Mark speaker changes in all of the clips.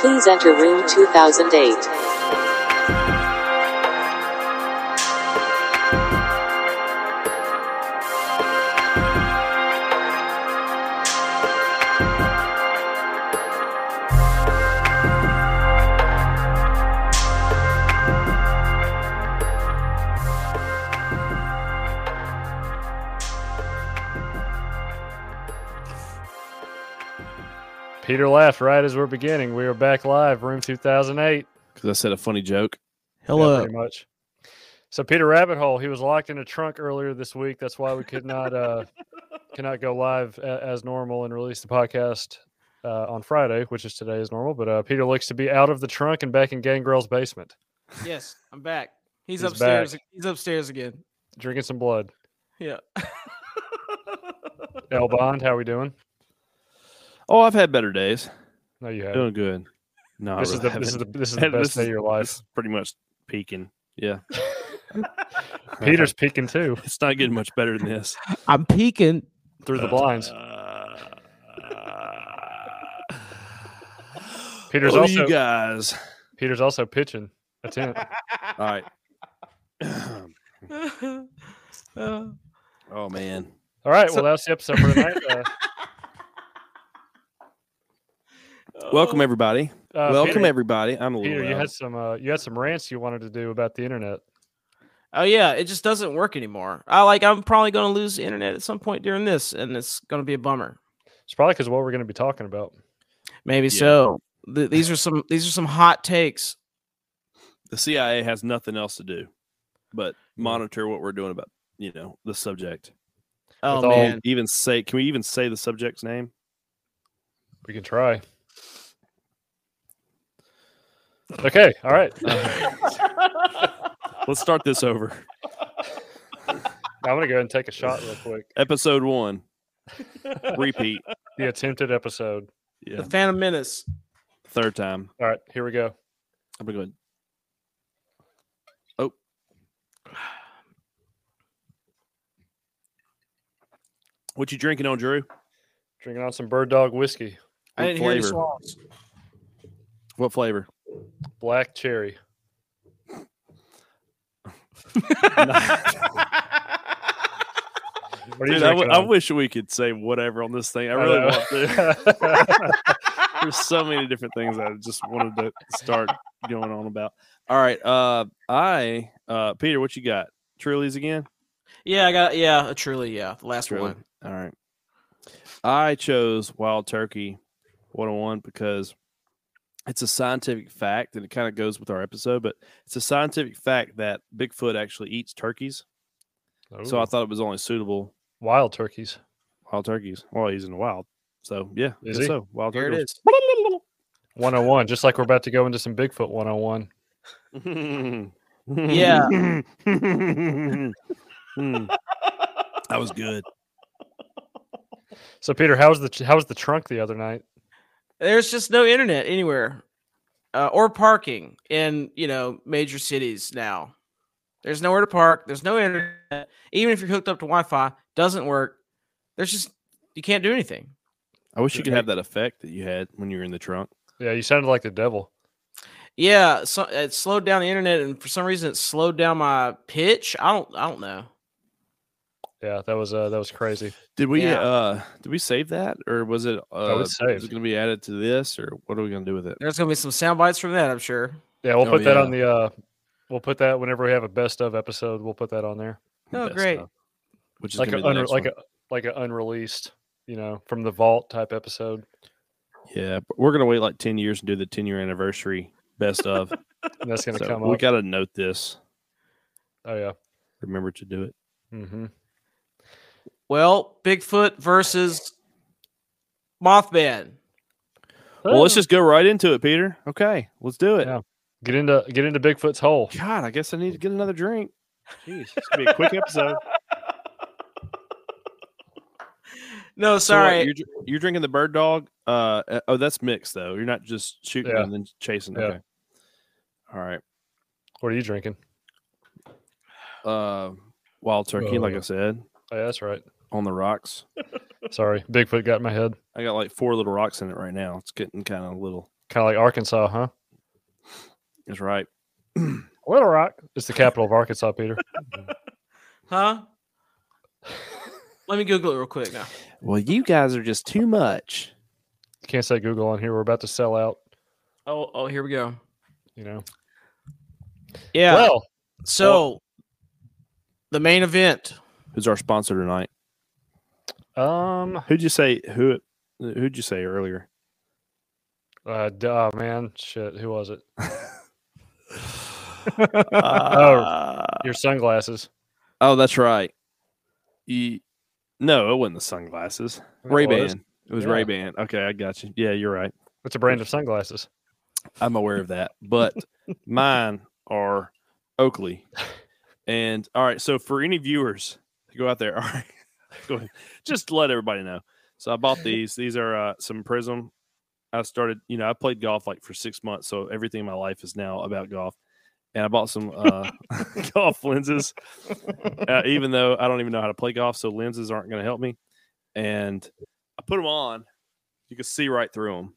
Speaker 1: Please enter room 2008.
Speaker 2: Peter left right as we're beginning. We are back live, room 2008.
Speaker 3: because I said a funny joke.
Speaker 2: Yeah,
Speaker 4: Hello.
Speaker 2: pretty much. So Peter Rabbit Hole, he was locked in a trunk earlier this week. That's why we could not uh cannot go live a- as normal and release the podcast uh, on Friday, which is today as normal. But uh, Peter looks to be out of the trunk and back in Gangrel's basement,
Speaker 4: yes, I'm back. He's,
Speaker 2: He's
Speaker 4: upstairs. He's upstairs again.
Speaker 2: drinking some blood.
Speaker 4: Yeah.
Speaker 2: El Bond, how we doing?
Speaker 3: Oh, I've had better days.
Speaker 2: No, you have.
Speaker 3: Doing good. No, I
Speaker 2: This is
Speaker 3: really
Speaker 2: the this is the
Speaker 3: haven't.
Speaker 2: this is the best
Speaker 3: This
Speaker 2: day of
Speaker 3: is-
Speaker 2: your
Speaker 3: This
Speaker 2: life.
Speaker 3: is pretty much peaking. Yeah,
Speaker 2: Peter's peeking too
Speaker 3: it's not getting much better than this.
Speaker 4: I'm peeking.
Speaker 2: through the blinds. Peter's
Speaker 3: What do
Speaker 2: also
Speaker 3: you guys.
Speaker 2: Peter's also pitching a tent.
Speaker 3: All right.
Speaker 4: Uh,
Speaker 3: oh man.
Speaker 2: All right,
Speaker 4: So-
Speaker 2: well that's the episode for tonight. Uh,
Speaker 3: Welcome everybody.
Speaker 2: uh,
Speaker 3: Welcome
Speaker 2: Peter,
Speaker 3: everybody. I'm a little.
Speaker 2: Peter, you
Speaker 3: loud.
Speaker 2: had some uh, you had some rants you wanted to do about the internet.
Speaker 4: Oh yeah, it just doesn't work anymore. I like. I'm probably gonna lose the internet at some point during this, and it's gonna be a bummer.
Speaker 2: It's probably because what we're going to be talking about.
Speaker 4: Maybe
Speaker 3: Yeah.
Speaker 4: so. Th- these are some. These are some hot takes.
Speaker 3: the CIA has nothing else to do but
Speaker 2: Hmm.
Speaker 3: monitor what we're doing about you know the subject.
Speaker 4: Oh
Speaker 2: With all-
Speaker 4: man.
Speaker 3: Even say, can we even say the subject's name?
Speaker 2: We can try. Okay, all right.
Speaker 3: Uh-huh. Let's start this over.
Speaker 2: I'm going to go ahead and take a shot real quick.
Speaker 3: Episode one. Repeat.
Speaker 2: The attempted episode.
Speaker 3: Yeah.
Speaker 4: The Phantom Menace.
Speaker 3: Third time.
Speaker 2: All right, here we go.
Speaker 3: I'm going. Oh. What you drinking on, Drew?
Speaker 2: Drinking on some bird dog whiskey,
Speaker 4: I
Speaker 3: What
Speaker 4: didn't hear any
Speaker 3: flavor?
Speaker 4: swallows.
Speaker 3: What flavor?
Speaker 2: black cherry. What are you
Speaker 3: Dude, I, w-
Speaker 2: drinking
Speaker 3: I
Speaker 2: on?
Speaker 3: wish we could say whatever on this thing. I
Speaker 2: I
Speaker 3: really
Speaker 2: know.
Speaker 3: want to. There's so many different things I just wanted to start going on about. All right. Uh I uh Peter, what you got? Truly's again?
Speaker 4: Yeah, I got. Yeah, a truly. Yeah, the last
Speaker 3: Truly.
Speaker 4: one.
Speaker 3: All right. I chose Wild Turkey 101 because it's a scientific fact and it kind of goes with our episode, but it's a scientific fact that Bigfoot actually eats turkeys. So I
Speaker 2: Ooh,
Speaker 3: thought it was only suitable
Speaker 2: wild turkeys.
Speaker 3: wild turkeys. Well, he's in the wild. So, yeah.
Speaker 2: Is
Speaker 3: guess
Speaker 2: he?
Speaker 3: So, wild
Speaker 4: There it
Speaker 3: turkeys.
Speaker 4: is.
Speaker 2: 101, just like we're about to go into some Bigfoot 101.
Speaker 4: Yeah.
Speaker 3: Hmm. that was good.
Speaker 2: So Peter, how was the how was the trunk the other night?
Speaker 4: There's just no internet anywhere, uh, or parking in you know major cities now. There's nowhere to park. There's no internet. Even if you're hooked up to Wi-Fi, doesn't work. There's just you can't do anything.
Speaker 3: I wish you could
Speaker 2: Okay.
Speaker 3: have that effect that you had when you were in the trunk.
Speaker 2: Yeah, you sounded like the devil.
Speaker 4: Yeah, so it slowed down the internet, and for some reason, it slowed down my pitch. I don't. I don't know.
Speaker 2: Yeah, that was uh, that was crazy.
Speaker 3: Did we
Speaker 4: Yeah.
Speaker 3: uh did we save that or was it uh
Speaker 2: it's
Speaker 3: is it
Speaker 2: saved.
Speaker 3: gonna be added to this or what are we gonna do with it?
Speaker 4: There's gonna be some sound bites from that, I'm sure.
Speaker 2: Yeah, we'll
Speaker 3: Oh,
Speaker 2: put that
Speaker 3: yeah.
Speaker 2: on the uh we'll put that whenever we have a best of episode, we'll put that on there.
Speaker 4: Oh,
Speaker 3: Best
Speaker 4: great.
Speaker 3: of, Which is
Speaker 2: Like
Speaker 3: like
Speaker 2: a unre- like a like a unreleased, you know, from the vault type episode.
Speaker 3: yeah, but we're gonna wait like ten years and do the ten year anniversary best of.
Speaker 2: And that's gonna
Speaker 3: So
Speaker 2: come
Speaker 3: we
Speaker 2: up.
Speaker 3: gotta note this.
Speaker 2: oh yeah.
Speaker 3: Remember to do it.
Speaker 2: Mm-hmm.
Speaker 4: Well, Bigfoot versus Mothman.
Speaker 3: Well, let's just go right into it, Peter. Okay, let's do it.
Speaker 2: Oh. Yeah. get into get into Bigfoot's hole.
Speaker 3: God, I guess I need to get another drink. Jeez, it's gonna be a quick episode.
Speaker 4: No,
Speaker 3: So what,
Speaker 4: sorry.
Speaker 3: you're, dr- you're drinking the bird dog. Uh, uh, oh, that's mixed though. You're not just shooting
Speaker 2: Yeah.
Speaker 3: and then chasing.
Speaker 2: Yeah.
Speaker 3: Okay. All right.
Speaker 2: What are you drinking?
Speaker 3: Uh, wild turkey, like
Speaker 2: Uh,
Speaker 3: I said,
Speaker 2: Oh, yeah, that's right.
Speaker 3: on the rocks.
Speaker 2: Sorry, Bigfoot got in my head.
Speaker 3: I got like four little rocks in it right now. It's getting kind of little.
Speaker 2: Kind of like Arkansas, huh?
Speaker 3: That's right.
Speaker 2: Little Rock is the capital of Arkansas, Peter.
Speaker 4: Huh? Let me Google it real quick now.
Speaker 3: Well, you guys are just too much.
Speaker 2: Can't say Google on here. We're about to sell out.
Speaker 4: Oh, oh, here we go.
Speaker 2: You know.
Speaker 4: Yeah.
Speaker 2: Well,
Speaker 4: so the main event.
Speaker 3: Who's our sponsor tonight?
Speaker 2: um,
Speaker 3: Who'd you say who? Who'd you say earlier?
Speaker 2: uh, duh, man, shit. Who was it? Oh,
Speaker 3: Uh,
Speaker 2: Your sunglasses.
Speaker 3: oh, that's right. You, no, it wasn't the sunglasses.
Speaker 2: It
Speaker 3: Ray
Speaker 2: was.
Speaker 3: Ban. It was
Speaker 2: Yeah.
Speaker 3: Ray Ban. Okay, I got you. Yeah, you're right.
Speaker 2: It's a brand of sunglasses.
Speaker 3: I'm aware of that, but mine are Oakley. And all right, so for any viewers, go out there. All right, go ahead. just let everybody know. So I bought these. These are uh, some Prism. I started, you know, I played golf like for six months, so everything in my life is now about golf. And I bought some uh, golf lenses, uh, even though I don't even know how to play golf, so lenses aren't going to help me. And I put them on. You can see right through them.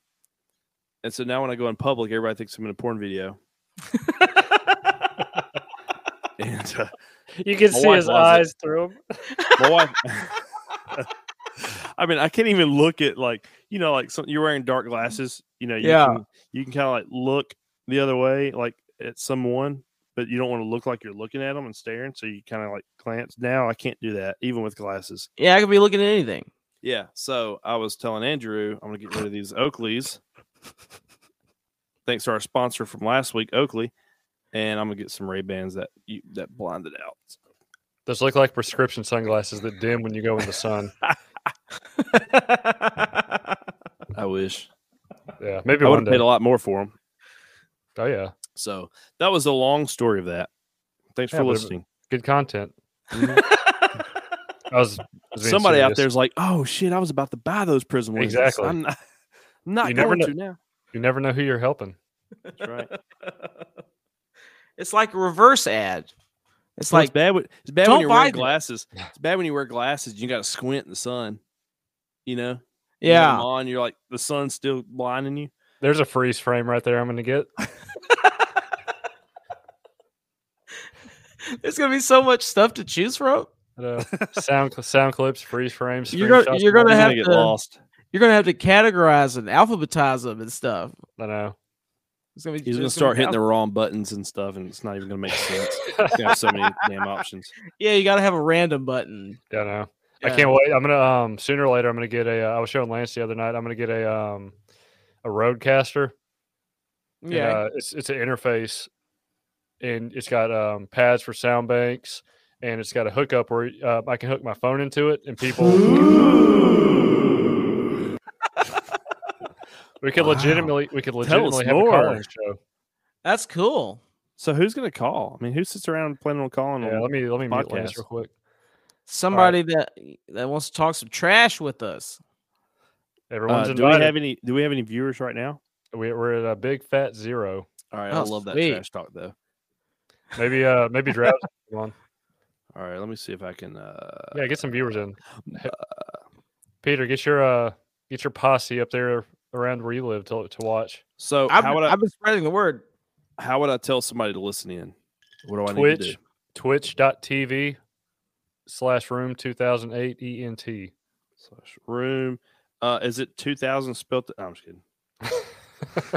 Speaker 3: And so now when I go in public, everybody thinks I'm in a porn video. and uh,
Speaker 2: You can
Speaker 3: My
Speaker 2: see
Speaker 3: wife
Speaker 2: his
Speaker 3: loves it.
Speaker 2: eyes through 'em.
Speaker 3: my wife, I mean, I can't even look at like you know, like some, you're wearing dark glasses. You know, you
Speaker 4: Yeah.
Speaker 3: can, you can kind of like look the other way, like at someone, but you don't want to look like you're looking at them and staring. So you kind of like glance. Now I can't do that, even with glasses.
Speaker 4: Yeah, I could be looking at anything.
Speaker 3: Yeah. So I was telling Andrew, I'm going to get rid of these Oakleys. Thanks to our sponsor from last week, Oakley. And I'm going to get some Ray Bans that you, that blinded out.
Speaker 2: Those look like prescription sunglasses that dim when you go in the sun.
Speaker 3: I wish.
Speaker 2: Yeah, maybe
Speaker 3: I would
Speaker 2: one
Speaker 3: have
Speaker 2: day.
Speaker 3: paid a lot more for them.
Speaker 2: Oh yeah,
Speaker 3: So that was the long story of that. Thanks
Speaker 2: Yeah,
Speaker 3: for
Speaker 2: but it-
Speaker 3: listening.
Speaker 2: good content. I was, I was being
Speaker 3: Somebody out
Speaker 2: serious.
Speaker 3: there's like, oh shit, I was about to buy those prism lenses.
Speaker 2: Exactly.
Speaker 3: I'm not, not
Speaker 2: You never
Speaker 3: going
Speaker 2: know-
Speaker 3: to now.
Speaker 2: You never know who you're helping.
Speaker 3: That's right.
Speaker 4: It's like a reverse ad. It's
Speaker 3: Well,
Speaker 4: like
Speaker 3: it's bad. When, it's bad
Speaker 4: Don't
Speaker 3: when you're wearing
Speaker 4: buy them.
Speaker 3: glasses. It's bad when you wear glasses. You got to squint in the sun. You know. You have
Speaker 4: yeah.
Speaker 3: them on you're like the sun's still blinding you.
Speaker 2: There's a freeze frame right there. I'm going to get.
Speaker 4: There's gonna be so much stuff to choose from.
Speaker 2: Uh, sound cl- sound clips, freeze frames.
Speaker 4: You're gonna-
Speaker 2: screenshots
Speaker 4: you're
Speaker 2: of
Speaker 4: gonna
Speaker 2: all-
Speaker 4: have
Speaker 3: to get
Speaker 4: to-
Speaker 3: lost.
Speaker 4: You're gonna have to categorize and alphabetize them and stuff.
Speaker 2: I know.
Speaker 4: It's gonna be.
Speaker 3: He's gonna
Speaker 4: it's gonna
Speaker 3: start
Speaker 4: be
Speaker 3: hitting the wrong buttons and stuff, and it's not even gonna make sense. you have so many damn options.
Speaker 4: Yeah, you gotta have a random button.
Speaker 2: Yeah, I know. I
Speaker 4: Yeah.
Speaker 2: can't wait. I'm gonna um sooner or later. I'm gonna get a. Uh, I was showing Lance the other night. I'm gonna get a um a Roadcaster. and,
Speaker 4: Yeah,
Speaker 2: uh, it's it's an interface, and it's got um pads for sound banks, and it's got a hookup where uh, I can hook my phone into it, and people. We could
Speaker 3: Wow.
Speaker 2: legitimately, we could
Speaker 3: us
Speaker 2: legitimately have a
Speaker 3: more.
Speaker 2: calling show.
Speaker 4: that's cool.
Speaker 3: So who's gonna call? I mean, who sits around planning on calling?
Speaker 2: Yeah,
Speaker 3: on-
Speaker 2: let me let me mute Lance
Speaker 3: Podcast.
Speaker 2: real quick.
Speaker 4: Somebody that that wants to talk some trash with us.
Speaker 3: Uh,
Speaker 2: Everyone's
Speaker 3: do we
Speaker 2: invited.
Speaker 3: have any? Do we have any viewers right now?
Speaker 2: we, we're at a big fat zero.
Speaker 3: All right, I
Speaker 4: Oh,
Speaker 3: love that
Speaker 4: sweet.
Speaker 3: trash talk though.
Speaker 2: Maybe uh maybe Drab's one.
Speaker 3: All right, let me see if I can. Uh,
Speaker 2: Yeah, get some viewers in. He- Peter, get your uh get your posse up there around where you live to to watch.
Speaker 3: So
Speaker 4: I've,
Speaker 3: how would I?
Speaker 4: I've been spreading the word.
Speaker 3: How would I tell somebody to listen in? What do I need to
Speaker 2: Twitch
Speaker 3: do?
Speaker 2: twitch.tv slash room two thousand eight E ENT.
Speaker 3: Slash room. Uh, is it two thousand spelt? I'm just kidding.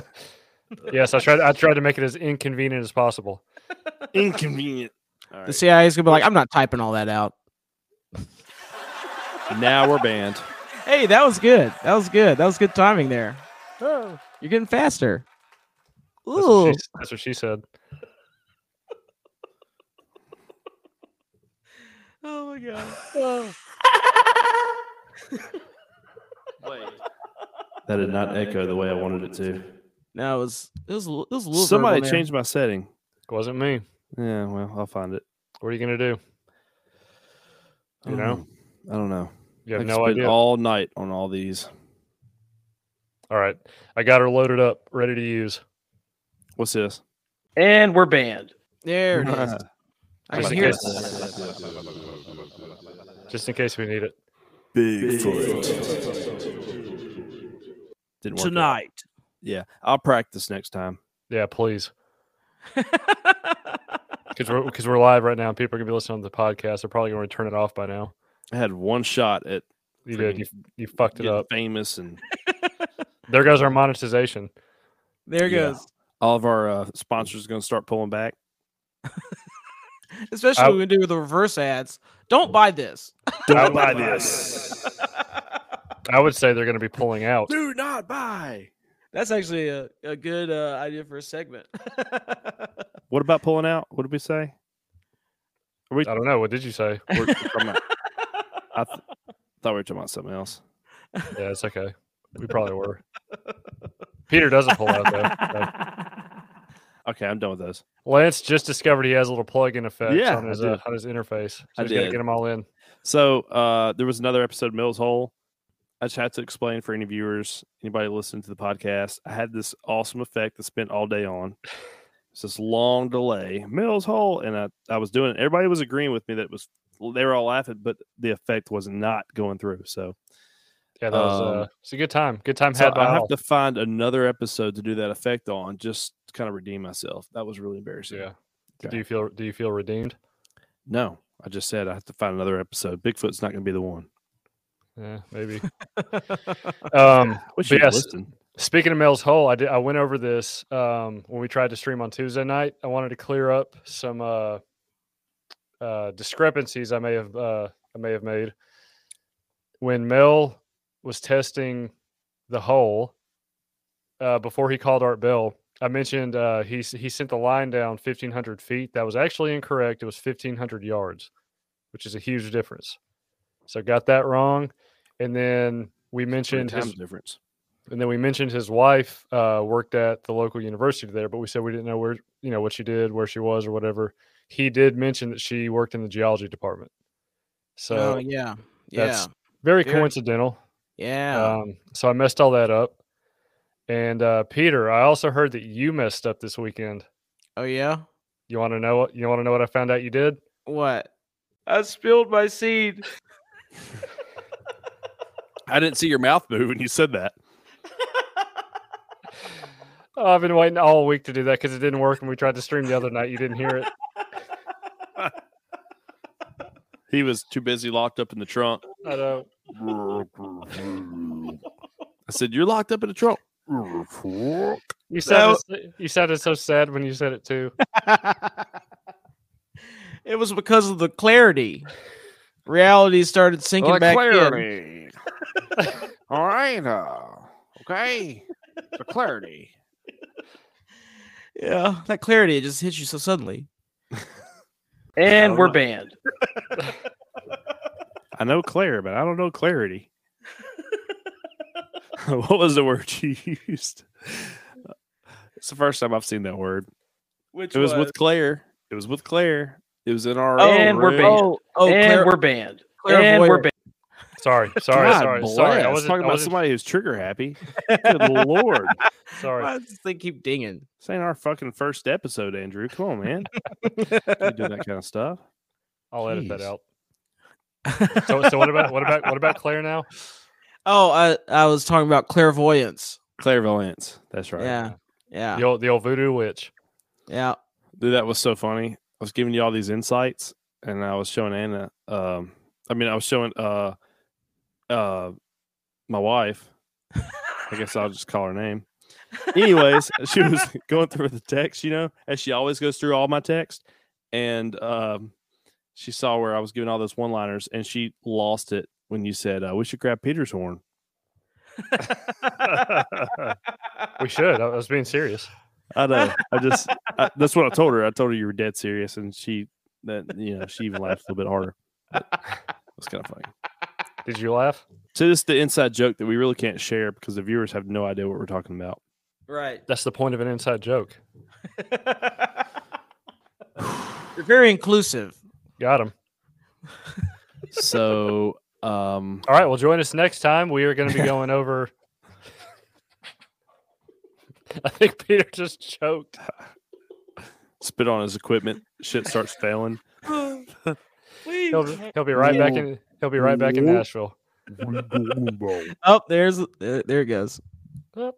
Speaker 2: yes, I tried I tried to make it as inconvenient as possible.
Speaker 3: Inconvenient. All
Speaker 4: The
Speaker 3: right,
Speaker 4: CIA is gonna be like, I'm not typing all that out.
Speaker 3: now we're banned.
Speaker 4: Hey, that was good. That was good. That was good timing there. You're getting faster.
Speaker 2: That's what, she,
Speaker 4: Ooh.
Speaker 2: s- that's what she said.
Speaker 4: Oh my god.
Speaker 3: Wait. That did not echo the way I wanted it to.
Speaker 4: No, it was it was a li- it was a little.
Speaker 3: Somebody changed my setting.
Speaker 2: It wasn't me.
Speaker 3: Yeah, well, I'll find it.
Speaker 2: What are you gonna do? You
Speaker 3: I don't
Speaker 2: know?
Speaker 3: Um, I don't know.
Speaker 2: You have
Speaker 3: I could
Speaker 2: no
Speaker 3: spend
Speaker 2: idea.
Speaker 3: All night on all these.
Speaker 2: All right. I got her loaded up, ready to use.
Speaker 3: What's this?
Speaker 5: And we're banned.
Speaker 4: There it is. I
Speaker 2: Just
Speaker 4: can
Speaker 2: in
Speaker 4: hear it.
Speaker 2: case- Just in case we need it.
Speaker 3: Bigfoot. Didn't work out.
Speaker 5: Tonight,
Speaker 3: Yeah, I'll practice next time.
Speaker 2: Yeah, please. Because we're because we're live right now, and people are gonna be listening to the podcast. They're probably gonna turn it off by now.
Speaker 3: I had one shot at
Speaker 2: You did. You, you fucked it
Speaker 3: getting
Speaker 2: up.
Speaker 3: famous, and
Speaker 2: There goes our monetization.
Speaker 4: There
Speaker 3: Yeah.
Speaker 4: goes.
Speaker 3: all of our uh, sponsors are going to start pulling back.
Speaker 4: Especially
Speaker 2: I-
Speaker 4: when we do the reverse ads. Don't buy this.
Speaker 3: Don't buy this.
Speaker 2: I would say they're gonna be pulling out.
Speaker 3: Do not buy.
Speaker 4: That's actually a, a good uh, idea for a segment.
Speaker 3: What about pulling out? What did we say?
Speaker 2: I don't know. What did you say?
Speaker 3: We're, we're talking about- I th- thought we were talking about something else.
Speaker 2: Yeah, it's okay. We probably were. Peter doesn't pull out though. so.
Speaker 3: Okay, I'm done with those.
Speaker 2: Lance just discovered he has little plug-in effects
Speaker 3: Yeah,
Speaker 2: on
Speaker 3: I
Speaker 2: his
Speaker 3: did.
Speaker 2: uh, on his interface. So
Speaker 3: I
Speaker 2: he's got to
Speaker 3: did.
Speaker 2: get them all in.
Speaker 3: So uh, there was another episode of Mills Hole. I just had to explain for any viewers, anybody listening to the podcast. I had this awesome effect I spent all day on. It's this long delay, Mills Hole, and I, I was doing it. Everybody was agreeing with me that it was they were all laughing, but the effect was not going through. So,
Speaker 2: Yeah, that was
Speaker 3: Um,
Speaker 2: uh, it's a good time. Good time
Speaker 3: so
Speaker 2: had by
Speaker 3: I have
Speaker 2: all.
Speaker 3: to find another episode to do that effect on, just to kind of redeem myself. That was really embarrassing.
Speaker 2: yeah.
Speaker 3: Okay.
Speaker 2: Do you feel do you feel redeemed?
Speaker 3: No, I just said I have to find another episode. Bigfoot's not going to be the one.
Speaker 2: Yeah, maybe. um, But
Speaker 3: Which should
Speaker 2: yes,
Speaker 3: listen.
Speaker 2: Speaking of Mel's Hole, I did. I went over this um, when we tried to stream on Tuesday night. I wanted to clear up some uh, uh, discrepancies I may have uh, I may have made when Mel was testing the hole uh, before he called Art Bell. I mentioned uh, he s- he sent the line down 1,500 feet. That was actually incorrect. It was 1,500 yards, which is a huge difference. So got that wrong, and then we
Speaker 3: Three
Speaker 2: mentioned his,
Speaker 3: times difference.
Speaker 2: and then we mentioned his wife uh, worked at the local university there, but we said we didn't know where you know what she did, where she was, or whatever. He did mention that she worked in the geology department, so
Speaker 4: oh, yeah. Yeah.
Speaker 2: that's very
Speaker 4: Very-
Speaker 2: coincidental.
Speaker 4: Yeah.
Speaker 2: Um, so I messed all that up. And uh, Peter, I also heard that you messed up this weekend.
Speaker 4: oh, yeah.
Speaker 2: You want to know what you want to know what I found out you did?
Speaker 4: What? I spilled my seed.
Speaker 3: I didn't see your mouth move when you said that.
Speaker 2: Oh, I've been waiting all week to do that because it didn't work, and we tried to stream the other night. You didn't hear it.
Speaker 3: He was too busy locked up in the trunk.
Speaker 2: I know.
Speaker 3: I said, "You're locked up in the trunk."
Speaker 2: You sounded so- you sounded so sad when you said it too.
Speaker 4: it was because of the clarity. Reality started sinking back in.
Speaker 3: All right, uh, okay. The clarity.
Speaker 4: Yeah, that clarity it just hits you so suddenly.
Speaker 5: And
Speaker 3: Oh,
Speaker 5: we're
Speaker 3: no.
Speaker 5: banned.
Speaker 3: I know Claire, but I don't know clarity. what was the word you used? It's the first time I've seen that word.
Speaker 4: Which
Speaker 3: It was with Claire. It was with Claire. It was in our
Speaker 5: Oh,
Speaker 3: own
Speaker 5: and we're
Speaker 3: room.
Speaker 5: banned.
Speaker 4: oh oh
Speaker 5: and
Speaker 4: Claire,
Speaker 5: we're banned.
Speaker 4: Claire
Speaker 5: and we're
Speaker 4: Voyeur.
Speaker 5: banned.
Speaker 2: Sorry, sorry,
Speaker 3: God
Speaker 2: sorry, sorry. I
Speaker 3: bless.
Speaker 2: wasn't
Speaker 3: talking
Speaker 2: I
Speaker 3: about
Speaker 2: wasn't-
Speaker 3: somebody who's trigger happy. Good lord.
Speaker 2: Sorry.
Speaker 4: Why does this thing keep dinging?
Speaker 3: This ain't our fucking first episode, Andrew. Come on, man. you do that kind of stuff.
Speaker 2: I'll edit that
Speaker 3: Jeez.
Speaker 2: out. So, so what about what about what about Claire now?
Speaker 4: oh, I I was talking about clairvoyance.
Speaker 3: Clairvoyance. That's right.
Speaker 4: Yeah, yeah,
Speaker 2: The old the old voodoo witch.
Speaker 4: yeah.
Speaker 3: Dude, that was so funny. I was giving you all these insights and I was showing Anna um I mean I was showing uh uh my wife. I guess I'll just call her name. Anyways, she was going through the text, you know, as she always goes through all my text. And um she saw where I was giving all those one liners and she lost it when you said uh, we should grab Peter's horn.
Speaker 2: We should. I was being serious.
Speaker 3: I know. I just I, that's what I told her. I told her you were dead serious, and she that you know she even laughed a little bit harder. It's kind of funny.
Speaker 2: Did you laugh?
Speaker 3: So this is the inside joke that we really can't share because the viewers have no idea what we're talking about.
Speaker 4: right.
Speaker 2: That's the point of an inside joke.
Speaker 4: You're very inclusive.
Speaker 2: Got him.
Speaker 3: So um
Speaker 2: All right. Well, join us next time. We are going to be going over. I think Peter just choked.
Speaker 3: spit on his equipment, shit starts failing.
Speaker 4: Please.
Speaker 2: He'll, he'll be right back in. He'll be right back in Nashville.
Speaker 4: Oh, there's uh, there it goes. Oh,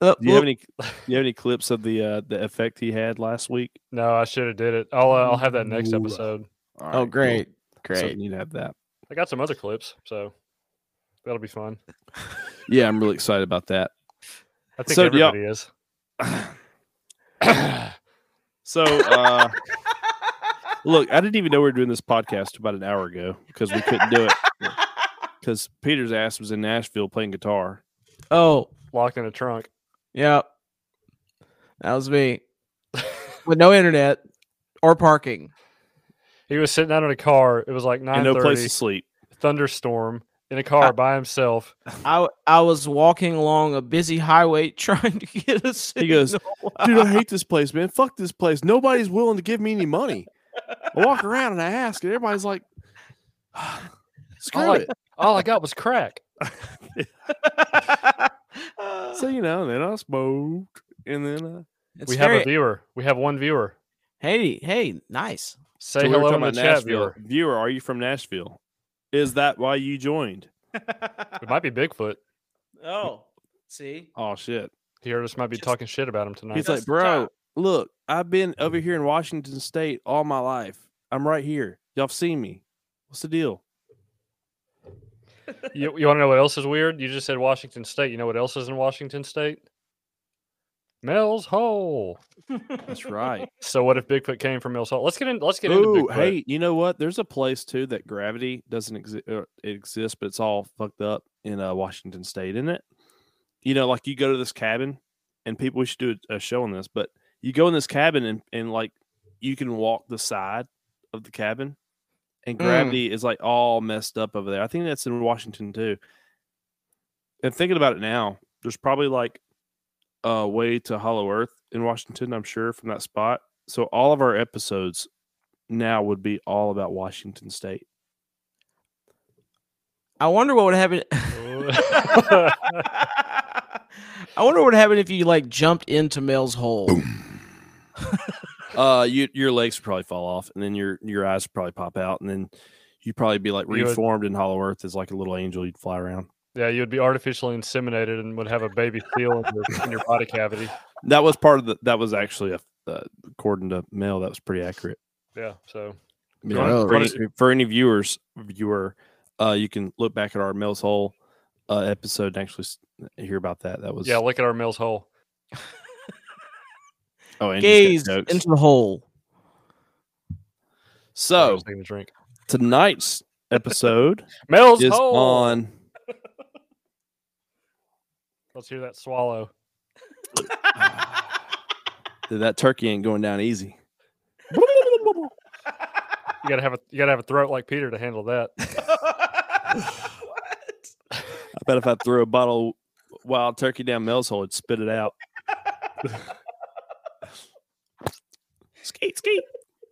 Speaker 3: Do you have
Speaker 4: whoop.
Speaker 3: any? Do you have any clips of the uh, the effect he had last week?
Speaker 2: No, I should have did it. I'll uh, I'll have that next
Speaker 3: Ooh.
Speaker 2: episode.
Speaker 3: All right,
Speaker 4: oh,
Speaker 3: cool.
Speaker 4: great.
Speaker 3: So
Speaker 4: Great.
Speaker 3: you need to have that.
Speaker 2: I got some other clips, so that'll be fun.
Speaker 3: Yeah, I'm really excited about that.
Speaker 2: I think
Speaker 3: So do y'all-
Speaker 2: everybody is.
Speaker 3: so, uh, look, I didn't even know we were doing this podcast about an hour ago because we couldn't do it because Peter's ass was in Nashville playing guitar.
Speaker 4: oh,
Speaker 2: Locked in a trunk.
Speaker 4: yep. That was me. With no internet or parking.
Speaker 2: He was sitting out in a car. It was like nine
Speaker 3: And no
Speaker 2: thirty.
Speaker 3: place to sleep.
Speaker 2: thunderstorm in a car
Speaker 4: I-
Speaker 2: by himself.
Speaker 4: I I was walking along a busy highway trying to get a signal.
Speaker 3: goes, Dude, I hate this place, man. Fuck this place. Nobody's willing to give me any money. I walk around and I ask, and everybody's like, screw
Speaker 2: like-
Speaker 3: it.
Speaker 2: All I got was crack.
Speaker 3: So, you know, and then I smoked. And then, uh,
Speaker 4: It's
Speaker 2: we
Speaker 4: very-
Speaker 2: have a viewer. We have one viewer.
Speaker 4: hey hey nice.
Speaker 2: Say
Speaker 3: so we were
Speaker 2: hello
Speaker 3: talking
Speaker 2: in the
Speaker 3: about
Speaker 2: chat,
Speaker 3: Nashville.
Speaker 2: viewer.
Speaker 3: Viewer, are you from Nashville? Is that why you joined?
Speaker 2: It might be Bigfoot.
Speaker 4: Oh, see,
Speaker 3: Oh, shit.
Speaker 2: He heard us might be
Speaker 4: Just-
Speaker 2: talking shit about him tonight.
Speaker 3: He's
Speaker 4: That's
Speaker 3: like,
Speaker 4: the
Speaker 3: bro,
Speaker 4: job."
Speaker 3: look, I've been over here in Washington State all my life. I'm right here. Y'all have seen me. What's the deal?
Speaker 2: you you want to know what else is weird? You just said Washington State. You know what else is in Washington State? Mel's Hole.
Speaker 3: That's right.
Speaker 2: So what if Bigfoot came from Mel's Hole? Let's get in. Let's get into
Speaker 3: Ooh,
Speaker 2: Bigfoot.
Speaker 3: hey, you know what? There's a place too that gravity doesn't uh, exist. It exists, but it's all fucked up in uh, Washington State, isn't it? You know, like you go to this cabin, and people. We should do a, a show on this, but you go in this cabin and and like you can walk the side of the cabin, and
Speaker 4: Mm.
Speaker 3: gravity is like all messed up over there. I think that's in Washington too. And thinking about it now, there's probably like a way to Hollow Earth in Washington. I'm sure from that spot. So all of our episodes now would be all about Washington State.
Speaker 4: I wonder what would happen.
Speaker 2: Ooh.
Speaker 4: I wonder what would happen if you like jumped into Mel's hole.
Speaker 3: Uh, you, your legs would probably fall off, and then your your eyes would probably pop out, and then you'd probably be like
Speaker 2: You would-
Speaker 3: reformed in Hollow Earth as like a little angel. You'd fly around.
Speaker 2: yeah, you would be artificially inseminated and would have a baby seal in your, in your body cavity.
Speaker 3: That was part of the. That was actually a. Uh, according to Mel, that was pretty accurate.
Speaker 2: Yeah. So
Speaker 3: Yeah,
Speaker 4: Oh,
Speaker 3: for, any,
Speaker 2: gross.
Speaker 3: for any viewers, viewer, uh, you can look back at our Mel's Hole uh, episode and actually s- hear about that. That was
Speaker 2: yeah, look at our Mel's Hole.
Speaker 3: Oh, Andy's
Speaker 4: Gaze
Speaker 3: got jokes.
Speaker 4: into the hole.
Speaker 2: Sorry, I
Speaker 3: so
Speaker 2: was taking a drink.
Speaker 3: tonight's episode
Speaker 2: Mel's
Speaker 3: is
Speaker 2: Hole.
Speaker 3: on.
Speaker 2: Let's hear that swallow.
Speaker 3: Dude, that turkey ain't going down easy.
Speaker 2: You gotta have a you gotta have a throat like Peter to handle that.
Speaker 3: I bet if I threw a bottle of wild turkey down Mel's hole, it'd spit it out. skeet, skeet.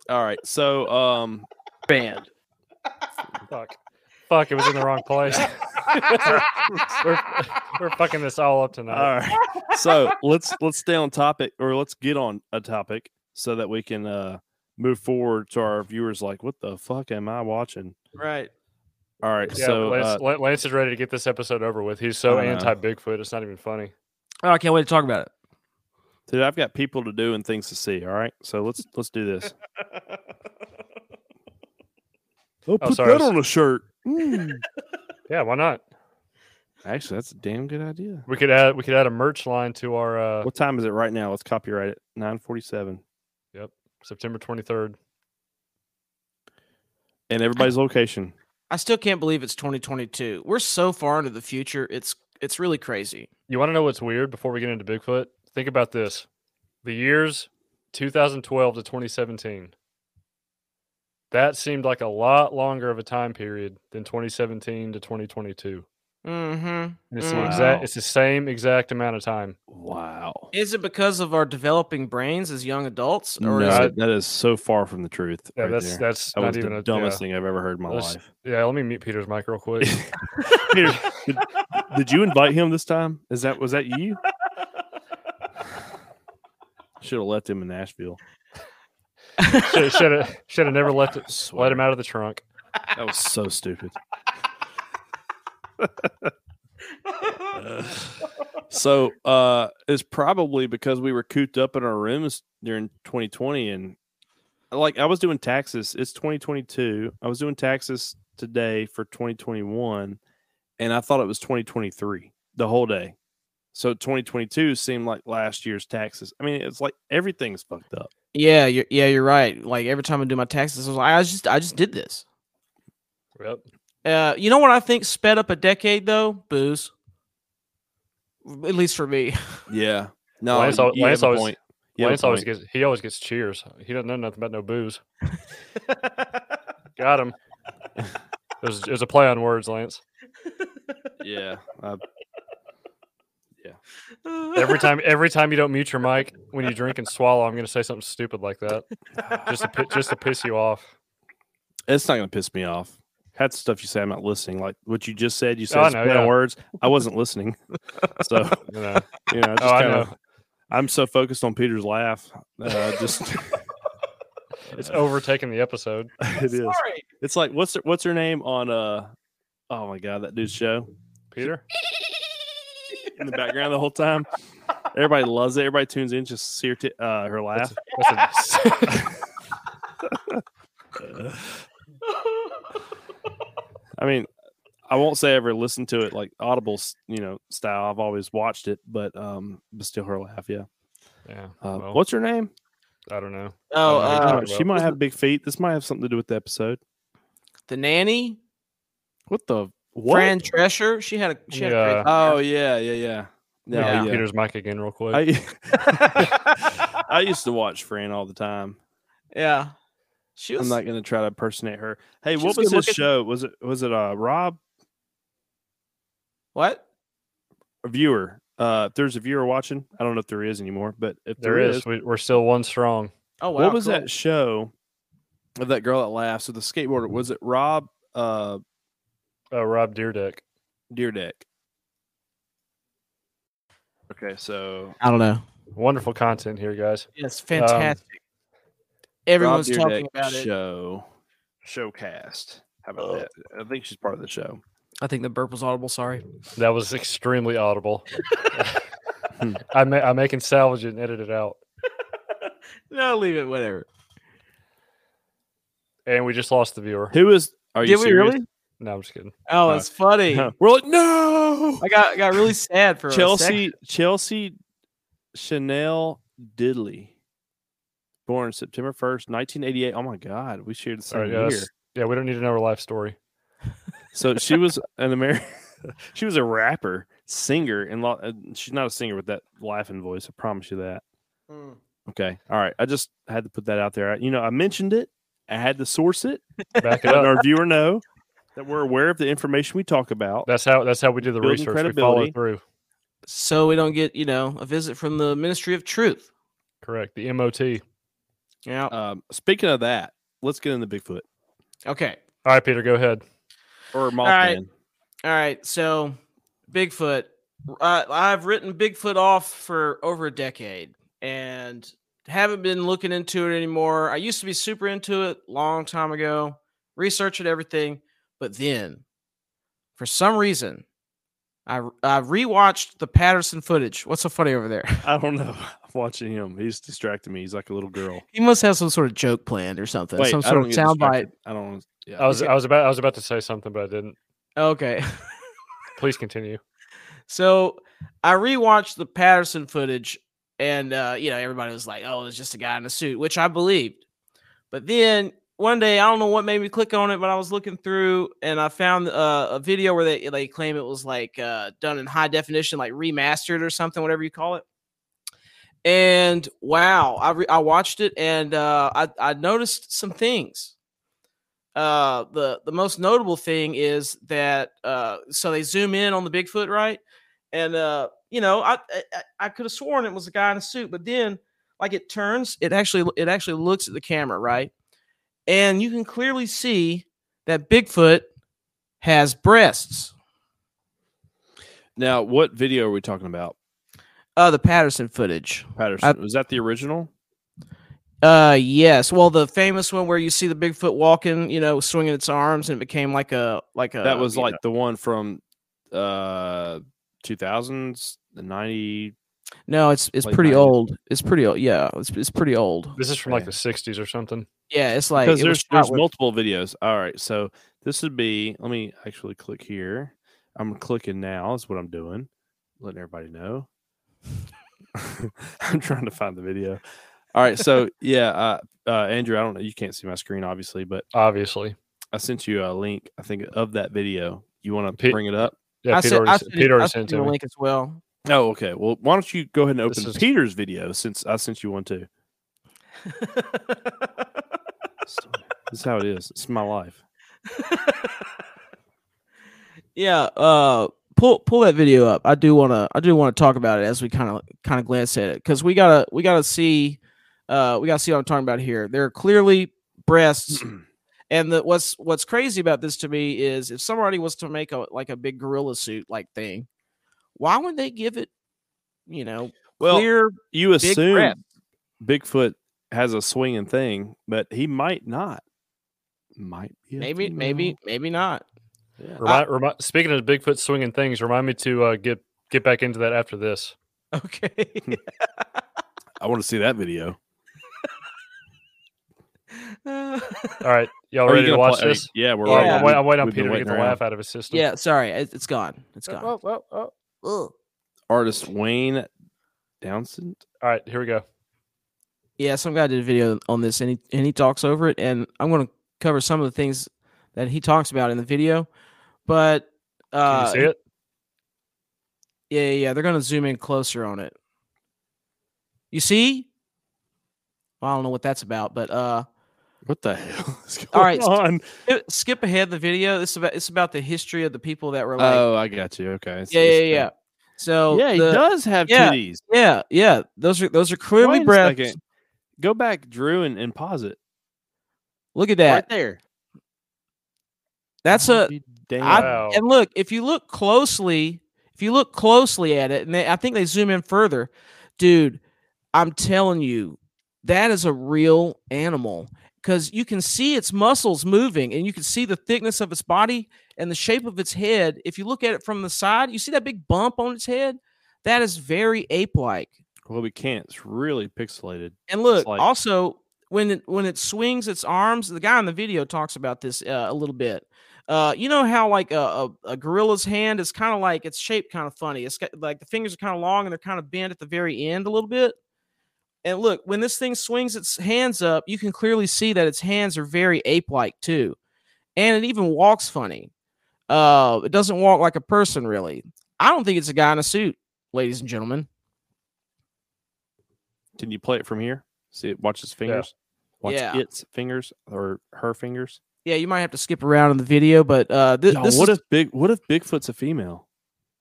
Speaker 3: All right. So, um,
Speaker 5: Banned.
Speaker 2: Fuck. Fuck, it was in the wrong place. we're, we're fucking this all up tonight.
Speaker 3: all right. So let's let's stay on topic, or let's get on a topic, so that we can uh move forward to our viewers. Like, what the fuck am I watching?
Speaker 4: Right.
Speaker 3: All right.
Speaker 2: Yeah,
Speaker 3: so,
Speaker 2: Lance,
Speaker 3: uh,
Speaker 2: Lan- Lance is ready to get this episode over with. He's so
Speaker 3: I know.
Speaker 2: anti Bigfoot, it's not even funny.
Speaker 4: Oh, I can't wait to talk about it.
Speaker 3: dude, I've got people to do and things to see. All right. So let's let's do this. Oh,
Speaker 2: put sorry, I that was-
Speaker 3: on a shirt. Mm.
Speaker 2: Yeah, why not?
Speaker 3: Actually, that's a damn good idea.
Speaker 2: We could add we could add a merch line to our uh,
Speaker 3: What time is it right now? Let's copyright it. Nine forty-seven,
Speaker 2: September twenty third.
Speaker 3: and everybody's location.
Speaker 4: I still can't believe it's 2022. We're so far into the future. It's it's really crazy.
Speaker 2: You want to know what's weird before we get into Bigfoot? Think about this: the years 2012 to 2017. That seemed like a lot longer of a time period than 2017 to 2022.
Speaker 4: Mm-hmm.
Speaker 2: And It's the
Speaker 3: Mm. Wow.
Speaker 2: exact. It's the same exact amount of time.
Speaker 3: Wow,
Speaker 4: Is it because of our developing brains as young adults,
Speaker 3: no,
Speaker 4: or is it?
Speaker 3: that is so far from the truth.
Speaker 2: Yeah,
Speaker 3: right
Speaker 2: that's
Speaker 3: there.
Speaker 2: that's
Speaker 3: that
Speaker 2: not
Speaker 3: was
Speaker 2: even
Speaker 3: the
Speaker 2: a
Speaker 3: dumbest
Speaker 2: yeah.
Speaker 3: thing I've ever heard in my
Speaker 2: Let's-
Speaker 3: life.
Speaker 2: Yeah, let me mute Peter's mic real quick.
Speaker 3: Peter, did, did you invite him this time? Is that was that you? Should have left him in Nashville.
Speaker 2: should have should have never let it, let
Speaker 3: Swear.
Speaker 2: him out of the trunk.
Speaker 3: That was so stupid. so uh it's probably because we were cooped up in our rooms during 2020 and like i was doing taxes it's 2022 i was doing taxes today for 2021 and i thought it was 2023 the whole day so 2022 seemed like last year's taxes i mean it's like everything's fucked up
Speaker 4: Yeah, you're, yeah, you're right. Like every time I do my taxes, I was like, I just, I just did this.
Speaker 2: Yep.
Speaker 4: Uh, you know what I think sped up a decade though? Booze. At least for me.
Speaker 3: yeah no
Speaker 2: Lance al-
Speaker 3: you have
Speaker 2: Lance
Speaker 3: a
Speaker 2: always-
Speaker 3: point. You have a
Speaker 2: Lance always
Speaker 3: point.
Speaker 2: gets he always gets cheers. He doesn't know nothing about no booze. Got him. It was, it was a play on words, Lance.
Speaker 3: yeah uh, I-
Speaker 2: Every time, every time you don't mute your mic when you drink and swallow, I'm going to say something stupid like that, just to pi- just to piss you off.
Speaker 3: it's not gonna piss me off. Had stuff you say I'm not listening. Like what you just said, you said
Speaker 2: Oh, I
Speaker 3: it's
Speaker 2: know,
Speaker 3: play on
Speaker 2: yeah.
Speaker 3: words. I wasn't listening. so
Speaker 2: You know,
Speaker 3: you know, I just
Speaker 2: Oh, I
Speaker 3: kinda,
Speaker 2: know.
Speaker 3: I'm so focused on Peter's laugh. Uh, just
Speaker 2: it's overtaking the episode.
Speaker 3: it is. It's like what's her, what's her name on uh oh my god that dude's show
Speaker 2: Peter,
Speaker 3: in the background the whole time. Everybody loves it. Everybody tunes in just to see her t- uh, her laugh.
Speaker 2: that's a,
Speaker 3: I mean, I won't say I ever listened to it like Audible, s- you know, style. I've always watched it, but um, but still her laugh. Yeah.
Speaker 2: yeah.
Speaker 3: Uh,
Speaker 2: well,
Speaker 3: what's her name?
Speaker 2: I don't know. I don't know
Speaker 4: Oh,
Speaker 2: what you're
Speaker 4: uh,
Speaker 2: talking
Speaker 3: she
Speaker 2: about.
Speaker 3: might have big feet. This might have something to do with the episode.
Speaker 4: the nanny,
Speaker 3: What the what?
Speaker 4: Fran Drescher. She had a she had a
Speaker 2: Yeah.
Speaker 4: great
Speaker 3: oh yeah, yeah, yeah. No,
Speaker 2: Let me
Speaker 3: yeah.
Speaker 2: get Peter's mic again, real quick.
Speaker 3: I, I used to watch Fran all the time.
Speaker 4: yeah. She was
Speaker 3: I'm not gonna try to impersonate her. Hey,
Speaker 4: She
Speaker 3: what
Speaker 4: was
Speaker 3: was his
Speaker 4: good-looking.
Speaker 3: show? Was it was it uh Rob
Speaker 4: what?
Speaker 3: a viewer? Uh if there's a viewer watching, I don't know if there is anymore, but if
Speaker 2: there is. We, we're still one strong.
Speaker 4: Oh wow.
Speaker 3: what was
Speaker 4: cool.
Speaker 3: that show of that girl that laughs with the skateboarder? Was it Rob uh
Speaker 2: Oh, Rob Deerdeck.
Speaker 3: Deerdeck? Okay, so
Speaker 4: I don't know.
Speaker 2: Wonderful content here, guys.
Speaker 4: It's fantastic. Everyone's
Speaker 3: Rob
Speaker 4: talking
Speaker 3: Dyrdek
Speaker 4: about it.
Speaker 3: Show showcast. How about that? I think she's part of the show.
Speaker 4: I think the burp was audible. Sorry.
Speaker 2: That was extremely audible.
Speaker 3: Hmm.
Speaker 2: I may, I may can salvage it and edit it out.
Speaker 4: No, leave it. Whatever.
Speaker 2: And we just lost the viewer.
Speaker 3: Who is? Are you
Speaker 4: Did we
Speaker 3: serious?
Speaker 4: really?
Speaker 2: No, I'm just kidding.
Speaker 4: Oh,
Speaker 3: Uh,
Speaker 4: it's funny.
Speaker 3: No. We're like no.
Speaker 4: I got got really sad for a
Speaker 3: Chelsea
Speaker 4: second.
Speaker 3: Chelsea Chanel Diddley, born September first, nineteen eighty eight. Oh my God, we shared the
Speaker 2: All
Speaker 3: same
Speaker 2: right,
Speaker 3: year.
Speaker 2: guys. Yeah, we don't need to know her life story.
Speaker 3: So she was an American. she was a rapper, singer, and lo- uh, she's not a singer with that laughing voice. I promise you that.
Speaker 4: Mm.
Speaker 3: Okay. All right. I just had to put that out there. I- You know, I mentioned it. I had to source it.
Speaker 2: Back it
Speaker 3: letting
Speaker 2: up.
Speaker 3: our viewer know that we're aware of the information we talk about.
Speaker 2: That's how that's how we do the
Speaker 3: Building
Speaker 2: research. We follow
Speaker 3: credibility.
Speaker 2: through.
Speaker 4: So we don't get you know a visit from the Ministry of Truth.
Speaker 2: Correct. The MOT. All
Speaker 4: Yeah.
Speaker 3: Um, speaking of that, let's get into Bigfoot
Speaker 4: okay.
Speaker 2: right, Peter, go ahead.
Speaker 3: or Mothman.
Speaker 4: right. All right, so Bigfoot. Uh, I've written Bigfoot off for over a decade and haven't been looking into it anymore. I used to be super into it long time ago, researching everything, but then for some reason I r- I rewatched the Patterson footage. What's so funny over there?
Speaker 3: I don't know. I'm watching him. He's distracting me. He's like a little girl.
Speaker 4: He must have some sort of joke planned or something.
Speaker 3: Wait,
Speaker 4: some
Speaker 3: I
Speaker 4: sort
Speaker 3: don't
Speaker 4: of
Speaker 3: get
Speaker 4: soundbite.
Speaker 3: distracted. I don't. Yeah.
Speaker 2: I was I was about I was about to say something, but I didn't.
Speaker 4: Okay.
Speaker 2: Please continue.
Speaker 4: So I rewatched the Patterson footage, and uh, you know everybody was like, "Oh, it's just a guy in a suit," which I believed. But then one day, I don't know what made me click on it, but I was looking through and I found uh, a video where they they claim it was like uh, done in high definition, like remastered or something, whatever you call it. And wow, I re- I watched it and uh, I I noticed some things uh the the most notable thing is that uh so they zoom in on the bigfoot right and uh you know i I- i, I could have sworn it was a guy in a suit but then like it turns it actually it actually looks at the camera right and you can clearly see that bigfoot has breasts
Speaker 3: now, what video are we talking about?
Speaker 4: uh the patterson footage
Speaker 3: Patterson. was that the original?
Speaker 4: Uh yes. Well, the famous one where you see the Bigfoot walking, you know,
Speaker 3: Uh,
Speaker 4: swinging its arms, and it became like a like a
Speaker 3: that was
Speaker 4: you
Speaker 3: like the one from uh 2000s, the 90.
Speaker 4: No, it's it's
Speaker 3: Late
Speaker 4: pretty
Speaker 3: 90s.
Speaker 4: old. It's pretty old. Yeah, it's, it's pretty old.
Speaker 2: This is from like
Speaker 3: Yeah.
Speaker 2: the 60s or something.
Speaker 4: Yeah, it's like
Speaker 3: Because
Speaker 4: it was
Speaker 3: there's,
Speaker 4: shot
Speaker 3: there's
Speaker 4: with-
Speaker 3: multiple videos. All right. So this would be, let me actually click here. I'm clicking now, is what I'm doing, letting everybody know. I'm trying to find the video. All right. So, yeah, uh, uh, Andrew, I don't know. You can't see my screen, obviously, but
Speaker 2: Obviously,
Speaker 3: I sent you a link, I think, of that video. You want to
Speaker 2: Pe-
Speaker 3: bring it up?
Speaker 2: yeah.
Speaker 4: I
Speaker 2: Peter
Speaker 4: sent- I
Speaker 2: already,
Speaker 4: sent you-
Speaker 2: Peter
Speaker 4: I
Speaker 2: already
Speaker 4: sent
Speaker 2: sent
Speaker 4: you
Speaker 2: it
Speaker 4: a
Speaker 2: to me.
Speaker 4: link as well.
Speaker 3: Oh, okay. Well, why don't you go ahead and
Speaker 2: This
Speaker 3: open
Speaker 2: is-
Speaker 3: Peter's video since I sent you one too? So, this is how it is. It's my life.
Speaker 4: yeah, uh, pull pull that video up. I do want to I do want to talk about it as we kind of kind of glance at it because we gotta we gotta see, uh, we gotta see what I'm talking about here. There are clearly breasts,
Speaker 3: Mm.
Speaker 4: and the, what's what's crazy about this to me is if somebody was to make a like a big gorilla suit like thing, why would they give it, you know,
Speaker 3: Well,
Speaker 4: clear
Speaker 3: you
Speaker 4: big
Speaker 3: assume
Speaker 4: breasts?
Speaker 3: Bigfoot has a swinging thing, but he might not. Might be a
Speaker 4: Maybe
Speaker 3: female.
Speaker 4: maybe maybe not.
Speaker 3: Yeah.
Speaker 2: Remind, remi- speaking of Bigfoot swinging things, remind me to uh, get get back into that after this.
Speaker 4: Uh, Okay.
Speaker 3: I want to see that video.
Speaker 2: All right, y'all
Speaker 3: Are you
Speaker 2: ready to
Speaker 3: gonna
Speaker 2: watch
Speaker 3: play-
Speaker 2: this?
Speaker 3: Yeah, we're
Speaker 2: Or I'm-
Speaker 4: Yeah.
Speaker 2: I'm, wait- I'm waiting on
Speaker 3: We've been
Speaker 2: Peter to
Speaker 3: waiting
Speaker 2: get the
Speaker 3: around.
Speaker 2: laugh out of his system.
Speaker 4: yeah, sorry, it, it's gone.
Speaker 3: Uh,
Speaker 4: It's gone.
Speaker 2: Oh, oh, oh.
Speaker 4: Ugh.
Speaker 3: Artist Wayne Downson.
Speaker 2: All right, here we go.
Speaker 4: Yeah, some guy did a video on this, and he and he talks over it, and I'm going to cover some of the things that he talks about in the video, but
Speaker 2: Can
Speaker 4: uh,
Speaker 2: you see it?
Speaker 4: yeah, yeah, yeah, they're going to zoom in closer on it. You see? Well, I don't know what that's about, but uh,
Speaker 3: What the hell is going
Speaker 4: All right, so-
Speaker 3: on?
Speaker 4: skip- skip ahead the video. It's about it's about the history of the people that were like,
Speaker 3: Oh, I got you. Okay. it's-
Speaker 4: yeah, yeah,
Speaker 3: it's
Speaker 4: yeah.
Speaker 3: the-
Speaker 4: So
Speaker 3: yeah, he
Speaker 4: the-
Speaker 3: does have
Speaker 4: yeah.
Speaker 3: titties.
Speaker 4: yeah, yeah, those are those are
Speaker 3: Wait
Speaker 4: clearly
Speaker 3: a
Speaker 4: breaths.
Speaker 3: second. Go back, Drew, and, and pause it.
Speaker 4: Look at that.
Speaker 3: there.
Speaker 4: That's a
Speaker 3: Be damned.
Speaker 4: I-
Speaker 2: Wow.
Speaker 4: and look if you look closely if you look closely at it and they, i think they zoom in further dude i'm telling you that is a real animal because you can see its muscles moving and you can see the thickness of its body and the shape of its head if you look at it from the side you see that big bump on its head that is very ape-like
Speaker 3: well, we can't. It's really pixelated.
Speaker 4: and look,
Speaker 3: like-
Speaker 4: also when it, when it swings its arms, the guy in the video talks about this uh, a little bit. Uh, you know how like a, a, a gorilla's hand is kind of like it's shaped kind of funny. It's got, like the fingers are kind of long and they're kind of bent at the very end a little bit. And look, when this thing swings its hands up, you can clearly see that its hands are very ape-like too, and it even walks funny. Uh, it doesn't walk like a person really. I don't think it's a guy in a suit, ladies and gentlemen.
Speaker 3: Can you play it from here? See it. Watch his fingers. Watch
Speaker 4: Yeah.
Speaker 3: its fingers or her fingers.
Speaker 4: Yeah, you might have to skip around in the video, but uh, thi-
Speaker 3: Yo,
Speaker 4: this
Speaker 3: what
Speaker 4: is,
Speaker 3: if big? What if Bigfoot's a female?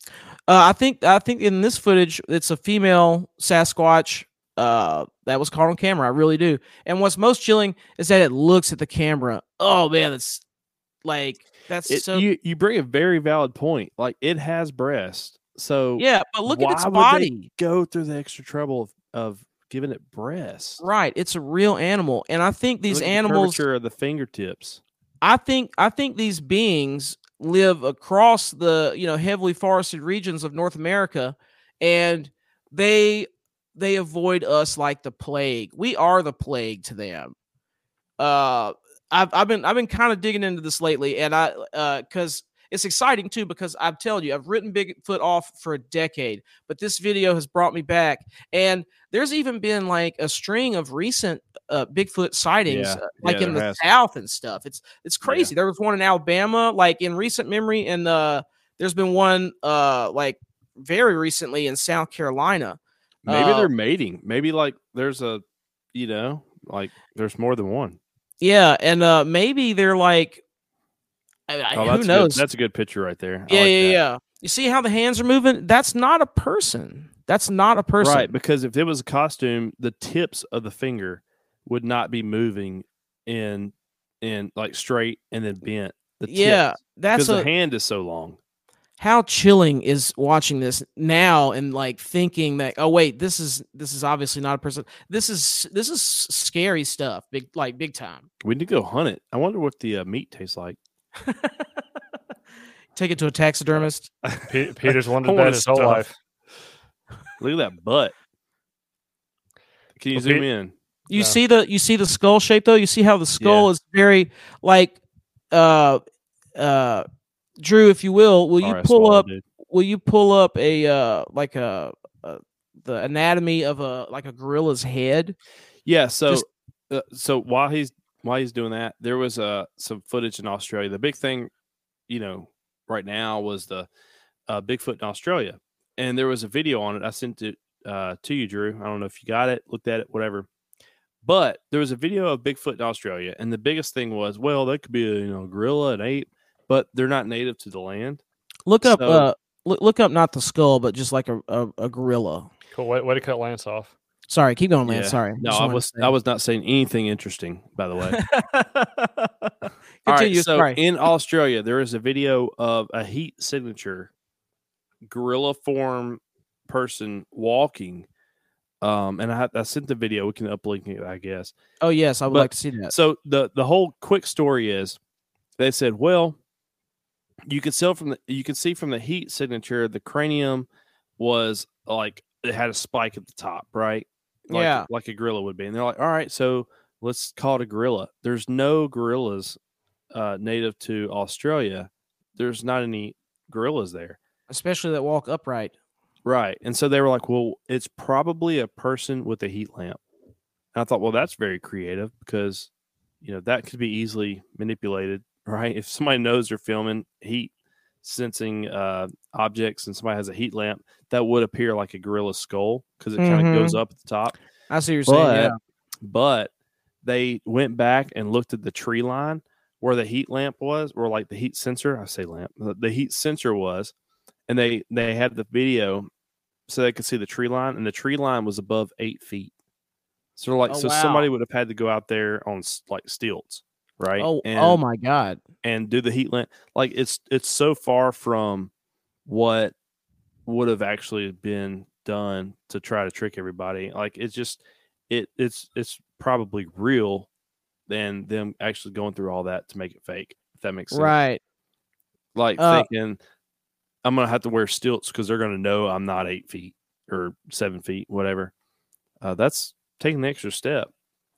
Speaker 4: uh, I think I think in this footage it's a female Sasquatch uh, that was caught on camera. I really do. And what's most chilling is that it looks at the camera. Oh man, that's like that's
Speaker 3: It-
Speaker 4: so
Speaker 3: you you bring a very valid point. Like it has breasts. So
Speaker 4: yeah. But look at
Speaker 3: why
Speaker 4: its
Speaker 3: would they-
Speaker 4: body.
Speaker 3: go through the extra trouble of, of giving it breasts.
Speaker 4: Right, it's a real animal, and I think these
Speaker 3: Look at the
Speaker 4: animals.
Speaker 3: curvature of the fingertips.
Speaker 4: I think I think these beings live across the you know heavily forested regions of North America, and they they avoid us like the plague. We are the plague to them. Uh, I've I've been I've been kind of digging into this lately, and I uh because it's exciting too because I'm telling you I've written Bigfoot off for a decade, but this video has brought me back, and there's even been like a string of recent uh, Bigfoot sightings,
Speaker 3: Yeah.
Speaker 4: uh, like
Speaker 3: Yeah,
Speaker 4: in
Speaker 3: there
Speaker 4: the
Speaker 3: has.
Speaker 4: South and stuff. It's
Speaker 3: Oh,
Speaker 4: it's crazy. There was one in Alabama, like in recent memory, and uh, there's been one uh like very recently in South Carolina.
Speaker 3: Maybe
Speaker 4: Uh,
Speaker 3: they're mating. Maybe like there's a, you know, like there's more than one.
Speaker 4: Yeah, and uh maybe they're like, I, I-
Speaker 3: Oh,
Speaker 4: who
Speaker 3: that's good-
Speaker 4: knows?
Speaker 3: That's a good picture right there. I
Speaker 4: yeah,
Speaker 3: like
Speaker 4: yeah,
Speaker 3: that.
Speaker 4: yeah. You see how the hands are moving? That's not a person. That's not a person.
Speaker 3: Right, because if it was a costume, the tips of the finger would not be moving in in like straight and then bent. The tips,
Speaker 4: yeah, that's
Speaker 3: because
Speaker 4: a
Speaker 3: the hand is so long.
Speaker 4: how chilling is watching this now and like thinking that oh wait this is this is obviously not a person this is this is scary stuff big like big time
Speaker 3: We need to go hunt it. I wonder what the uh, meat tastes like.
Speaker 4: Take it to a taxidermist.
Speaker 2: Pe- Peter's wanted
Speaker 3: Horn
Speaker 2: that
Speaker 3: is
Speaker 2: his whole
Speaker 3: tough.
Speaker 2: life.
Speaker 3: Look at that butt. Can you
Speaker 2: Well,
Speaker 3: zoom
Speaker 2: Pete-
Speaker 3: in?
Speaker 4: You
Speaker 2: Yeah.
Speaker 4: see the you see the skull shape though. You see how the skull is very like uh uh Drew, if you will, will you
Speaker 3: Sorry, I
Speaker 4: pull
Speaker 3: swallowed,
Speaker 4: up
Speaker 3: dude.
Speaker 4: will you pull up a uh like a, a the anatomy of a like a gorilla's head?
Speaker 3: Yeah. So,
Speaker 4: Just-
Speaker 3: uh, so while he's while he's doing that, there was uh some footage in Australia. The big thing, you know, right now was the uh, Bigfoot in Australia, and there was a video on it. I sent it uh, to you, Drew. I don't know if you got it, looked at it, whatever. But there was a video of Bigfoot in Australia, and the biggest thing was, well, that could be a you know gorilla, an ape, but they're not native to the land.
Speaker 4: Look up
Speaker 3: So-
Speaker 4: uh look, look up not the skull but just like a a, a gorilla.
Speaker 2: Cool. Way, way to cut Lance off.
Speaker 4: Sorry, keep going, man.
Speaker 3: Yeah.
Speaker 4: Sorry.
Speaker 3: No,
Speaker 4: Just
Speaker 3: I
Speaker 4: wanted to
Speaker 3: was
Speaker 4: say.
Speaker 3: I was not saying anything interesting, by the way. All right,
Speaker 4: Continue.
Speaker 3: so
Speaker 4: sorry.
Speaker 3: in Australia, there is a video of a heat signature gorilla form person walking. Um, and I, had- I sent the video. We can uplink it, I guess.
Speaker 4: oh yes, I would
Speaker 3: but-
Speaker 4: like to see that.
Speaker 3: So the the whole quick story is, they said, well, you could sell from the you could see from the heat signature the cranium was like it had a spike at the top, right? Like,
Speaker 4: Yeah.
Speaker 3: like a gorilla would be. And they're like, all right, so let's call it a gorilla. There's no gorillas uh, native to Australia. There's not any gorillas there,
Speaker 4: Especially that walk upright.
Speaker 3: right? And so they were like, well, it's probably a person with a heat lamp. And I thought, well, that's very creative because you know that could be easily manipulated, right? If somebody knows they're filming heat sensing uh, objects and somebody has a heat lamp, that would appear like a gorilla skull because it kind
Speaker 4: Mhm.
Speaker 3: of goes up at the top.
Speaker 4: I see what you're
Speaker 3: But
Speaker 4: saying. Yeah.
Speaker 3: but they went back and looked at the tree line where the heat lamp was, or like the heat sensor. I say lamp, the the heat sensor was, and they they had the video so they could see the tree line, and the tree line was above eight feet. So like,
Speaker 4: Oh,
Speaker 3: so somebody
Speaker 4: wow.
Speaker 3: would have had to go out there on s- like stilts, right?
Speaker 4: Oh,
Speaker 3: and,
Speaker 4: oh my god.
Speaker 3: and do the heat lamp. Like it's it's so far from what would have actually been done to try to trick everybody. Like it's just it it's it's probably real than them actually going through all that to make it fake. If that makes sense,
Speaker 4: Right.
Speaker 3: Like
Speaker 4: Uh,
Speaker 3: thinking I'm gonna have to wear stilts because they're gonna know I'm not eight feet or seven feet, whatever. Uh, that's taking the extra step.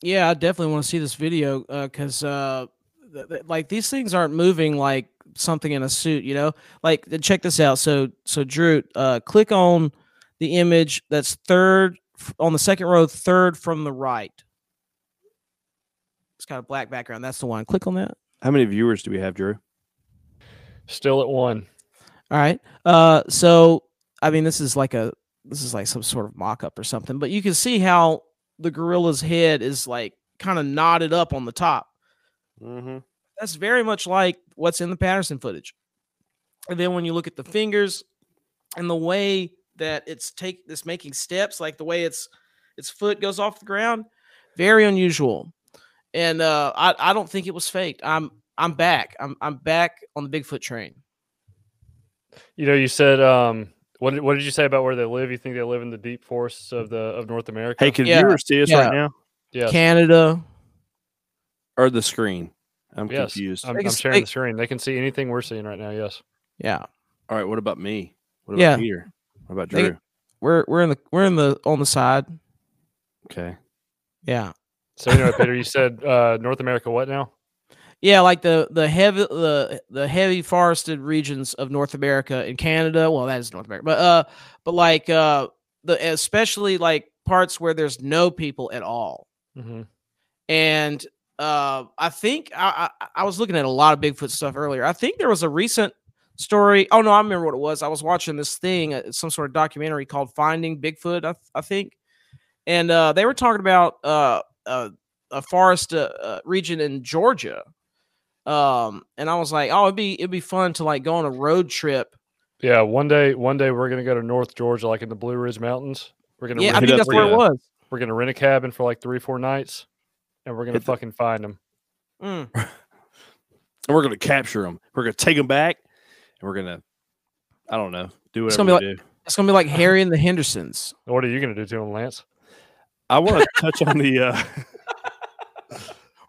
Speaker 4: Yeah, I definitely want to see this video because, uh, th- th- like, these things aren't moving like something in a suit, you know. Like, th- check this out. So, so Drew, uh, click on the image that's third f- on the second row, third from the right. It's got a black background. That's the one. Click on that.
Speaker 3: How many viewers do we have, Drew?
Speaker 2: Still at one.
Speaker 4: All right. Uh, so I mean, this is like a this is like some sort of mock-up or something, but you can see how the gorilla's head is like kind of knotted up on the top.
Speaker 3: Mm-hmm.
Speaker 4: that's very much like what's in the Patterson footage. And then when you look at the fingers and the way that it's take it's making steps, like the way its its foot goes off the ground, very unusual. And uh, I I don't think it was faked. I'm I'm back. I'm I'm back on the Bigfoot train.
Speaker 2: You know, you said um, what did, what did you say about where they live? You think they live in the deep forests of the of North America?
Speaker 3: Hey, can
Speaker 4: Yeah.
Speaker 3: viewers see us
Speaker 4: Yeah.
Speaker 3: right now
Speaker 2: yes,
Speaker 4: Canada.
Speaker 3: or the screen? I'm
Speaker 2: yes.
Speaker 3: confused.
Speaker 2: I'm,
Speaker 4: They can
Speaker 2: I'm
Speaker 4: s-
Speaker 2: sharing
Speaker 4: they-
Speaker 2: the screen. They can see anything we're seeing right now. Yes.
Speaker 4: Yeah,
Speaker 3: All right, what about me? What about
Speaker 4: Yeah.
Speaker 3: Peter? What about
Speaker 4: They-
Speaker 3: Drew?
Speaker 4: we're we're in the we're in the on the side.
Speaker 3: okay.
Speaker 4: Yeah,
Speaker 2: So anyway, Peter, you said uh, North America. What now?
Speaker 4: yeah, like the the heavy the the heavy forested regions of North America and Canada. Well, that is North America, but uh, but like uh, the especially like parts where there's no people at all.
Speaker 2: Mm-hmm.
Speaker 4: And uh, I think I, I I was looking at a lot of Bigfoot stuff earlier. I think there was a recent story. Oh no, I remember what it was. I was watching this thing, uh, some sort of documentary called Finding Bigfoot. I, I think, and uh, they were talking about uh, uh, a forest uh, uh, region in Georgia. Um, and I was like, oh, it'd be it'd be fun to like go on a road trip.
Speaker 2: Yeah. One day, one day we're gonna go to North Georgia, like in the Blue Ridge Mountains. We're gonna
Speaker 4: Yeah, I
Speaker 2: rent,
Speaker 3: hit
Speaker 4: think
Speaker 3: up
Speaker 2: we're
Speaker 4: that's where it
Speaker 2: gonna-
Speaker 3: the-
Speaker 4: was.
Speaker 2: We're gonna rent a cabin for like three, four nights, and we're gonna
Speaker 3: Hit the-
Speaker 2: fucking find them.
Speaker 4: Mm.
Speaker 3: And we're gonna capture them. We're gonna take them back, and we're gonna, I don't know, do
Speaker 4: It's
Speaker 3: whatever we
Speaker 4: gonna
Speaker 3: do.
Speaker 4: It's gonna be like Harry and the Hendersons.
Speaker 2: What are you gonna do to them, Lance?
Speaker 3: I want to touch on the. uh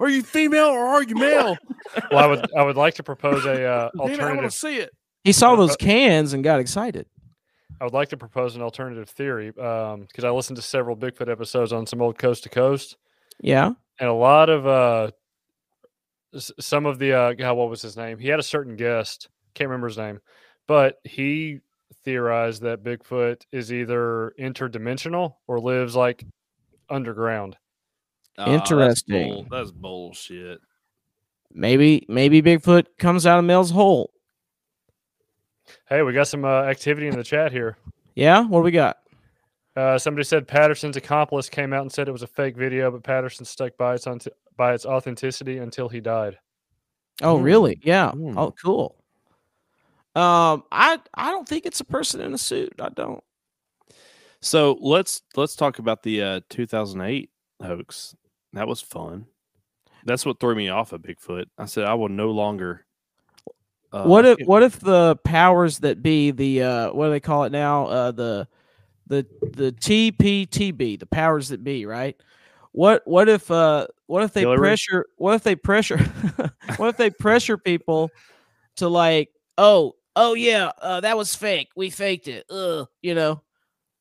Speaker 3: Are you female or are you male?
Speaker 2: Well, I would, I would like to propose a uh,
Speaker 3: Damn it, I want to
Speaker 2: alternative
Speaker 3: see it.
Speaker 4: He saw
Speaker 2: Uh,
Speaker 4: those
Speaker 2: but-
Speaker 4: cans and got excited.
Speaker 2: I would like to propose an alternative theory because I listened to several Bigfoot episodes on some old coast to coast,
Speaker 4: Yeah.
Speaker 2: and a lot of uh, s- some of the uh, God, what was his name? He had a certain guest, can't remember his name, but he theorized that Bigfoot is either interdimensional or lives like underground.
Speaker 3: Ah, that's
Speaker 4: Interesting.
Speaker 3: bull- That's bullshit.
Speaker 4: Maybe maybe Bigfoot comes out of Mel's hole.
Speaker 2: Hey, we got some uh, activity in the chat here.
Speaker 4: Yeah. What do we got?
Speaker 2: Uh, somebody said Patterson's accomplice came out and said it was a fake video, but Patterson stuck by its on by its authenticity until he died.
Speaker 4: Oh,
Speaker 3: Hmm.
Speaker 4: really? Yeah.
Speaker 3: Hmm.
Speaker 4: Oh, cool. Um, I I don't think it's a person in a suit. I don't.
Speaker 3: So let's let's talk about the uh, 2008 hoax. That was fun. That's what threw me off of Bigfoot. I said I will no longer. Uh,
Speaker 4: what if
Speaker 3: it-
Speaker 4: what if the powers that be the uh what do they call it now uh the the the TPTB the powers that be right what what if uh what if they
Speaker 3: Hillary?
Speaker 4: pressure what if they pressure what if they pressure people to like oh oh yeah uh, that was fake we faked it Ugh, you know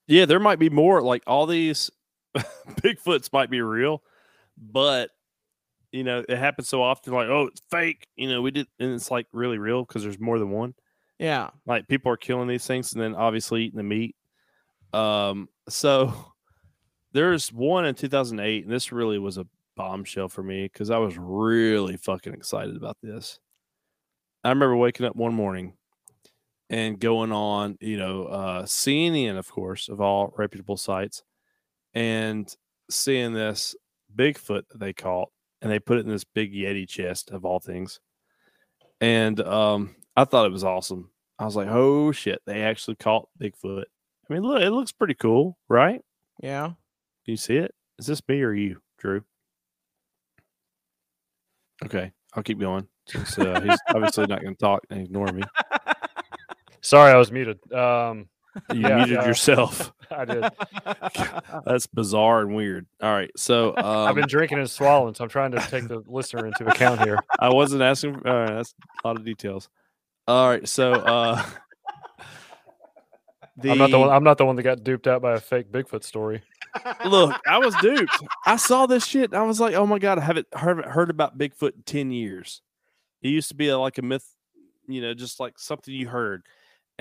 Speaker 3: Yeah, there might be more. Like all these Bigfoots might be real, but you know it happens so often. Like oh, it's fake. You know we did, and it's like really real because there's more than one.
Speaker 4: yeah
Speaker 3: like people are killing these things and then obviously eating the meat um so there's one in 2008 and this really was a bombshell for me because i was really fucking excited about this i remember waking up one morning and going on you know uh cnn of course of all reputable sites and seeing this bigfoot that they caught and they put it in this big yeti chest of all things and um i thought it was awesome I was like, oh shit, they actually caught Bigfoot. I mean, look, it looks pretty cool, right?
Speaker 4: yeah
Speaker 3: Can you see it? Is this me or you, Drew? Okay, I'll keep going. since, uh, he's obviously not going to talk and ignore me.
Speaker 2: Sorry, I was muted. Um,
Speaker 3: You
Speaker 2: Yeah,
Speaker 3: muted
Speaker 2: yeah. Uh.
Speaker 3: yourself.
Speaker 2: I did.
Speaker 3: That's bizarre and weird. All right, so um,
Speaker 2: I've been drinking and swallowing, so I'm trying to take the listener into account here.
Speaker 3: I wasn't asking. For, all right, that's a lot of details. All right, so uh,
Speaker 2: I'm not the one. I'm not the one that got duped out by a fake Bigfoot story.
Speaker 3: Look, I was duped. I saw this shit. And I was like, oh my god, I haven't heard, heard about Bigfoot in ten years. It used to be a, like a myth, you know, just like something you heard.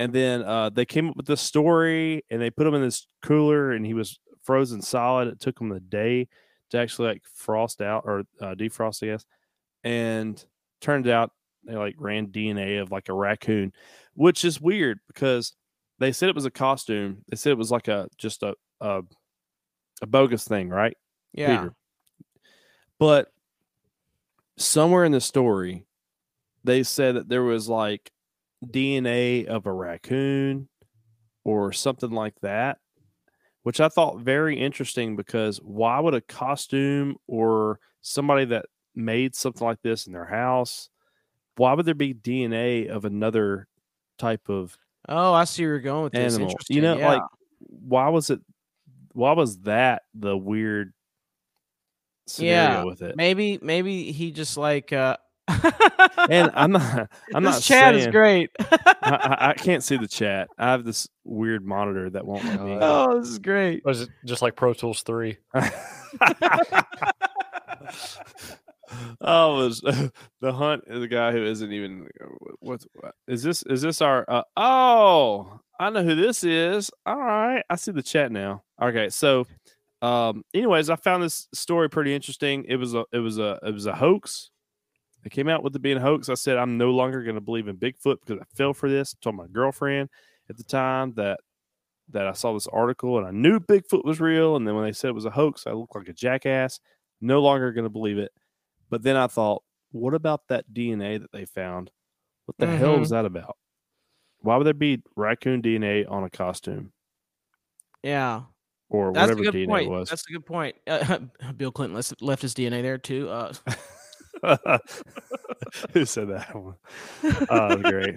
Speaker 3: And then uh, they came up with this story, and they put him in this cooler, and he was frozen solid. It took him a day to actually like frost out or uh, defrost, I guess. And turned out they like ran DNA of like a raccoon, which is weird because they said it was a costume. They said it was like a just a a, a bogus thing, right?
Speaker 4: yeah
Speaker 3: Peter. But somewhere in the story, they said that there was like DNA of a raccoon or something like that, which I thought very interesting because why would a costume or somebody that made something like this in their house, why would there be DNA of another type of
Speaker 4: oh I see where you're going with this
Speaker 3: animal. You
Speaker 4: Interesting,
Speaker 3: know,
Speaker 4: yeah.
Speaker 3: like why was it? Why was that the weird scenario
Speaker 4: Yeah,
Speaker 3: with it?
Speaker 4: maybe maybe he just like uh
Speaker 3: And I'm not. I'm
Speaker 4: this
Speaker 3: not
Speaker 4: chat
Speaker 3: saying.
Speaker 4: is great.
Speaker 3: I, I- I can't see the chat. I have this weird monitor that won't let me.
Speaker 4: oh, this is great.
Speaker 2: Was it just like Pro Tools three?
Speaker 3: I Oh, was the hunt is the guy who isn't even what, what is this is this our uh, oh I know who this is all right I see the chat now okay so um anyways I found this story pretty interesting it was a it was a it was a hoax it came out with it being a hoax I said I'm no longer going to believe in Bigfoot because I fell for this I told my girlfriend at the time that that I saw this article and I knew Bigfoot was real. And then when they said it was a hoax, I looked like a jackass. No longer going to believe it. But then I thought, what about that DNA that they found? What the
Speaker 4: Mm-hmm.
Speaker 3: hell was that about? Why would there be raccoon DNA on a costume
Speaker 4: Yeah,
Speaker 3: or
Speaker 4: that's a
Speaker 3: whatever
Speaker 4: good
Speaker 3: DNA
Speaker 4: point.
Speaker 3: was?
Speaker 4: That's a good point. Uh, Bill Clinton left, left his DNA there too. Uh,
Speaker 3: Who said that one? Oh, that was great.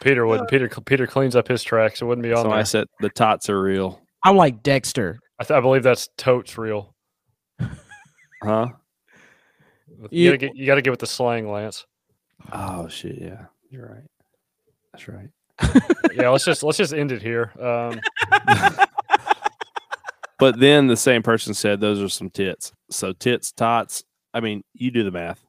Speaker 2: Peter would. Peter Peter cleans up his tracks. It wouldn't be on
Speaker 3: so
Speaker 2: there.
Speaker 3: I
Speaker 2: I,
Speaker 3: said the tots are real,
Speaker 4: I'm like Dexter.
Speaker 2: th- I believe that's totes real.
Speaker 3: huh?
Speaker 2: You,
Speaker 4: You-
Speaker 2: gotta get. You gotta get with the slang, Lance.
Speaker 3: Oh shit, yeah. You're right. That's right.
Speaker 2: yeah, let's just let's just end it here. Um,
Speaker 3: But then the same person said those are some tits. So tits, tots. I mean, you do the math.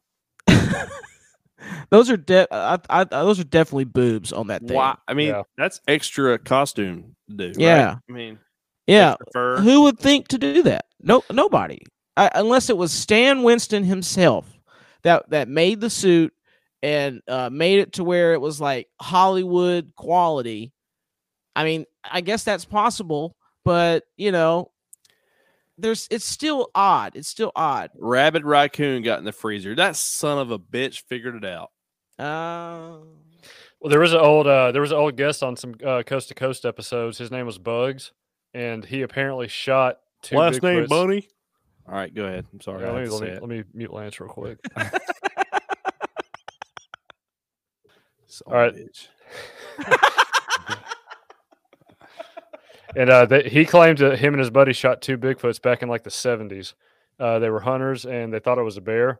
Speaker 4: Those are de- I, I, I- those are definitely boobs on that thing.
Speaker 3: Why? I mean,
Speaker 2: Yeah.
Speaker 3: that's extra costume to do. right?
Speaker 4: Yeah.
Speaker 3: I mean,
Speaker 4: Yeah,
Speaker 3: extra fur.
Speaker 4: who would think to do that? No, nobody. I, unless it was Stan Winston himself that that made the suit and uh, made it to where it was like Hollywood quality. I mean, I guess that's possible, but you know, there's it's still odd. It's still odd.
Speaker 3: Rabid raccoon got in the freezer. That son of a bitch figured it out.
Speaker 4: Uh,
Speaker 2: well, there was an old uh, there was an old guest on some uh, coast to coast episodes. His name was Bugs, and he apparently shot two Bigfoots.
Speaker 3: Bunny. All right, go ahead. I'm sorry.
Speaker 2: Yeah,
Speaker 3: I
Speaker 2: let,
Speaker 3: had
Speaker 2: me,
Speaker 3: to
Speaker 2: let,
Speaker 3: say
Speaker 2: me,
Speaker 3: it.
Speaker 2: let me mute Lance real quick.
Speaker 3: Son
Speaker 2: all
Speaker 3: of a
Speaker 2: right.
Speaker 3: bitch.
Speaker 2: And uh, they, he claimed that him and his buddy shot two Bigfoots back in like the 70s. Uh, they were hunters and they thought it was a bear.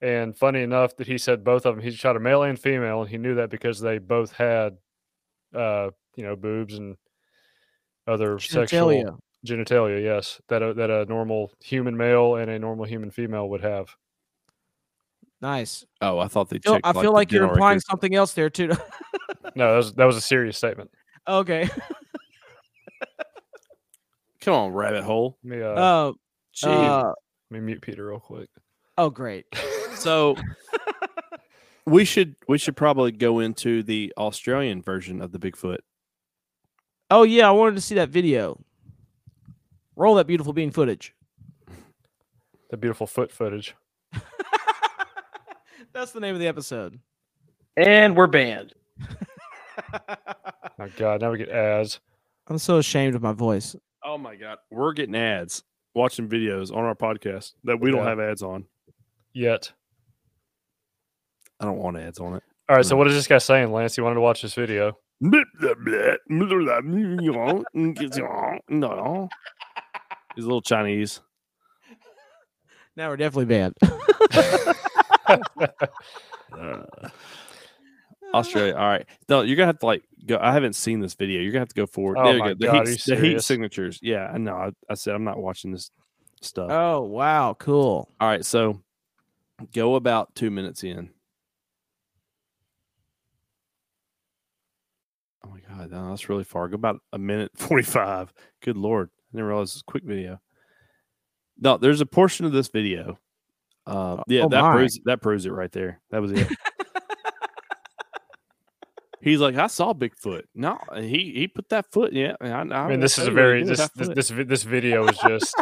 Speaker 2: And funny enough, that he said both of them, he shot a male and female, and he knew that because they both had, uh, you know, boobs and other sexual
Speaker 4: genitalia.
Speaker 2: genitalia. Yes, that a, that a normal human male and a normal human female would have.
Speaker 4: Nice.
Speaker 3: Oh, I thought they.
Speaker 4: Feel-
Speaker 3: checked,
Speaker 4: I feel like
Speaker 3: the
Speaker 4: you're
Speaker 3: dental
Speaker 4: implying
Speaker 3: records.
Speaker 4: something else there too.
Speaker 2: No, that was, that was a serious statement.
Speaker 4: okay.
Speaker 3: Come on, rabbit hole.
Speaker 2: Let me, uh,
Speaker 4: Uh,
Speaker 3: Gee.
Speaker 4: uh,
Speaker 2: let me mute Peter real quick.
Speaker 4: oh, great.
Speaker 3: so we should we should probably go into the Australian version of the Bigfoot.
Speaker 4: Oh yeah, I wanted to see that video. Roll that beautiful bean footage.
Speaker 2: The beautiful foot footage.
Speaker 4: That's the name of the episode.
Speaker 5: And we're banned.
Speaker 2: My God, now we get ads.
Speaker 4: I'm so ashamed of my voice.
Speaker 3: Oh my god, we're getting ads, watching videos on our podcast that we don't
Speaker 2: Yeah.
Speaker 3: have ads on.
Speaker 2: Yet.
Speaker 3: I don't want ads on it.
Speaker 2: All right, so
Speaker 3: Mm.
Speaker 2: what is this guy saying, Lance? You wanted to watch this video.
Speaker 3: He's a little Chinese.
Speaker 4: Now we're definitely banned.
Speaker 3: Australia. All right. No, you're gonna have to like go. I haven't seen this video. You're gonna have to go forward.
Speaker 2: Oh
Speaker 3: there you
Speaker 2: my
Speaker 3: go. The,
Speaker 2: God, are you
Speaker 3: heat, the heat
Speaker 2: serious?
Speaker 3: signatures. Yeah, I know. I, I said I'm not watching this stuff.
Speaker 4: Oh wow, cool.
Speaker 3: All right, so go about two minutes in. Oh my god, no, that's really far. Go about a minute forty-five. Good lord, I didn't realize it's a quick video. No, there's a portion of this video. Uh, yeah,
Speaker 4: oh
Speaker 3: that
Speaker 4: my.
Speaker 3: proves that proves it right there. That was it. He's like, I saw Bigfoot. No, and he he put that foot. Yeah, and I,
Speaker 2: I
Speaker 3: I
Speaker 2: mean,
Speaker 3: will
Speaker 2: this is
Speaker 3: tell
Speaker 2: a
Speaker 3: you what he
Speaker 2: very
Speaker 3: did with
Speaker 2: this
Speaker 3: that
Speaker 2: this
Speaker 3: foot.
Speaker 2: this, vi- this video is just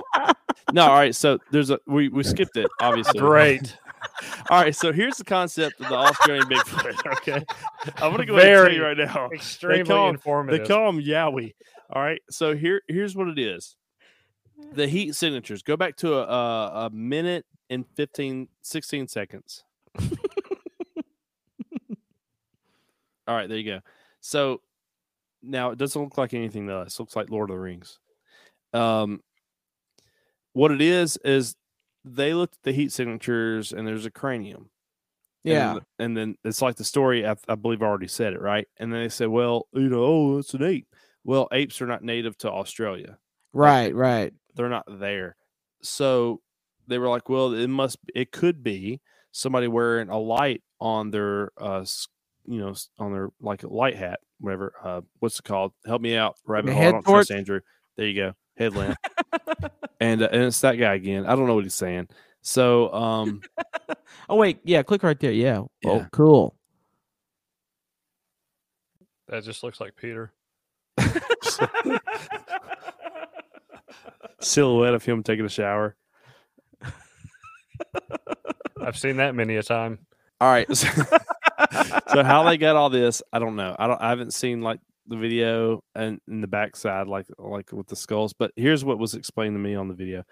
Speaker 3: no. All right, so there's a we we skipped it obviously.
Speaker 2: great.
Speaker 3: All right, so here's the concept of the Australian Bigfoot. Okay, I'm gonna go ahead and tell
Speaker 2: Very
Speaker 3: you right now.
Speaker 2: Extremely
Speaker 3: call- they They
Speaker 2: informative.
Speaker 3: call him Yowie. All right, so here here's what it is. The heat signatures go back to a, a, a minute and 15, 16 seconds. All right, there you go. So now it doesn't look like anything else. It looks like Lord of the Rings. Um, what it is is they looked at the heat signatures and there's a cranium. And then
Speaker 4: Yeah.
Speaker 3: the- And then, it's like the story, I, I believe I already said it, right? And then they said, well, you know, oh, it's an ape. Well, apes are not native to Australia,
Speaker 4: right, right.
Speaker 3: they're not there. So they were like, well, it must, it could be somebody wearing a light on their, uh, s- you know, s- on their like a light hat, whatever. Uh, what's it called? Help me out, rabbit
Speaker 4: a
Speaker 3: hole. I
Speaker 4: head
Speaker 3: don't trust
Speaker 4: torch?
Speaker 3: Andrew. There you go, headlamp. and uh, and it's that guy again. I don't know what he's saying. So, um,
Speaker 4: Oh wait, yeah, click right there. Yeah. Oh,
Speaker 3: Yeah.
Speaker 4: cool.
Speaker 2: that just looks like Peter.
Speaker 3: silhouette of him taking a shower.
Speaker 2: I've seen that many a time.
Speaker 3: All right. So, so how they got all this, I don't know. I don't. I haven't seen like the video and in the backside, like like with the skulls. But here's what was explained to me on the video.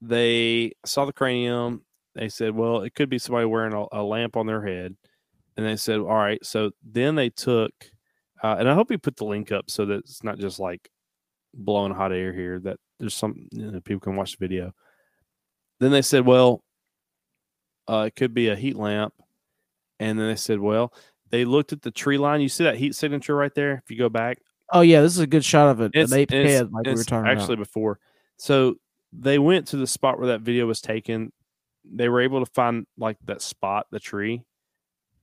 Speaker 3: They saw the cranium. They said, "Well, it could be somebody wearing a, a lamp on their head." And they said, "All right." So then they took, uh, and I hope you put the link up so that it's not just like blowing hot air here. That there's some you know, people can watch the video. Then they said, "Well, uh, it could be a heat lamp And then they said, well, they looked at the tree line. You see that heat signature right there? If you go back,
Speaker 4: Oh yeah, this is a good shot of it.
Speaker 3: It's-
Speaker 4: an ape
Speaker 3: it's-
Speaker 4: head, like we
Speaker 3: it's
Speaker 4: were talking
Speaker 3: actually
Speaker 4: about.
Speaker 3: before. So they went to the spot where that video was taken. They were able to find like that spot, the tree,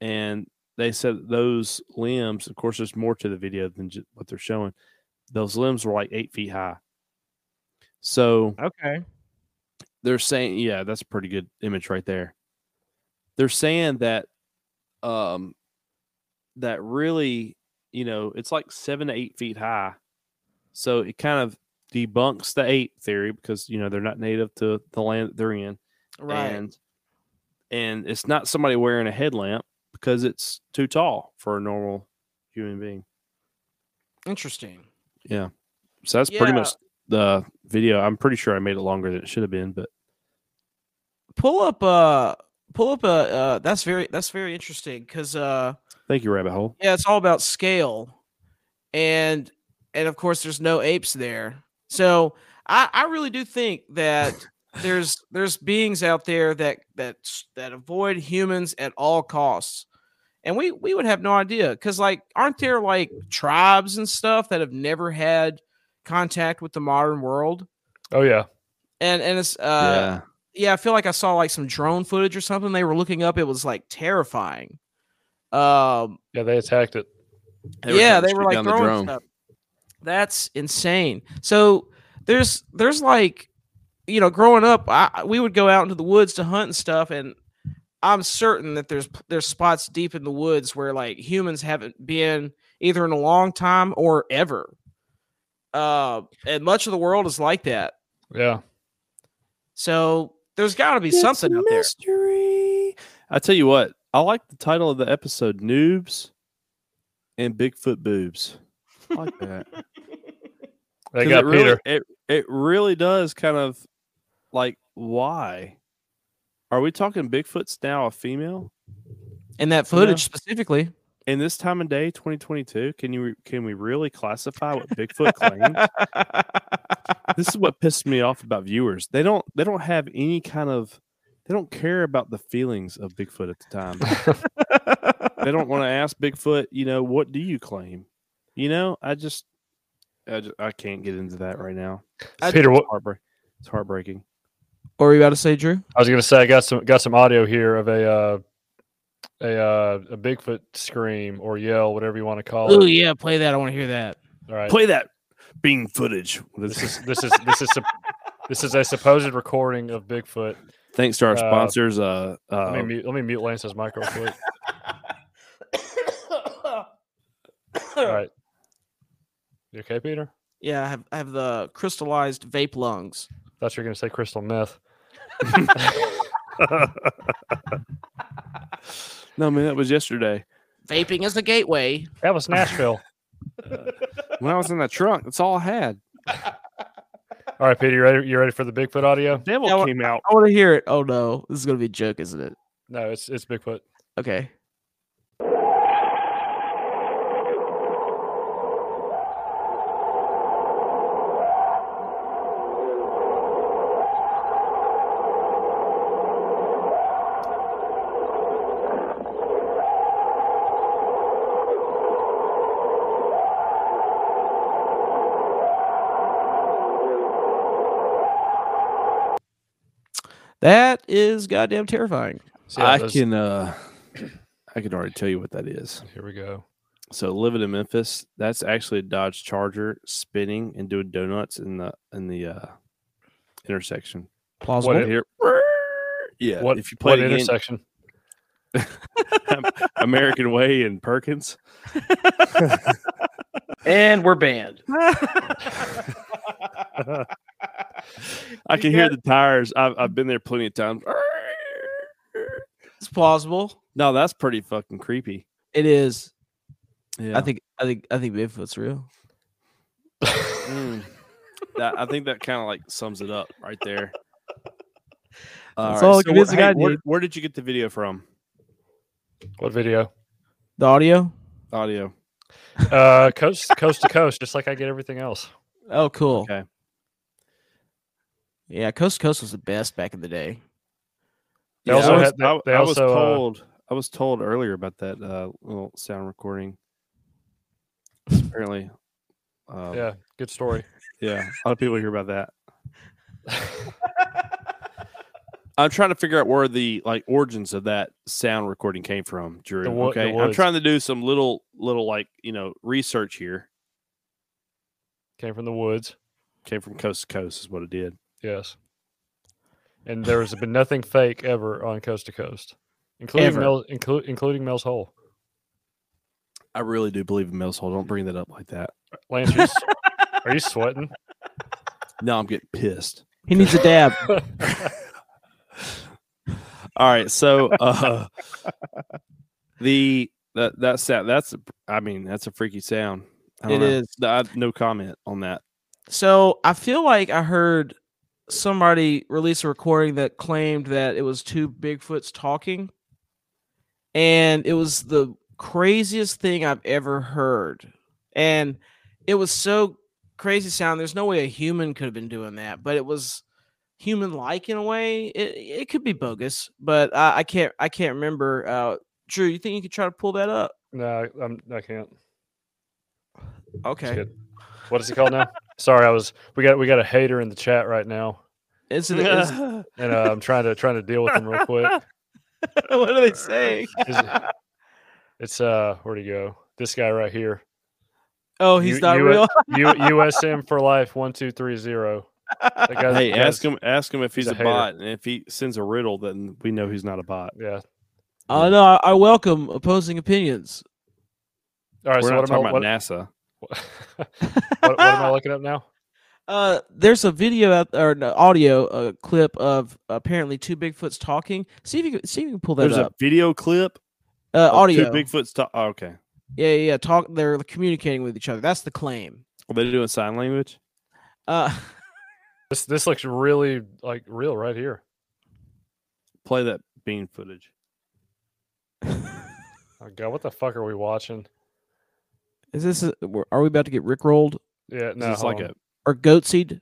Speaker 3: and they said those limbs. Of course, there's more to the video than ju- what they're showing. Those limbs were like eight feet high. So
Speaker 4: Okay.
Speaker 3: they're saying, yeah, that's a pretty good image right there. They're saying that, um, that really, you know, it's like seven to eight feet high. So it kind of debunks the ape theory because, you know, they're not native to the land that they're in.
Speaker 4: Right.
Speaker 3: And, and it's not somebody wearing a headlamp because it's too tall for a normal human being.
Speaker 4: Interesting.
Speaker 3: So that's pretty
Speaker 4: Yeah.
Speaker 3: much the video. I'm pretty sure I made it longer than it should have been, but
Speaker 4: Pull up uh pull up a uh that's very that's very interesting because uh
Speaker 3: thank you, Rabbit Hole.
Speaker 4: yeah, it's all about scale. And and of course there's no apes there. So I, I really do think that there's there's beings out there that that s- that avoid humans at all costs. And we we would have no idea cuz like aren't there like tribes and stuff that have never had contact with the modern world?
Speaker 2: Oh yeah,
Speaker 4: And and it's uh yeah, I feel like I saw like some drone footage or something they were looking up. It was like terrifying. Um
Speaker 2: yeah, they attacked it.
Speaker 3: trying
Speaker 4: yeah,
Speaker 3: to
Speaker 4: they were
Speaker 3: shoot
Speaker 4: like
Speaker 3: down the
Speaker 4: throwing
Speaker 3: drone.
Speaker 4: stuff. That's insane. So there's there's like you know, growing up, I, I- we would go out into the woods to hunt and stuff, and I'm certain that there's there's spots deep in the woods where like humans haven't been either in a long time or ever. Uh, and much of the world is like that.
Speaker 2: Yeah,
Speaker 4: So there's got to be
Speaker 3: It's
Speaker 4: something
Speaker 3: a
Speaker 4: out there.
Speaker 3: mystery. I tell you what, I like the title of the episode: "Noobs and Bigfoot Boobs." I like that.
Speaker 2: they
Speaker 3: 'Cause
Speaker 2: got Peter.
Speaker 3: it really, It it really does kind of like why are we talking Bigfoot's now a female
Speaker 4: In that
Speaker 3: You know?
Speaker 4: footage specifically,
Speaker 3: in this time of day, 2022? Can you re- can we really classify what Bigfoot claims? this is what pissed me off about viewers. They don't they don't have any kind of they don't care about the feelings of Bigfoot at the time. they don't want to ask Bigfoot, you know, what do you claim? You know, I just I, just, I can't get into that right now.
Speaker 4: I-
Speaker 2: Peter, what
Speaker 3: It's, heartbreak- it's heartbreaking.
Speaker 4: or were you about to say, Drew?
Speaker 2: I was gonna say, I got some got some audio here of a uh, a uh, a Bigfoot scream or yell, whatever you want to call
Speaker 4: Oh
Speaker 2: it.
Speaker 4: yeah, play that. I want to hear that.
Speaker 2: All right,
Speaker 3: Play that being footage.
Speaker 2: this is this is this is sup- this is a supposed recording of Bigfoot.
Speaker 3: Thanks to our
Speaker 2: uh,
Speaker 3: sponsors. Uh, uh,
Speaker 2: Let me mute, let me mute Lance's mic real quick. All right, you okay, Peter?
Speaker 4: Yeah, I have, I have the crystallized vape lungs.
Speaker 2: Thought you were gonna say crystal meth.
Speaker 3: no man, that was yesterday
Speaker 4: Vaping is the gateway.
Speaker 2: That was Nashville.
Speaker 3: when I was in that trunk. That's all I had.
Speaker 2: All right, Peter, you ready? You ready for the Bigfoot audio?
Speaker 3: Devil
Speaker 4: Yeah, well-
Speaker 3: came out.
Speaker 4: I want to hear it. Oh no, this is gonna be a joke, isn't it?
Speaker 2: No, it's it's Bigfoot.
Speaker 4: Okay. That is goddamn terrifying.
Speaker 2: So, yeah,
Speaker 3: I
Speaker 2: those-
Speaker 3: can uh I can already tell you what that is.
Speaker 2: Here we go.
Speaker 3: So living in Memphis, that's actually a Dodge Charger spinning and doing donuts in the in the uh intersection.
Speaker 4: Plausible.
Speaker 2: What-
Speaker 3: Here, yeah.
Speaker 2: What
Speaker 3: if you play
Speaker 2: what
Speaker 3: the game,
Speaker 2: intersection?
Speaker 3: American Way and Perkins,
Speaker 5: And we're banned.
Speaker 3: I can hear the tires. I've I've been there plenty of times.
Speaker 4: It's plausible.
Speaker 3: No, that's pretty fucking creepy.
Speaker 4: It is.
Speaker 3: Yeah,
Speaker 4: I think. I think. I think Bigfoot's real.
Speaker 3: Mm. That- I think that kind of like sums it up right there.
Speaker 4: That's all the convincing
Speaker 3: where,
Speaker 4: I
Speaker 3: where,
Speaker 4: need.
Speaker 3: where did you get the video from?
Speaker 2: What video?
Speaker 4: The audio.
Speaker 3: Audio.
Speaker 2: Uh, coast coast to coast, just like I get everything else.
Speaker 4: Oh, cool.
Speaker 3: Okay.
Speaker 4: Yeah, Coast to Coast was the best back in the day.
Speaker 2: They
Speaker 3: Yeah,
Speaker 2: also
Speaker 3: I was,
Speaker 2: had- they-
Speaker 3: I-
Speaker 2: they
Speaker 3: I was
Speaker 2: also, uh,
Speaker 3: told I was told earlier about that uh, little sound recording. Apparently, um,
Speaker 2: yeah, good story.
Speaker 3: yeah, a lot of people hear about that. I'm trying to figure out where the like origins of that sound recording came from, Drew.
Speaker 2: The wo- the
Speaker 3: okay, I'm
Speaker 2: woods.
Speaker 3: trying to do some little little like you know research here.
Speaker 2: Came from the woods.
Speaker 3: Came from coast to coast is what it did.
Speaker 2: Yes. And there has been nothing fake ever on coast to coast, including
Speaker 4: Ever.
Speaker 2: Mel, inclu- including Mel's Hole.
Speaker 3: I really do believe in Mills Hole. Don't bring that up like that.
Speaker 2: Lance, are you, s- are you sweating?
Speaker 3: Now I'm getting pissed.
Speaker 4: He needs a dab.
Speaker 3: All right, so uh, the that that sound that's a- I mean that's a freaky sound. I
Speaker 4: It
Speaker 3: don't know.
Speaker 4: is.
Speaker 3: I have no comment on that.
Speaker 4: So I feel like I heard somebody release a recording that claimed that it was two Bigfoots talking, and it was the craziest thing I've ever heard. And it was so crazy sound. There's no way a human could have been doing that, but it was human like in a way. It it could be bogus, but I, I can't I can't remember. Uh, Drew, you think you could try to pull that up?
Speaker 2: No, I'm, I can't. It's
Speaker 4: Okay,
Speaker 2: good. What is he called now? Sorry, I was. We got we got a hater in the chat right now,
Speaker 4: it's, an- it's
Speaker 2: and uh, I'm trying to trying to deal with him real quick.
Speaker 4: what are they saying?
Speaker 2: Is it- it's uh, where'd he go? This guy right here.
Speaker 4: Oh, he's
Speaker 2: You-
Speaker 4: not
Speaker 2: you-
Speaker 4: real.
Speaker 2: U- USM for life one two three zero. That guy-
Speaker 3: hey,
Speaker 2: that
Speaker 3: ask
Speaker 2: guy's-
Speaker 3: him ask him if he's,
Speaker 2: he's a
Speaker 3: a,
Speaker 2: hater.
Speaker 3: bot, and if he sends a riddle, then we know he's not a bot.
Speaker 2: Yeah.
Speaker 4: Oh no, I, I welcome opposing opinions.
Speaker 2: All right.
Speaker 3: We're
Speaker 2: so
Speaker 3: not
Speaker 2: what am, I,
Speaker 3: talking
Speaker 2: what,
Speaker 3: about NASA.
Speaker 2: what- what am I looking up now?
Speaker 4: Uh, there's a video out or an audio uh, clip of apparently two Bigfoots talking. See if you can, see if you can pull that
Speaker 3: There's a
Speaker 4: up.
Speaker 3: video clip.
Speaker 4: uh,
Speaker 3: of
Speaker 4: audio.
Speaker 3: Two Bigfoots. Ta- oh, okay.
Speaker 4: yeah, yeah, yeah. Talk. They're communicating with each other. That's the claim.
Speaker 3: Are they doing sign language?
Speaker 4: Uh,
Speaker 2: This this looks really like real right here.
Speaker 3: Play that bean footage.
Speaker 2: Oh God, what the fuck are we watching?
Speaker 4: is this? A, we're- are we about to get rickrolled
Speaker 2: Yeah.
Speaker 3: Is
Speaker 2: No.
Speaker 3: this
Speaker 2: hold
Speaker 3: like
Speaker 2: on.
Speaker 3: a?
Speaker 4: or goatseed?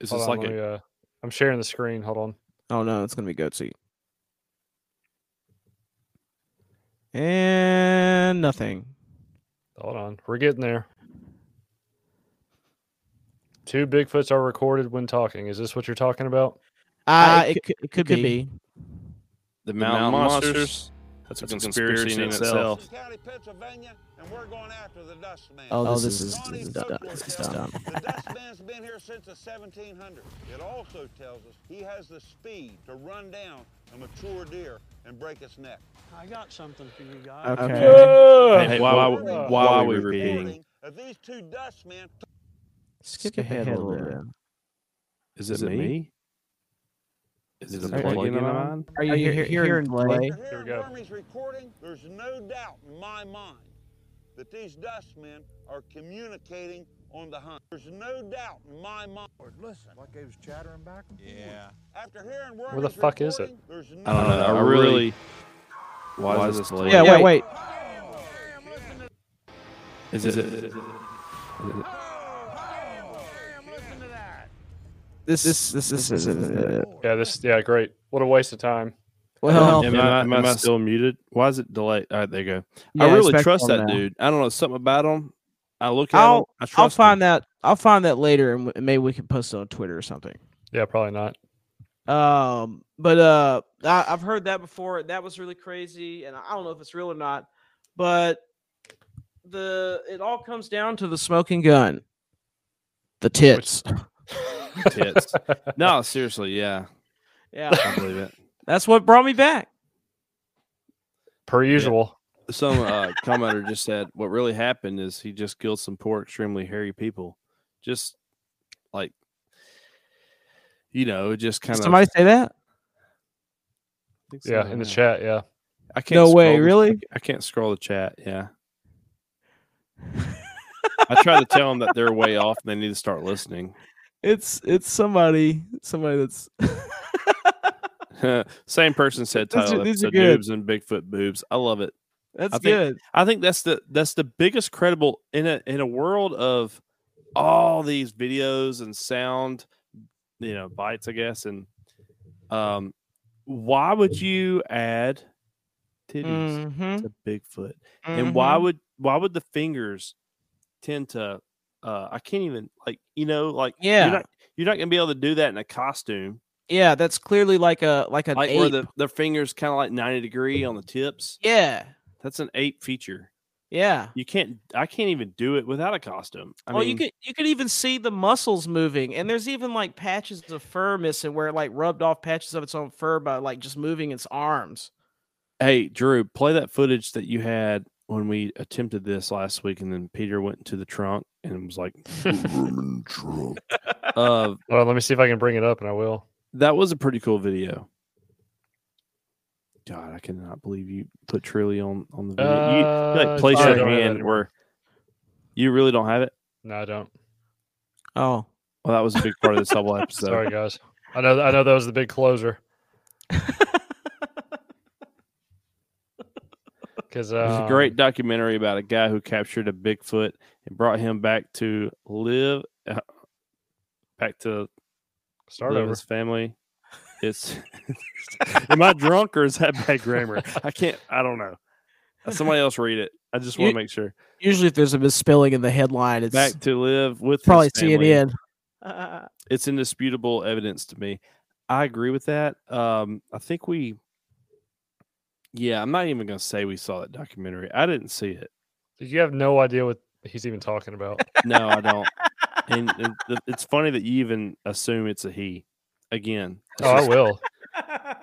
Speaker 3: Is
Speaker 2: Hold on,
Speaker 3: this like
Speaker 2: let
Speaker 3: a?
Speaker 2: me, uh, I'm sharing the screen. Hold on.
Speaker 4: Oh no, it's gonna be goatseed. And nothing.
Speaker 2: Hold on. We're getting there. Two Bigfoots are recorded when talking. Is this what you're talking about?
Speaker 4: Uh,
Speaker 5: I
Speaker 4: it, could, it could
Speaker 5: could
Speaker 4: be.
Speaker 3: The
Speaker 6: Mountain Monsters.
Speaker 3: That's,
Speaker 6: That's a conspiracy in itself.
Speaker 7: County, Pennsylvania, and we're going after the dust man.
Speaker 4: Oh,
Speaker 7: Oh,
Speaker 4: this,
Speaker 5: Oh,
Speaker 4: is,
Speaker 5: this
Speaker 4: this
Speaker 7: Connie
Speaker 4: is
Speaker 7: Cookmore
Speaker 4: dumb. This is
Speaker 7: tells us
Speaker 4: dumb.
Speaker 7: the dust man's been here since the 1700s. It also tells us he has the speed to run down a mature deer and break its neck.
Speaker 5: I got something for you guys.
Speaker 4: Okay.
Speaker 3: Hey, why, why,
Speaker 7: Uh,
Speaker 3: why
Speaker 7: Why
Speaker 3: are we
Speaker 7: we're
Speaker 3: repeating?
Speaker 7: Reporting of these two dust men
Speaker 4: Skip,
Speaker 5: Skip
Speaker 4: ahead,
Speaker 5: ahead
Speaker 4: a
Speaker 5: a
Speaker 4: little
Speaker 5: little
Speaker 4: bit.
Speaker 3: Is
Speaker 6: Is
Speaker 3: it
Speaker 6: it
Speaker 3: me? Is it a
Speaker 6: Sorry,
Speaker 3: plug in
Speaker 6: plug-in
Speaker 3: on?
Speaker 4: Are you,
Speaker 5: you
Speaker 4: hear-
Speaker 5: hearing
Speaker 4: hearing
Speaker 5: delay?
Speaker 4: delay?
Speaker 2: Here
Speaker 7: After
Speaker 2: we
Speaker 7: hearing
Speaker 2: go.
Speaker 7: Wormy's recording, there's no doubt in my mind that these dust men are communicating on the hunt. There's no doubt in my mind. Listen,
Speaker 8: Like they was chattering back and forth. Yeah.
Speaker 7: after hearing Wormy's
Speaker 2: Where the fuck is it?
Speaker 7: recording, There's no
Speaker 3: I don't know.
Speaker 7: doubt-
Speaker 3: Uh, I
Speaker 6: I
Speaker 3: really.
Speaker 6: really-
Speaker 3: Why is this late?
Speaker 4: Yeah, wait, wait.
Speaker 3: Is it? is it-
Speaker 7: Oh,
Speaker 4: This this this this is uh,
Speaker 2: Yeah, this yeah, great. What a waste of time.
Speaker 4: well.
Speaker 3: Am I, am I still muted? Why is it delayed? All right, there you go.
Speaker 4: yeah,
Speaker 3: I really
Speaker 4: expect
Speaker 3: trust
Speaker 4: more
Speaker 3: that
Speaker 4: now.
Speaker 3: dude. I don't know something about him. I look at him.
Speaker 4: I'll-
Speaker 3: I trust
Speaker 4: I'll find that. I'll find that later, and w- maybe we can post it on Twitter or something.
Speaker 2: Yeah, probably not.
Speaker 4: Um, but uh, I, I've heard that before. That was really crazy, and I don't know if it's real or not. But the it all comes down to the smoking gun, the tits.
Speaker 3: Tits. No, seriously, yeah,
Speaker 4: yeah,
Speaker 3: I believe it.
Speaker 4: that's what brought me back.
Speaker 2: Per usual.
Speaker 3: Some uh, commenter just said what really happened is he just killed some poor, extremely hairy people. Just like, you know, it just
Speaker 4: Did
Speaker 3: kind of.
Speaker 4: somebody say that?
Speaker 2: Yeah, in the chat. Yeah.
Speaker 3: I can't.
Speaker 4: No
Speaker 3: scroll
Speaker 4: way,
Speaker 3: the-
Speaker 4: really?
Speaker 3: I can't scroll the chat. Yeah. I try to tell them that they're way off and they need to start listening.
Speaker 4: It's it's somebody somebody that's
Speaker 3: Same person said
Speaker 4: These are-
Speaker 3: title
Speaker 4: these are
Speaker 3: episode
Speaker 4: good.
Speaker 3: boobs and Bigfoot boobs. I love it.
Speaker 4: that's
Speaker 3: I think-
Speaker 4: good.
Speaker 3: I think that's the that's the biggest credible in a in a world of all these videos and sound, you know, bites, I guess. And um, why would you add titties
Speaker 4: Mhm.
Speaker 3: to Bigfoot. And why
Speaker 4: Mhm.
Speaker 3: would why would the fingers tend to uh I can't even like you know like
Speaker 4: Yeah.
Speaker 3: you're not, you're not gonna be able to do that in a costume
Speaker 4: Yeah, that's clearly like a like an
Speaker 3: like
Speaker 4: ape.
Speaker 3: where the their fingers kind of like 90 degree on the tips.
Speaker 4: yeah,
Speaker 3: That's an ape feature.
Speaker 4: yeah.
Speaker 3: You can't I can't even do it without a costume. I
Speaker 4: oh,
Speaker 3: mean
Speaker 4: you could you could even see the muscles moving, and there's even like patches of fur missing where it like rubbed off patches of its own fur by like just moving its arms.
Speaker 3: Hey, Drew, play that footage that you had when we attempted this last week, and then Peter went into the trunk and was like, uh,
Speaker 2: Well, let me see if I can bring it up, and I will.
Speaker 3: that was a pretty cool video. God, I cannot believe you put Trilly on on the video. you, you,
Speaker 2: Uh,
Speaker 3: like place
Speaker 2: sorry, I
Speaker 3: your
Speaker 2: don't have that
Speaker 3: hand
Speaker 2: anymore.
Speaker 3: where you really don't have it.
Speaker 2: No, I don't.
Speaker 4: Oh,
Speaker 3: Well, that was a big part of this double episode.
Speaker 2: Sorry, guys. I know. I know that was the big closer. Because
Speaker 3: There's a great documentary about a guy who captured a Bigfoot and brought him back to live, uh, back to
Speaker 2: start
Speaker 3: live
Speaker 2: over.
Speaker 3: His family. It's am I drunk or is that bad grammar? I can't. I don't know. Uh, Somebody else read it. I just want
Speaker 4: You-
Speaker 3: to make sure.
Speaker 4: usually if there's a misspelling in the headline, it's
Speaker 3: Back to live with his
Speaker 4: probably
Speaker 3: family.
Speaker 4: CNN.
Speaker 3: It's indisputable evidence to me. I agree with that. Um, I think we. Yeah, I'm not even gonna say we saw that documentary. I didn't see it.
Speaker 2: You have no idea what he's even talking about.
Speaker 3: No, I don't. and and th- it's funny that you even assume it's a he. Again, it's
Speaker 2: oh, I
Speaker 3: just-
Speaker 2: will.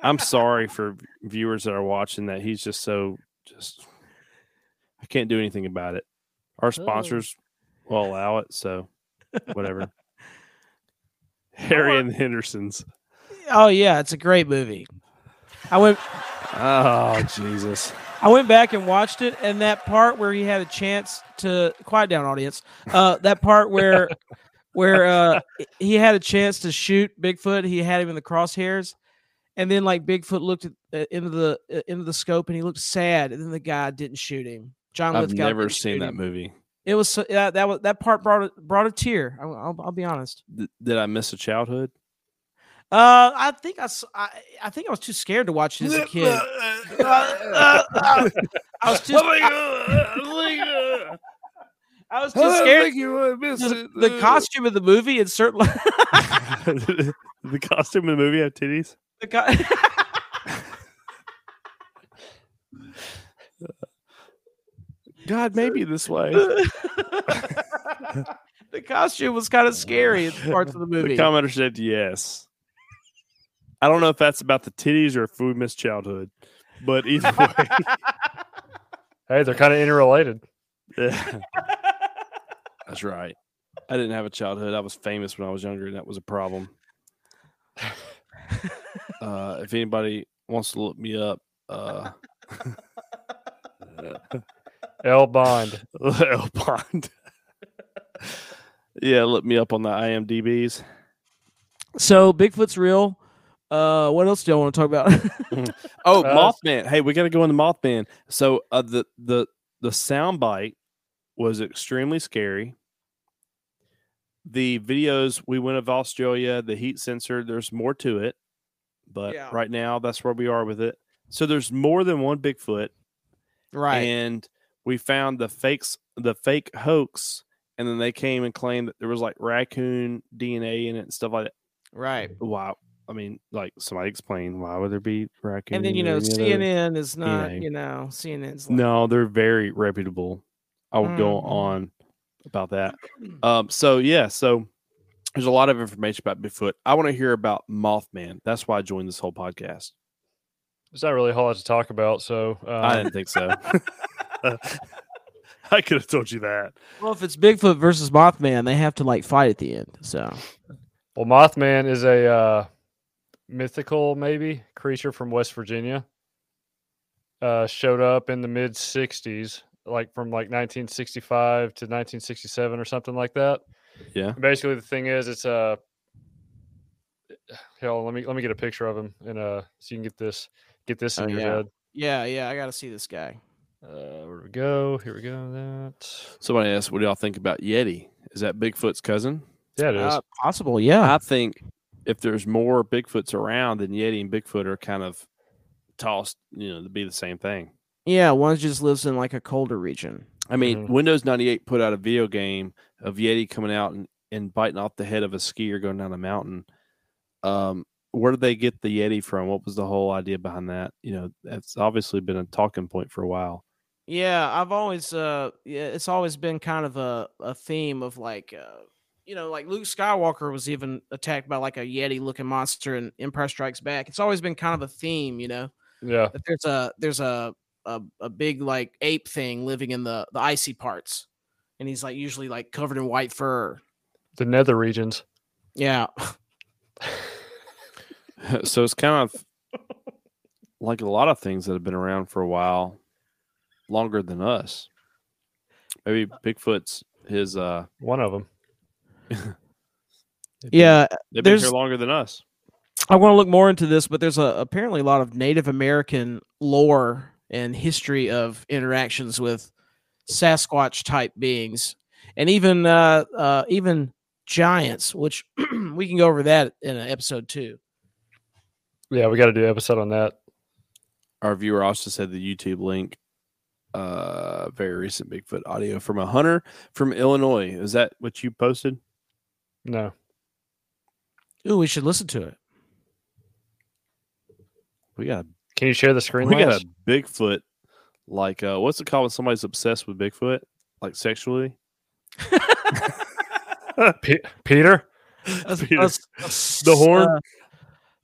Speaker 3: I'm sorry for v- viewers that are watching that. He's just so just. I can't do anything about it. Our sponsors will allow it, so whatever. Harry and the Hendersons.
Speaker 4: Oh yeah, it's a great movie. I went
Speaker 3: Oh Jesus!
Speaker 4: I went back and watched it, and that part where he had a chance to quiet down, audience. Uh, that part where where uh, he had a chance to shoot Bigfoot, he had him in the crosshairs, and then like Bigfoot looked at, uh, into the uh, into the scope, and he looked sad, and then the guy didn't shoot him. John
Speaker 3: I've
Speaker 4: Lithgow
Speaker 3: never
Speaker 4: didn't
Speaker 3: seen
Speaker 4: shoot
Speaker 3: that
Speaker 4: him.
Speaker 3: movie.
Speaker 4: It was so, that that was that part brought a, brought a tear. I'll, I'll, I'll be honest.
Speaker 3: Th- did I miss a childhood?
Speaker 4: Uh, I think I, s- I I think I was too scared to watch it as a kid. I was too. I was too scared. The, the costume of the movie and certainly
Speaker 3: the costume in the movie have titties.
Speaker 4: the co-
Speaker 3: God, maybe this way.
Speaker 4: the costume was kind of scary in parts of the movie.
Speaker 3: The commenter said yes. I don't know if that's about the titties or if we missed childhood, but either way,
Speaker 2: Hey, they're kind of interrelated.
Speaker 3: yeah. that's right. I didn't have a childhood. I was famous when I was younger, and that was a problem. uh, if anybody wants to look me up, uh,
Speaker 2: L Bond.
Speaker 3: L Bond. yeah, look me up on the IMDb's.
Speaker 4: so Bigfoot's real. Uh, what else do y'all want to talk about?
Speaker 3: Oh,
Speaker 2: Uh,
Speaker 3: Mothman! Hey, we got to go into Mothman. So uh, the the the sound bite was extremely scary. The videos we went of Australia, the heat sensor. There's more to it, but
Speaker 4: Yeah.
Speaker 3: right now that's where we are with it. So there's more than one Bigfoot,
Speaker 4: right.
Speaker 3: and we found the fakes, the fake hoax, and then they came and claimed that there was like raccoon DNA in it and stuff like that.
Speaker 4: right.
Speaker 3: Wow. I mean, like somebody explain why would there be raccoon?
Speaker 4: And then you
Speaker 3: or
Speaker 4: know
Speaker 3: any other-
Speaker 4: CNN is not,
Speaker 3: know.
Speaker 4: you know, CNN's like,
Speaker 3: No, they're very reputable. I will go
Speaker 4: Mhm.
Speaker 3: on about that. Um, so yeah, so there's a lot of information about Bigfoot. I want to hear about Mothman. That's why I joined this whole podcast.
Speaker 2: There's not really a whole lot to talk about. So um,
Speaker 3: I didn't think so. Uh, I could have told you that.
Speaker 4: Well, if it's Bigfoot versus Mothman, they have to like fight at the end. So
Speaker 2: Well, Mothman is a uh, mythical, maybe, creature from West Virginia. Uh, showed up in the mid 60s, like from like 1965 to 1967 or something like that.
Speaker 3: Yeah.
Speaker 2: Basically, the thing is, it's a. Hell, let me let me get a picture of him and uh, so you can get this get this in
Speaker 4: Oh,
Speaker 2: your
Speaker 4: yeah.
Speaker 2: head.
Speaker 4: yeah, yeah, I gotta see this guy.
Speaker 2: Uh, where we go? Here we go. That
Speaker 3: Somebody asked, "What do y'all think about Yeti? Is that Bigfoot's cousin?"
Speaker 2: yeah, it is.
Speaker 4: Uh, possible, yeah.
Speaker 3: I think if there's more Bigfoots around, then Yeti and Bigfoot are kind of tossed, you know, to be the same thing.
Speaker 4: Yeah, one just lives in like a colder region.
Speaker 3: I mean,
Speaker 4: Mm-hmm.
Speaker 3: Windows 98 put out a video game of Yeti coming out and, and biting off the head of a skier going down a mountain. Um, where did they get the Yeti from? What was the whole idea behind that? You know, that's obviously been a talking point for a while.
Speaker 4: Yeah, I've always uh yeah, it's always been kind of a, a theme of like uh you know, like Luke Skywalker was even attacked by like a Yeti looking monster in Empire Strikes Back. It's always been kind of a theme, you know.
Speaker 2: Yeah.
Speaker 4: That there's a there's a a, a big like ape thing living in the the icy parts. And he's like usually like covered in white fur.
Speaker 2: The nether regions.
Speaker 4: Yeah.
Speaker 3: so it's kind of like a lot of things that have been around for a while, longer than us. Maybe Bigfoot's his uh
Speaker 2: one of them.
Speaker 4: Yeah.
Speaker 3: They've been
Speaker 4: There's
Speaker 3: here longer than us.
Speaker 4: I want to look more into this, but there's a, apparently a lot of Native American lore and history of interactions with Sasquatch type beings, and even uh, uh, even giants, which we can go over that in uh, episode two.
Speaker 2: Yeah, we got to do an episode on that.
Speaker 3: Our viewer also said the YouTube link. Uh, very recent Bigfoot audio from a hunter from Illinois. Is that what you posted?
Speaker 2: No.
Speaker 4: Ooh, we should listen to it.
Speaker 3: We got a
Speaker 2: Can you share the screen?
Speaker 3: we got
Speaker 2: Lance?
Speaker 3: a Bigfoot. Like, uh, what's it called when somebody's obsessed with Bigfoot, like sexually?
Speaker 2: Pe- Peter.
Speaker 4: That's-
Speaker 2: Peter.
Speaker 4: that's- that's,
Speaker 2: The horn?
Speaker 4: uh,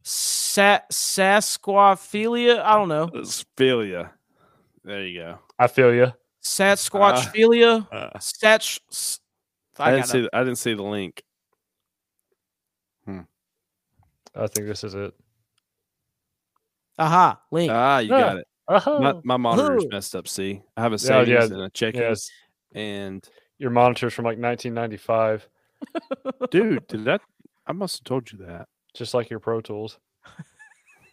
Speaker 4: sa- Sasquaphilia. I don't know.
Speaker 3: It's philia. There you go.
Speaker 2: I feel you.
Speaker 4: Sasquatchphilia.
Speaker 3: Uh,
Speaker 4: Satch. s-
Speaker 3: I,
Speaker 4: I
Speaker 3: didn't
Speaker 4: got
Speaker 3: see. The, I didn't see the link.
Speaker 2: I think this is it.
Speaker 4: Aha, link.
Speaker 3: Ah, you got it.
Speaker 2: Uh-huh.
Speaker 3: My, my monitor's
Speaker 4: Who?
Speaker 3: messed up. See, I have a
Speaker 2: Yeah, yeah.
Speaker 3: settings and a check
Speaker 2: yes.
Speaker 3: And
Speaker 2: Your monitor's from like 1995,
Speaker 3: dude, did that? I must have told you that.
Speaker 2: just like your Pro Tools.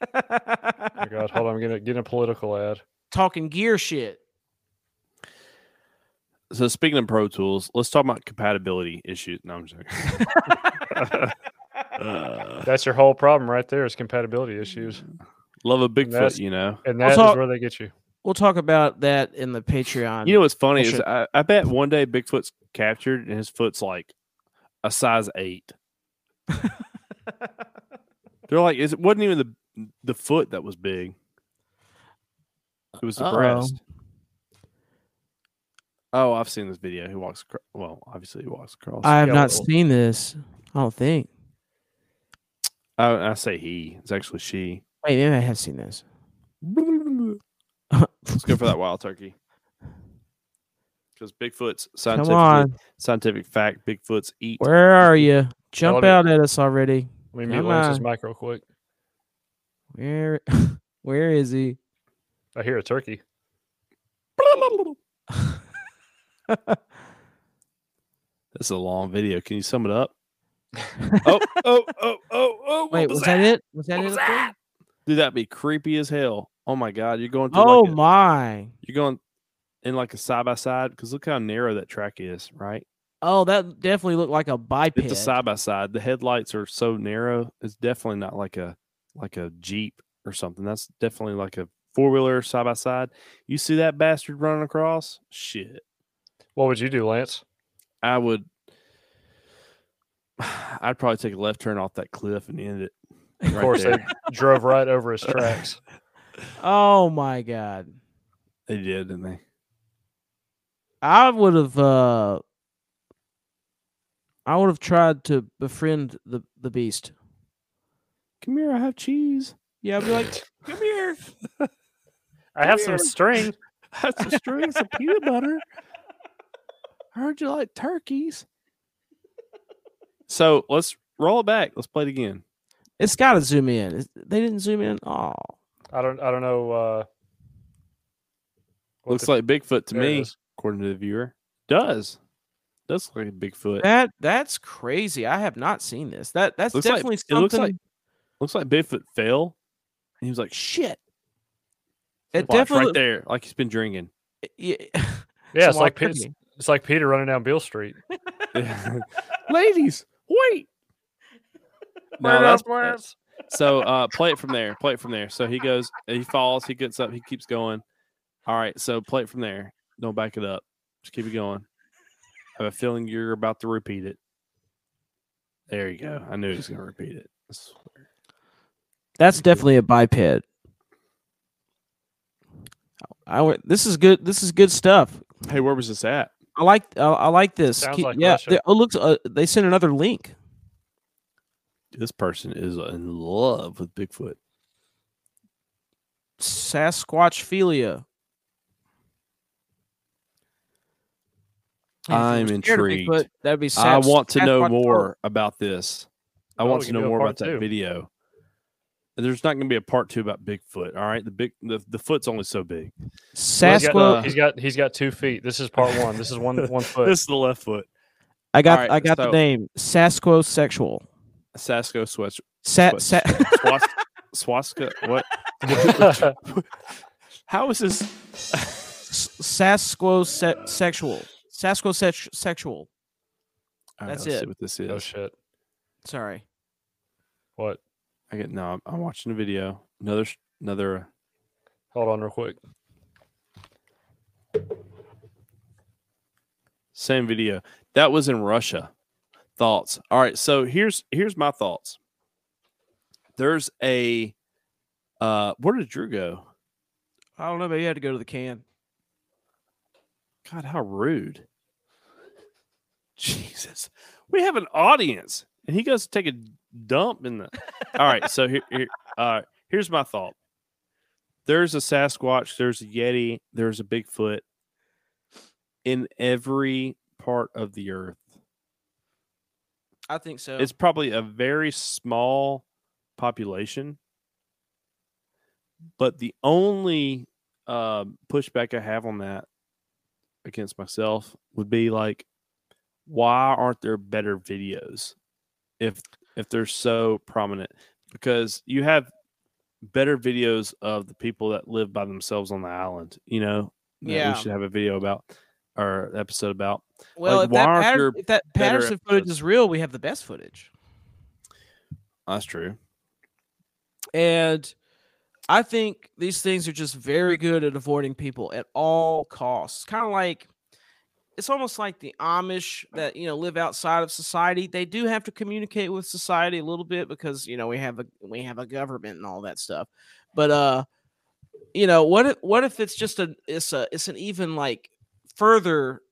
Speaker 2: Oh my God, hold on. I'm going to get a political ad.
Speaker 4: Talking gear shit.
Speaker 3: So speaking of Pro Tools, let's talk about compatibility issues. No, I'm joking. Uh,
Speaker 2: That's your whole problem right there is compatibility issues.
Speaker 3: love a Bigfoot,
Speaker 2: That's-
Speaker 3: you know.
Speaker 2: And that is
Speaker 4: talk-
Speaker 2: where they get you.
Speaker 4: We'll talk about that in the Patreon.
Speaker 3: You know what's funny is
Speaker 4: Bullshit.
Speaker 3: I, I bet one day Bigfoot's captured and his foot's like a size eight. They're like, is it wasn't even the the foot that was big. It was the
Speaker 4: Uh-oh.
Speaker 3: breast. Oh, I've seen this video. He walks across. Well, obviously he walks across.
Speaker 4: I have not
Speaker 2: Skeletal.
Speaker 4: seen this. I don't think.
Speaker 3: I, I say he. It's actually she.
Speaker 4: Wait, maybe I have seen this.
Speaker 3: Let's go for that wild turkey. Because Bigfoot's
Speaker 4: Come
Speaker 3: scientific
Speaker 4: on.
Speaker 3: scientific fact. Bigfoot's eat.
Speaker 4: Where are you? Jump
Speaker 2: me-
Speaker 4: out at us already.
Speaker 2: Let me mute
Speaker 4: Come
Speaker 2: Lance's
Speaker 4: on.
Speaker 2: mic real quick.
Speaker 4: Where where is he?
Speaker 2: I hear a turkey.
Speaker 3: This is a long video. Can you sum it up? oh, oh, oh, oh, oh. what
Speaker 4: Wait, was that it? Was that
Speaker 3: What
Speaker 4: it?
Speaker 3: was
Speaker 4: up there?
Speaker 3: that? Dude, that'd be creepy as hell. Oh my god, you're going through
Speaker 4: Oh
Speaker 3: like a-
Speaker 4: my.
Speaker 3: you're going in like a side by side because look how narrow that track is, right?
Speaker 4: Oh, that definitely looked like a biped.
Speaker 3: It's a side by side. The headlights are so narrow. It's definitely not like a like a Jeep or something. That's definitely like a four wheeler side by side. You see that bastard running across? Shit.
Speaker 2: What would you do, Lance?
Speaker 3: I would. I'd probably take a left turn off that cliff and end it.
Speaker 2: Of
Speaker 3: right
Speaker 2: course,
Speaker 3: there.
Speaker 2: they drove right over his tracks.
Speaker 4: Oh my god.
Speaker 3: they did, didn't they?
Speaker 4: I would have uh I would have tried to befriend the the beast.
Speaker 3: Come here, I have cheese.
Speaker 4: Yeah, I'd be like, "Come here."
Speaker 2: I have some string.
Speaker 3: I have some strings of peanut butter. I heard you like turkeys. So let's roll it back. Let's play it again.
Speaker 4: It's got to zoom in. It's- They didn't zoom in. Oh,
Speaker 2: I don't. I don't know. Uh, what
Speaker 3: Looks
Speaker 2: the-
Speaker 3: like Bigfoot to
Speaker 2: there it
Speaker 3: me,
Speaker 2: is.
Speaker 3: according to the viewer. Does does look like Bigfoot?
Speaker 4: that that's crazy. I have not seen this. That that's
Speaker 3: Looks like-
Speaker 4: definitely
Speaker 3: it
Speaker 4: something.
Speaker 3: looks like- Looks like Bigfoot fell, and he was like, "Shit!"
Speaker 4: it
Speaker 3: Watch,
Speaker 4: definitely.
Speaker 3: right there, like he's been drinking.
Speaker 4: Yeah,
Speaker 2: yeah, it's
Speaker 4: Some
Speaker 2: like
Speaker 4: wild
Speaker 2: Pe- it's,
Speaker 4: turkey.
Speaker 2: it's like Peter running down Beale Street.
Speaker 3: Ladies, wait. No, that's, that's- so uh, play it from there. Play it from there. So he goes, he falls, he gets up, he keeps going, All right, so play it from there. Don't back it up. Just keep it going. I have a feeling you're about to repeat it. There you go. I knew he was going to repeat it. I swear.
Speaker 4: That's definitely a biped. I would. This is good. This is good stuff.
Speaker 3: Hey, where was this at?
Speaker 4: I like. I, I like this.
Speaker 2: Sounds
Speaker 4: Keep-
Speaker 2: like
Speaker 4: yeah.
Speaker 2: Russia.
Speaker 4: They, oh, looks. Uh, they sent another link.
Speaker 3: This person is in love with Bigfoot.
Speaker 4: Sasquatchphilia. Yeah, if you
Speaker 3: I'm
Speaker 4: were scared of
Speaker 3: intrigued.
Speaker 4: Bigfoot, That'd be. Sas-
Speaker 3: I want to know
Speaker 4: Sasquatch-
Speaker 3: more about this. I
Speaker 2: Oh,
Speaker 3: want
Speaker 2: we
Speaker 3: to
Speaker 2: can
Speaker 3: know
Speaker 2: do a
Speaker 3: more
Speaker 2: part
Speaker 3: about that
Speaker 2: two.
Speaker 3: video. There's not going to be a part two about Bigfoot. All right, the big the, the foot's only so big.
Speaker 2: He's
Speaker 4: Sasquatch.
Speaker 2: got,
Speaker 3: Uh,
Speaker 2: uh, he's got he's got two feet. This is part one. This is one one foot.
Speaker 3: This is the left foot.
Speaker 4: I got.
Speaker 3: Alright,
Speaker 4: I got
Speaker 3: so-
Speaker 4: the name. Sasquosexual.
Speaker 3: Sasko Swatch
Speaker 4: Sa-
Speaker 3: What?
Speaker 4: sa-
Speaker 3: Swast- Swaska. What? How is this?
Speaker 4: Sasquosexual. Sasquosexual.
Speaker 3: All
Speaker 4: That's
Speaker 3: let's
Speaker 4: it.
Speaker 3: See what this is?
Speaker 2: oh shit!
Speaker 4: Sorry.
Speaker 2: What?
Speaker 3: I get no. I'm, I'm watching a video. Another sh- another. uh,
Speaker 2: Hold on, real quick.
Speaker 3: Same video. That was in Russia. Thoughts. All right, so here's here's my thoughts. There's a uh where did Drew go?
Speaker 4: I don't know. Maybe I had to go to the can.
Speaker 3: God, how rude. Jesus. We have an audience and he goes to take a dump in the All right, so here, here uh here's my thought. There's a Sasquatch, there's a Yeti, there's a Bigfoot in every part of the earth.
Speaker 4: I think so.
Speaker 3: It's probably a very small population. But the only um pushback I have on that against myself would be like, why aren't there better videos if if they're so prominent? Because you have better videos of the people that live by themselves on the island, you know, that
Speaker 4: Yeah.
Speaker 3: we should have a video about or episode about.
Speaker 4: well,
Speaker 3: like,
Speaker 4: if, that
Speaker 3: why aren't
Speaker 4: Patter-
Speaker 3: there
Speaker 4: if that
Speaker 3: better
Speaker 4: Patterson footage
Speaker 3: episodes?
Speaker 4: is real, we have the best footage.
Speaker 3: That's true.
Speaker 4: And I think these things are just very good at avoiding people at all costs. Kind of like it's almost like the Amish that you know live outside of society. They do have to communicate with society a little bit because you know we have a we have a government and all that stuff. But uh, you know what if what if it's just a it's a it's an even like further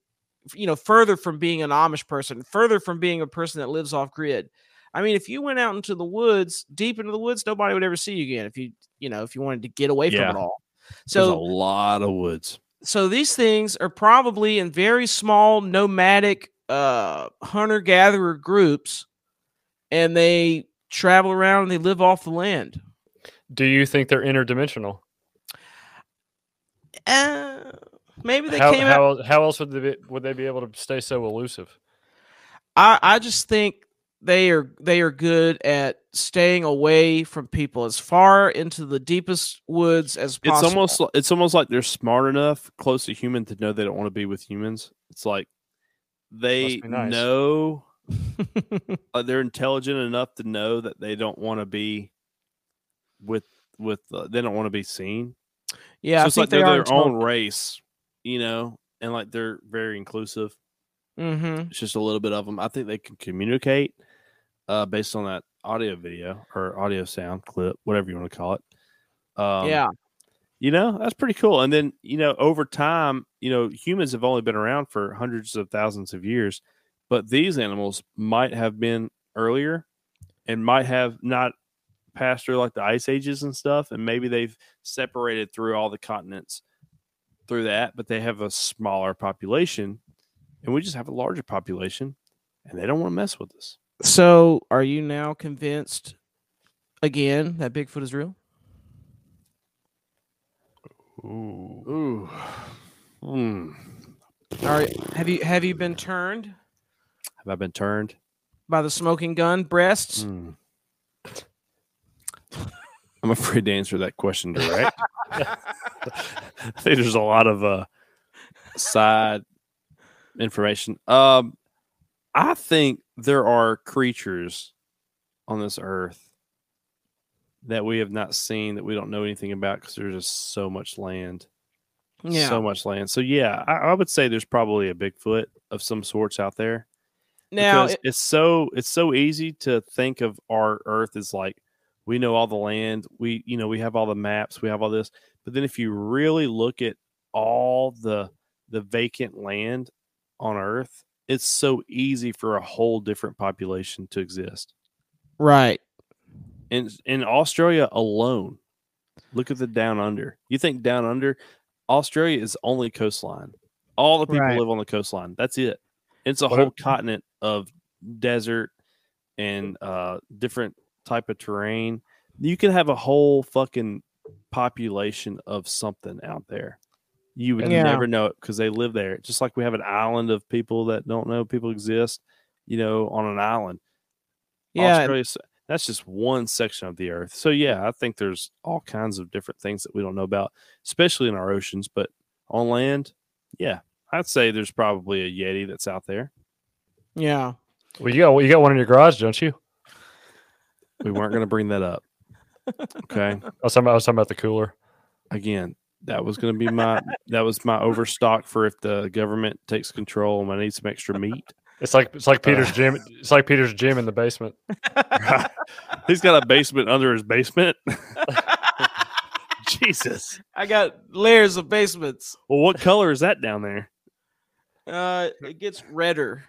Speaker 4: you know further from being an Amish person, further from being a person that lives off grid. I mean, if you went out into the woods, deep into the woods, nobody would ever see you again. If you you know if you wanted to get away
Speaker 3: Yeah.
Speaker 4: from it all. So
Speaker 3: There's a lot of woods.
Speaker 4: so these things are probably in very small nomadic uh hunter gatherer groups and they travel around and they live off the land
Speaker 2: Do you think they're interdimensional?
Speaker 4: uh, maybe they
Speaker 2: how,
Speaker 4: came out
Speaker 2: how, el- how else would they be, would they be able to stay so elusive?
Speaker 4: I, I just think they are they are good at staying away from people as far into the deepest woods as possible
Speaker 3: it's almost li- it's almost like they're smart enough close to human to know they don't want to be with humans it's like they
Speaker 2: be nice.
Speaker 3: know uh, they're intelligent enough to know that they don't want to be with with uh, they don't want to be seen
Speaker 4: yeah
Speaker 3: so
Speaker 4: I
Speaker 3: it's
Speaker 4: think
Speaker 3: like they're
Speaker 4: they are
Speaker 3: their own race you know and like they're very inclusive
Speaker 4: mm-hmm.
Speaker 3: it's just a little bit of them i think they can communicate uh based on that audio video or audio sound clip whatever you want to call it um,
Speaker 4: yeah
Speaker 3: you know, that's pretty cool. And then, you know, over time, you know, humans have only been around for hundreds of thousands of years, but these animals might have been earlier and might have not passed through like the ice ages and stuff. And maybe they've separated through all the continents through that, but they have a smaller population and we just have a larger population and they don't want to mess with us.
Speaker 4: So, are you now convinced again that Bigfoot is real?
Speaker 2: Ooh.
Speaker 3: Ooh. Hmm.
Speaker 4: All right. Have you have you been turned
Speaker 3: Have I been turned?
Speaker 4: by the smoking gun breasts?
Speaker 3: Hmm. I'm afraid to answer that question direct. I think there's a lot of uh, side information. Um, I think there are creatures on this earth that we have not seen that we don't know anything about because there's just so much land
Speaker 4: Yeah.
Speaker 3: so much land. So yeah, I, I would say there's probably a Bigfoot of some sorts out there.
Speaker 4: now,
Speaker 3: because
Speaker 4: it-
Speaker 3: it's so it's so easy to think of our Earth as like we know all the land, we you know we have all the maps, we have all this. But then if you really look at all the the vacant land on Earth, it's so easy for a whole different population to exist.
Speaker 4: right.
Speaker 3: In in Australia alone, look at the down under. You think down under? Australia is only coastline. All the people
Speaker 4: Right.
Speaker 3: live on the coastline. That's it. It's a
Speaker 2: What
Speaker 3: whole
Speaker 2: ab-
Speaker 3: continent of desert and uh, different type of terrain. You could have a whole fucking population of something out there. You would
Speaker 4: Yeah.
Speaker 3: never know it because they live there. Just like we have an island of people that don't know people exist, you know, on an island.
Speaker 4: Yeah.
Speaker 3: Australia. s- That's just one section of the earth. So yeah, I think there's all kinds of different things that we don't know about, especially in our oceans. But on land, yeah, I'd say there's probably a yeti that's out there.
Speaker 4: Yeah.
Speaker 2: Well, you got you got one in your garage, don't you?
Speaker 3: We weren't going to bring that up. Okay.
Speaker 2: I was talking about, I was talking about the cooler.
Speaker 3: Again, that was going to be my that was my overstock for if the government takes control and I need some extra meat.
Speaker 2: It's like it's like
Speaker 3: Uh.
Speaker 2: Peter's gym. It's like Peter's gym in the basement.
Speaker 3: He's got a basement under his basement. Jesus.
Speaker 4: I got layers of basements.
Speaker 3: Well, what color is that down there?
Speaker 4: Uh, it gets redder.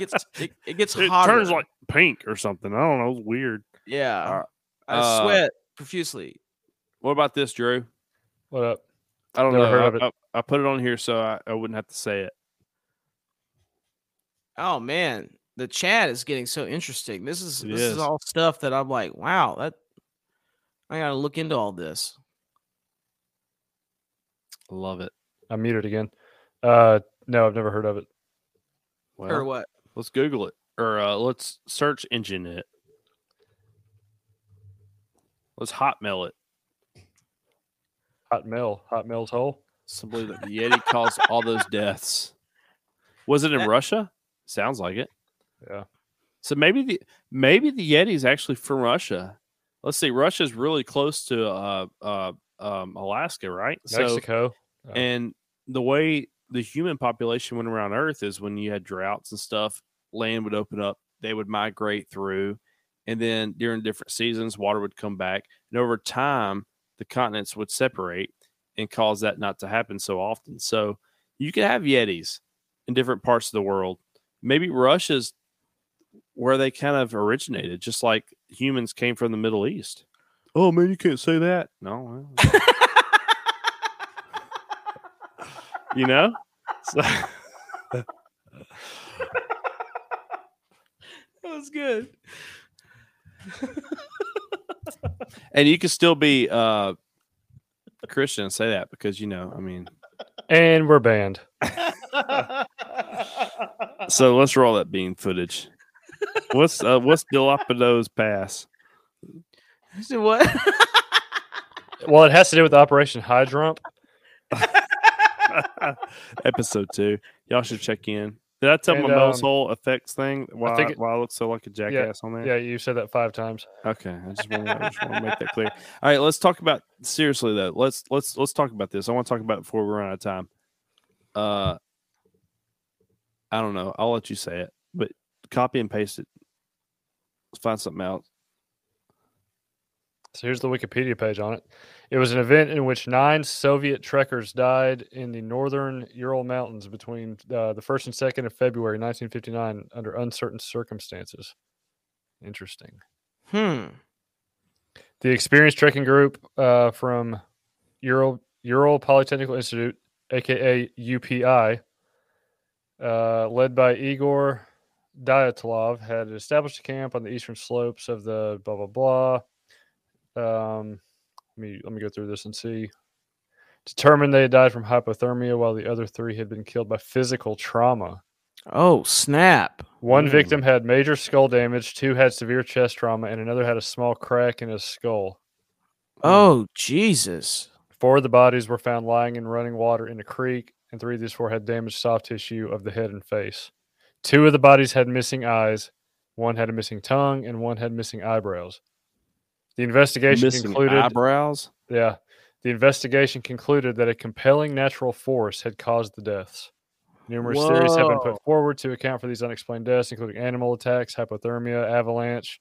Speaker 4: gets it, it gets
Speaker 3: it
Speaker 4: hotter.
Speaker 3: turns like pink or something. I don't know. It's weird.
Speaker 4: yeah. I
Speaker 3: uh,
Speaker 4: sweat profusely.
Speaker 3: What about this, Drew?
Speaker 2: What up?
Speaker 3: I don't
Speaker 2: Never
Speaker 3: know.
Speaker 2: heard
Speaker 3: I,
Speaker 2: of it.
Speaker 3: I- I put it on here so I, I wouldn't have to say it.
Speaker 4: Oh man, the chat is getting so interesting. This is
Speaker 3: It
Speaker 4: this
Speaker 3: is.
Speaker 4: is all stuff that I'm like, wow, that I gotta look into all this.
Speaker 3: Love it.
Speaker 2: I'm muted again. Uh, no, I've never heard of it.
Speaker 3: Well,
Speaker 4: or what?
Speaker 3: let's Google it or uh, let's search engine it. Let's hotmail it.
Speaker 2: Hot Mill, Hot Mill's hole.
Speaker 3: Somebody that the Yeti caused all those deaths. Was it in
Speaker 4: That-
Speaker 3: Russia? Sounds like it.
Speaker 2: Yeah.
Speaker 3: So maybe the maybe the Yeti is actually from Russia. Let's see. Russia's really close to uh, uh, um, Alaska, right? So
Speaker 2: Mexico. Yeah.
Speaker 3: And the way the human population went around Earth is when you had droughts and stuff, land would open up, they would migrate through, and then during different seasons, water would come back. And over time, the continents would separate and cause that not to happen so often. So you could have Yetis in different parts of the world. Maybe Russia's where they kind of originated, just like humans came from the Middle East. Oh man, you can't say that. No, well, you know so,
Speaker 4: That was good.
Speaker 3: and you can still be uh christian and say that because you know i mean
Speaker 2: And we're banned.
Speaker 4: Uh-uh.
Speaker 3: so let's roll that bean footage what's uh what's dilapido's pass
Speaker 4: You said what?
Speaker 2: Well, it has to do with Operation Hydrump.
Speaker 3: episode two y'all should check in did i tell
Speaker 2: And,
Speaker 3: my mouse
Speaker 2: um,
Speaker 3: hole effects thing why I,
Speaker 2: think it-
Speaker 3: why I look so like a jackass on there
Speaker 2: Yeah, you said that five times.
Speaker 3: Okay, I just want to make that clear. All right, let's talk about seriously though. Let's let's let's talk about this. I want to talk about it before we run out of time. Uh, I don't know. I'll let you say it, but copy and paste it. Let's find something else.
Speaker 2: So here's the Wikipedia page on it. It was an event in which nine Soviet trekkers died in the northern Ural Mountains between uh, the 1st and 2nd of February 1959 under uncertain circumstances. Interesting.
Speaker 4: hmm.
Speaker 2: The experienced trekking group uh, from Ural, Ural Polytechnical Institute, aka UPI, uh, led by Igor Dyatlov, had established a camp on the eastern slopes of the blah blah blah. Um, let me let me go through this and see. Determined they had died from hypothermia, while the other three had been killed by physical trauma.
Speaker 4: Oh snap!
Speaker 2: One
Speaker 3: Mm.
Speaker 2: victim had major skull damage, two had severe chest trauma, and another had a small crack in his skull.
Speaker 4: Oh Jesus!
Speaker 2: Four of the bodies were found lying in running water in a creek, and three of these four had damaged soft tissue of the head and face. Two of the bodies had missing eyes, one had a missing tongue, and one had missing eyebrows. The investigation
Speaker 3: Missing
Speaker 2: concluded.
Speaker 3: eyebrows.
Speaker 2: yeah. The investigation concluded that a compelling natural force had caused the deaths. Numerous theories have been put forward to account for these unexplained deaths, including animal attacks, hypothermia, avalanche,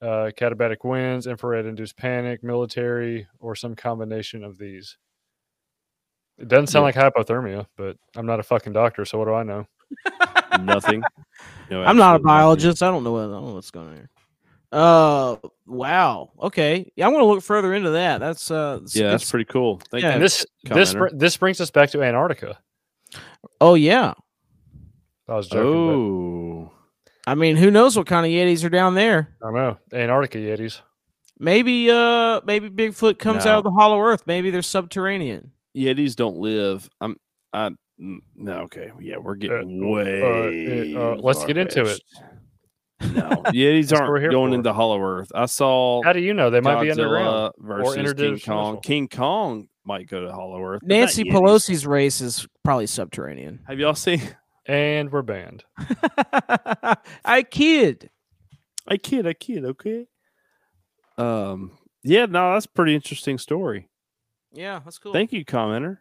Speaker 2: uh, catabatic winds, infrared induced panic, military, or some combination of these. It doesn't sound like hypothermia, but I'm not a fucking doctor, so what do I know?
Speaker 3: Nothing. No,
Speaker 4: I'm not a
Speaker 3: absolutely nothing.
Speaker 4: biologist. I don't know. What, I don't know what's going on here. Uh, wow. Okay. Yeah, I'm gonna look further into that. That's uh. it's-
Speaker 3: Yeah, that's
Speaker 4: it's-
Speaker 3: pretty cool. Thank
Speaker 4: Yeah.
Speaker 3: you.
Speaker 2: And this this
Speaker 3: Commenter.
Speaker 2: br- this brings us back to Antarctica.
Speaker 4: oh yeah.
Speaker 2: I was joking. but-
Speaker 3: Oh,
Speaker 4: I mean, who knows what kind of yetis are down there?
Speaker 2: I know Antarctica Yetis.
Speaker 4: Maybe uh, maybe Bigfoot comes out
Speaker 3: No.
Speaker 4: of the hollow earth. Maybe they're subterranean.
Speaker 3: Yetis don't live. I'm. I mm, no. Okay. Yeah, we're getting way.
Speaker 2: uh, let's get into it.
Speaker 3: far-fetched. No, Yetis
Speaker 2: That's what we're here
Speaker 3: aren't going
Speaker 2: for.
Speaker 3: into Hollow Earth. I saw
Speaker 2: How do you know they might be
Speaker 3: Godzilla
Speaker 2: underground?
Speaker 3: versus King Kong.
Speaker 2: interdimensional.
Speaker 3: King Kong might go to Hollow Earth. but not
Speaker 4: Nancy
Speaker 3: Yetis.
Speaker 4: Pelosi's race is probably subterranean.
Speaker 3: Have y'all seen?
Speaker 2: And we're banned.
Speaker 4: I kid.
Speaker 3: I kid. I kid. Okay. Um. Yeah. No, that's a pretty interesting story.
Speaker 4: Yeah, that's cool.
Speaker 3: Thank you, commenter.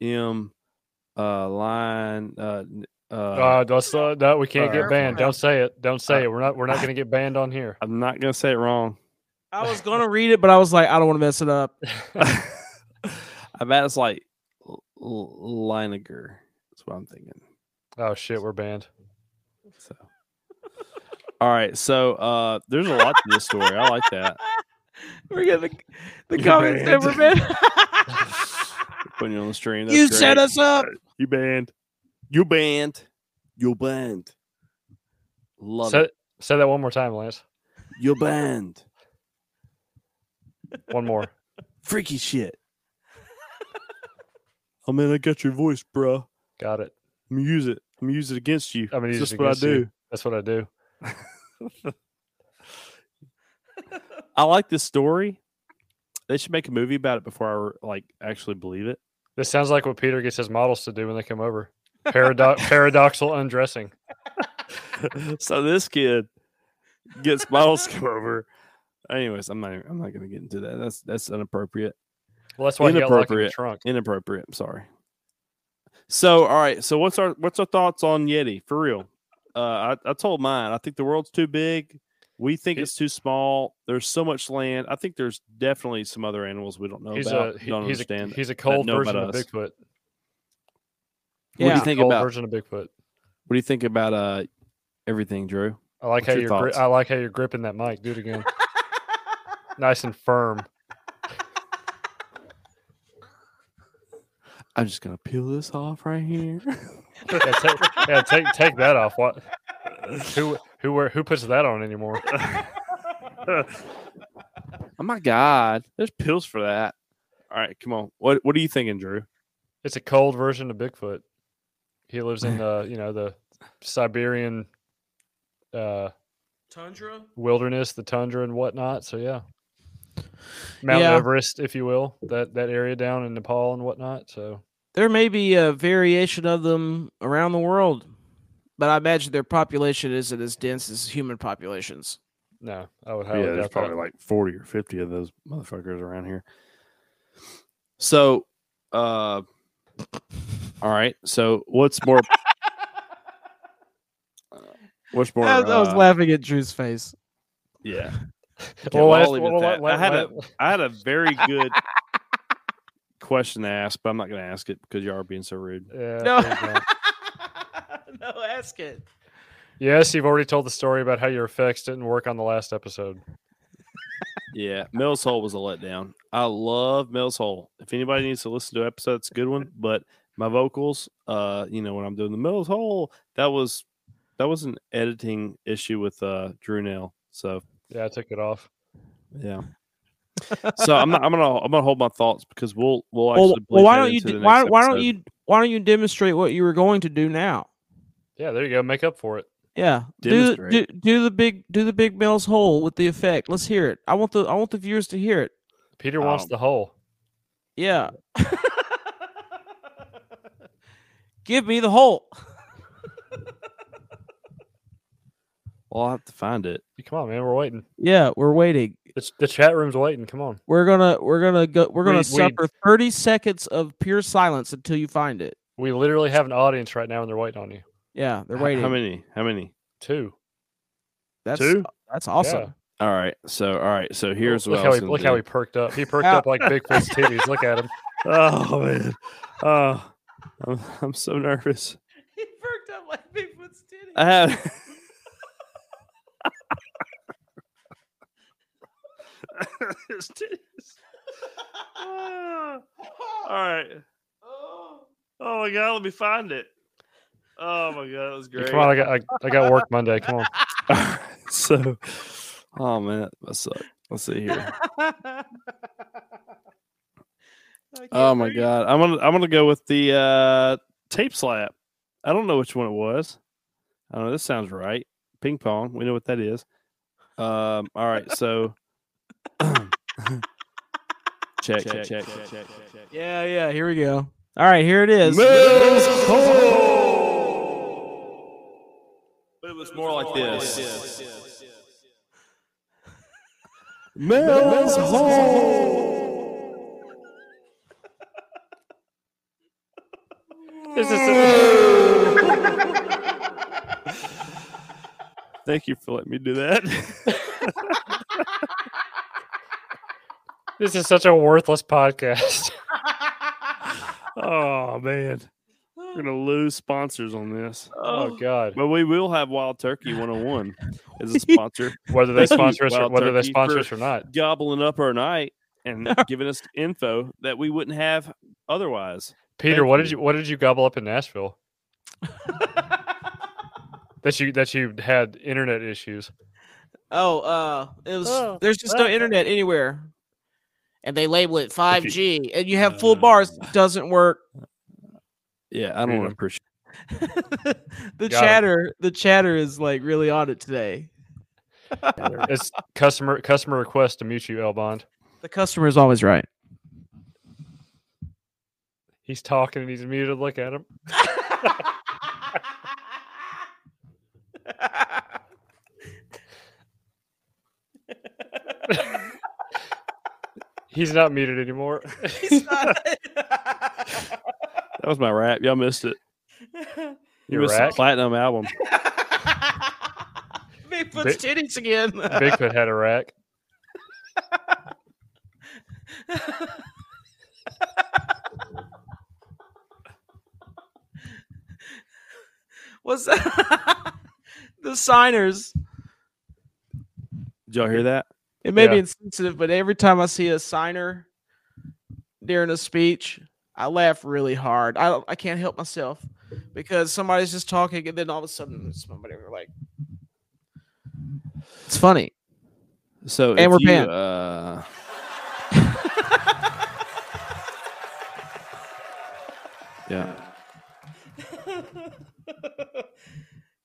Speaker 3: M. Uh, line. Uh, n- uh,
Speaker 2: Uh, that's, uh, no, we can't
Speaker 3: uh,
Speaker 2: get banned. Don't say it. Don't say
Speaker 3: uh,
Speaker 2: it. We're not. We're not going to get banned on here.
Speaker 3: I'm not gonna say it wrong.
Speaker 4: I was gonna read it, but I was like, I don't want to mess it up.
Speaker 3: I bet it's like L- L- Leiniger. That's what I'm thinking.
Speaker 2: Oh shit, we're banned.
Speaker 3: So, all right. So uh, there's a lot to this story. I like that.
Speaker 4: We're getting the, the
Speaker 3: You're
Speaker 4: comments
Speaker 3: banned.
Speaker 4: never been.
Speaker 3: Putting you on the stream.
Speaker 4: you
Speaker 3: that's
Speaker 4: set
Speaker 3: great.
Speaker 4: us up.
Speaker 3: You banned. You banned. You banned. Love
Speaker 2: Say,
Speaker 3: it.
Speaker 2: say that one more time, Lance.
Speaker 3: You banned.
Speaker 2: One more.
Speaker 3: Freaky shit. I mean, I got your voice, bruh.
Speaker 2: Got it.
Speaker 3: I'm gonna use it. I'm gonna use it against you.
Speaker 2: I'm gonna
Speaker 3: It's
Speaker 2: use it
Speaker 3: just what I
Speaker 2: against you.
Speaker 3: do.
Speaker 2: That's what I do.
Speaker 3: I like this story. They should make a movie about it before I re- like actually believe it.
Speaker 2: This sounds like what Peter gets his models to do when they come over. Paradox, paradoxal undressing.
Speaker 3: so this kid gets models to come over. Anyways, I'm not. even- I'm not gonna get into that. That's that's inappropriate.
Speaker 2: Well, that's why he got locked in the
Speaker 3: Inappropriate.
Speaker 2: trunk.
Speaker 3: Inappropriate. I'm sorry. So all right. So what's our what's our thoughts on Yeti for real? Uh, I, I told mine. I think the world's too big. We think
Speaker 2: He-
Speaker 3: it's too small. There's so much land. I think there's definitely some other animals we don't know
Speaker 2: He's
Speaker 3: about.
Speaker 2: a he-
Speaker 3: don't
Speaker 2: he's a
Speaker 3: understand.
Speaker 2: he's a cold
Speaker 3: know
Speaker 2: version
Speaker 3: about
Speaker 2: of
Speaker 3: us.
Speaker 2: Bigfoot.
Speaker 3: What do
Speaker 4: Yeah.
Speaker 3: you think
Speaker 2: cold
Speaker 3: about?
Speaker 2: version of Bigfoot.
Speaker 3: What do you think about uh everything, Drew?
Speaker 2: I like
Speaker 3: What's
Speaker 2: how
Speaker 3: your
Speaker 2: you're. Gri-
Speaker 3: thoughts?
Speaker 2: I like how you're gripping that mic. Do it again. nice and firm.
Speaker 3: I'm just gonna peel this off right here.
Speaker 2: Yeah, take, yeah, take take that off. What? Who who wear, who puts that on anymore?
Speaker 3: oh my god, there's pills for that. All right, come on. What what are you thinking, Drew?
Speaker 2: It's a cold version of Bigfoot. He lives in the you know the Siberian uh,
Speaker 4: Tundra.
Speaker 2: wilderness, the tundra and whatnot. So yeah, Mount
Speaker 4: Yeah.
Speaker 2: Everest, if you will, that that area down in Nepal and whatnot. So
Speaker 4: There may be a variation of them around the world, but I imagine their population isn't as dense as human populations.
Speaker 2: no, I would highly doubt that.
Speaker 3: like 40 or 50 of those motherfuckers around here. So, uh, all right. So, what's more? what's more? uh,
Speaker 4: laughing at Drew's face.
Speaker 3: yeah.
Speaker 2: Well,
Speaker 3: Well, I'll
Speaker 2: let's-
Speaker 3: leave it
Speaker 2: well, let-
Speaker 3: at that.
Speaker 2: let-
Speaker 3: I had
Speaker 2: let-
Speaker 3: a I had a very good question to ask, but I'm not going to ask it because you are being so rude.
Speaker 2: yeah,
Speaker 4: No.
Speaker 2: there you go.
Speaker 4: no, ask it.
Speaker 2: yes, you've already told the story about how your effects didn't work on the last episode.
Speaker 3: Yeah, Mel's Hole was a letdown. I love Mel's Hole. If anybody needs to listen to an episode, it's a good one. But my vocals, uh, you know, when I'm doing the Mel's Hole, that was that was an editing issue with uh Drew Nail. So
Speaker 2: Yeah, I took it off.
Speaker 3: yeah. so I'm not, I'm gonna I'm gonna hold my thoughts because we'll we'll actually bleep
Speaker 4: Well, well, why
Speaker 3: that
Speaker 4: don't you?
Speaker 3: into the
Speaker 4: d-
Speaker 3: next
Speaker 4: Why, why don't
Speaker 3: episode.
Speaker 4: you? Why don't you demonstrate what you were going to do now?
Speaker 2: Yeah, there you go. Make up for it.
Speaker 4: Yeah, do, the- do
Speaker 3: Demonstrate.
Speaker 4: do the big do the big Mel's hole with the effect. Let's hear it. I want the I want the viewers to hear it.
Speaker 2: Peter wants
Speaker 3: Um,
Speaker 2: the whole.
Speaker 4: Yeah. Give me the hole.
Speaker 3: Well, I'll have to find it.
Speaker 2: Come on, man. We're waiting.
Speaker 4: Yeah, we're waiting.
Speaker 2: The, ch- the chat room's waiting. Come on.
Speaker 4: We're gonna we're gonna go we're
Speaker 2: We-
Speaker 4: gonna
Speaker 2: we-
Speaker 4: suffer 30 seconds of pure silence until you find it.
Speaker 2: We literally have an audience right now, and they're waiting on you.
Speaker 4: Yeah, they're
Speaker 3: H-
Speaker 4: waiting.
Speaker 3: How many? How many?
Speaker 2: Two.
Speaker 4: that's
Speaker 3: Two?
Speaker 4: that's awesome.
Speaker 3: All right. So all right. So here's
Speaker 2: look how
Speaker 3: what I was
Speaker 2: he
Speaker 3: gonna
Speaker 2: look
Speaker 3: do.
Speaker 2: how he perked up. He perked
Speaker 4: Ow.
Speaker 2: up like Bigfoot's titties. Look at him.
Speaker 3: Oh man. Oh, I'm, I'm so nervous.
Speaker 4: He perked up like Bigfoot's titty.
Speaker 3: I have. His titties. Ah. All right. Oh my god, let me find it. Oh my god, that was great.
Speaker 2: Come on, I got I, I got work Monday. Come on.
Speaker 3: so, oh man, that sucked. Let's see here. Oh my god, I'm gonna I'm gonna go with the uh, tape slap. I don't know which one it was. I don't know. This sounds right. Ping pong. We know what that is. Um. All right. So. check, check, check, check, check,
Speaker 4: Yeah, yeah, here we go. All right, here it is.
Speaker 3: But it was more like this.
Speaker 2: This is
Speaker 3: Thank you for letting me do that.
Speaker 2: this is such a worthless podcast.
Speaker 3: oh man, we're gonna lose sponsors on this.
Speaker 2: Oh God.
Speaker 3: But we will have Wild Turkey 101 as a sponsor,
Speaker 2: Whether they
Speaker 3: Thank you,
Speaker 2: sponsor us or
Speaker 3: Wild
Speaker 2: whether they
Speaker 3: Turkey,
Speaker 2: sponsor
Speaker 3: for-
Speaker 2: us or not.
Speaker 3: gobbling up our night and giving us info that we wouldn't have otherwise.
Speaker 2: Peter,
Speaker 3: Thank
Speaker 2: what did
Speaker 3: you.
Speaker 2: you what did you gobble up in Nashville? that you that you had internet issues.
Speaker 4: Oh, uh, it was.
Speaker 2: Oh,
Speaker 4: there's just no
Speaker 2: okay.
Speaker 4: internet anywhere, and they label it 5G, and you have full bars. It doesn't work.
Speaker 3: Yeah, I don't
Speaker 2: Freedom.
Speaker 3: appreciate.
Speaker 4: the
Speaker 2: Got 'em.
Speaker 4: chatter, the chatter is like really on it today.
Speaker 2: It's customer customer request to mute you, L Bond.
Speaker 4: The customer is always right.
Speaker 2: He's talking and he's muted. Look at him. He's not muted anymore.
Speaker 4: He's not-
Speaker 3: That was my rap. Y'all missed it. You
Speaker 2: Your
Speaker 3: missed the
Speaker 2: rack.
Speaker 3: platinum album.
Speaker 4: Bigfoot's titties again.
Speaker 2: Bigfoot had a rack.
Speaker 4: What's that? the signers?
Speaker 3: Did y'all hear that?
Speaker 4: It may be
Speaker 2: Yeah.
Speaker 4: insensitive, but every time I see a signer during a speech, I laugh really hard. I don't- I can't help myself because somebody's just talking, and then all of a sudden somebody we're like, "It's funny."
Speaker 3: So
Speaker 4: And
Speaker 3: if
Speaker 4: we're
Speaker 3: you,
Speaker 4: banned.
Speaker 3: Uh, yeah.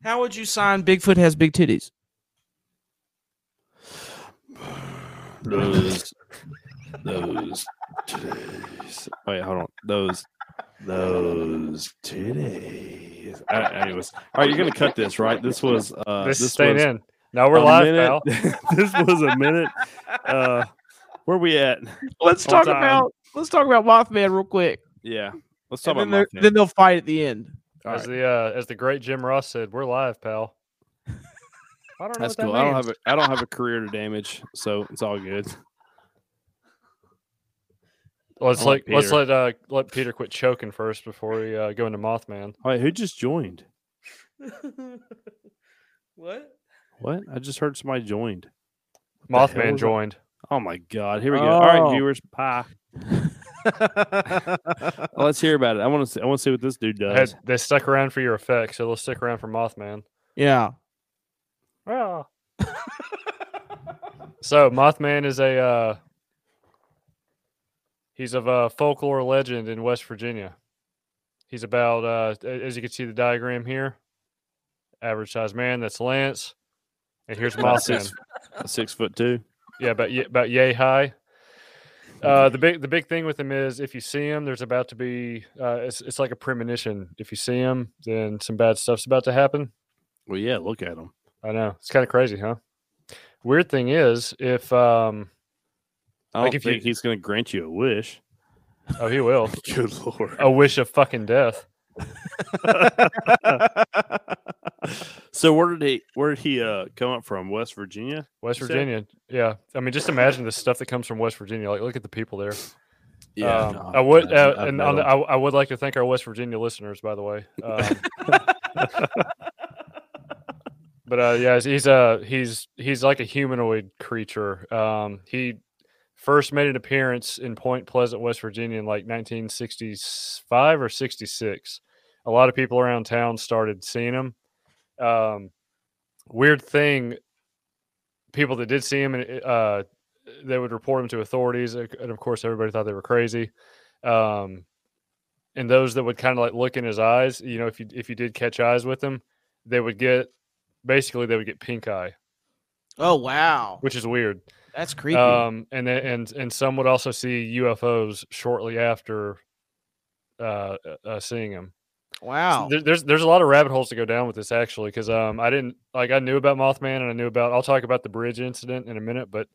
Speaker 4: How would you sign Bigfoot has big titties?
Speaker 3: Those. those. Titties. Wait, hold on. Those. Those titties. I, anyways, all right, you're gonna cut this, right? This was. Uh,
Speaker 2: this,
Speaker 3: this
Speaker 2: is staying
Speaker 3: was
Speaker 2: in. Now we're
Speaker 3: a
Speaker 2: live,
Speaker 3: minute-
Speaker 2: pal.
Speaker 3: this was a minute. Uh, where we at?
Speaker 4: Let's
Speaker 3: On
Speaker 4: talk
Speaker 3: time.
Speaker 4: about let's talk about Mothman real quick.
Speaker 3: Yeah. Let's talk
Speaker 4: And then,
Speaker 3: about
Speaker 4: they're-
Speaker 3: Mothman.
Speaker 4: then they'll fight at the end.
Speaker 3: All
Speaker 2: as
Speaker 3: right.
Speaker 2: the uh, as the great Jim Ross said, "We're live, pal." I don't know
Speaker 3: That's
Speaker 2: what
Speaker 3: cool.
Speaker 2: that
Speaker 3: I don't
Speaker 2: means.
Speaker 3: have a I don't have a career to damage, so it's all good.
Speaker 2: Let's
Speaker 3: I like
Speaker 2: let let's
Speaker 3: Peter.
Speaker 2: let uh, let Peter quit choking first before we uh, go into Mothman.
Speaker 3: All right, who just joined?
Speaker 4: what?
Speaker 3: What? I just heard somebody joined. What the hell
Speaker 2: Mothman
Speaker 3: was that?
Speaker 2: joined.
Speaker 3: Oh my god, here we go. All
Speaker 4: Oh.
Speaker 3: right, viewers, pie. Let's hear about it. I want to see I want to see what this dude
Speaker 2: Had-
Speaker 3: does.
Speaker 2: they stuck around for your effect, so they'll stick around for Mothman.
Speaker 4: yeah.
Speaker 2: So Mothman is a uh, he's of a folklore legend in West Virginia. He's about uh, a- as you can see the diagram here. Average sized man. That's Lance. And here's
Speaker 3: About
Speaker 2: Mothman.
Speaker 3: six, a six foot two.
Speaker 2: Yeah, about ye- about yay high. Uh, the big the big thing with him is if you see him, there's about to be uh, it's it's like a premonition. If you see him, then some bad stuff's about to happen.
Speaker 3: Well, yeah, look at him.
Speaker 2: I know it's kind of crazy, huh? Weird thing is, if um,
Speaker 3: I don't
Speaker 2: Like, if you-
Speaker 3: think he's going to grant you a wish.
Speaker 2: oh, he will
Speaker 3: Good lord.
Speaker 2: a wish of fucking death.
Speaker 3: so where did he where did he uh, come up from? West Virginia.
Speaker 2: West
Speaker 3: You said-
Speaker 2: Virginia, yeah. I mean, just imagine the stuff that comes from West Virginia. Like, look at the people there. Um,
Speaker 3: no,
Speaker 2: I would,
Speaker 3: I've-
Speaker 2: uh,
Speaker 3: I've
Speaker 2: and
Speaker 3: met
Speaker 2: on the,
Speaker 3: him.
Speaker 2: I, I would like to thank our West Virginia listeners, by the way. Um, but uh, yeah, he's, he's uh he's he's like a humanoid creature. Um, he first made an appearance in Point Pleasant, West Virginia, in like 1965 or 66. A lot of people around town started seeing him. Um, weird thing, people that did see him and uh, they would report him to authorities, uh, and of course, everybody thought they were crazy. Um, and those that would kind of like look in his eyes, you know, if you if you did catch eyes with him, they would get basically they would get pink eye,
Speaker 4: Oh wow,
Speaker 2: which is weird.
Speaker 4: that's creepy.
Speaker 2: Um, and then- and and some would also see UFOs shortly after uh, uh seeing him. So
Speaker 4: wow.
Speaker 2: there- there's there's a lot of rabbit holes to go down with this actually because um I didn't like I knew about Mothman and I knew about I'll talk about the bridge incident in a minute, but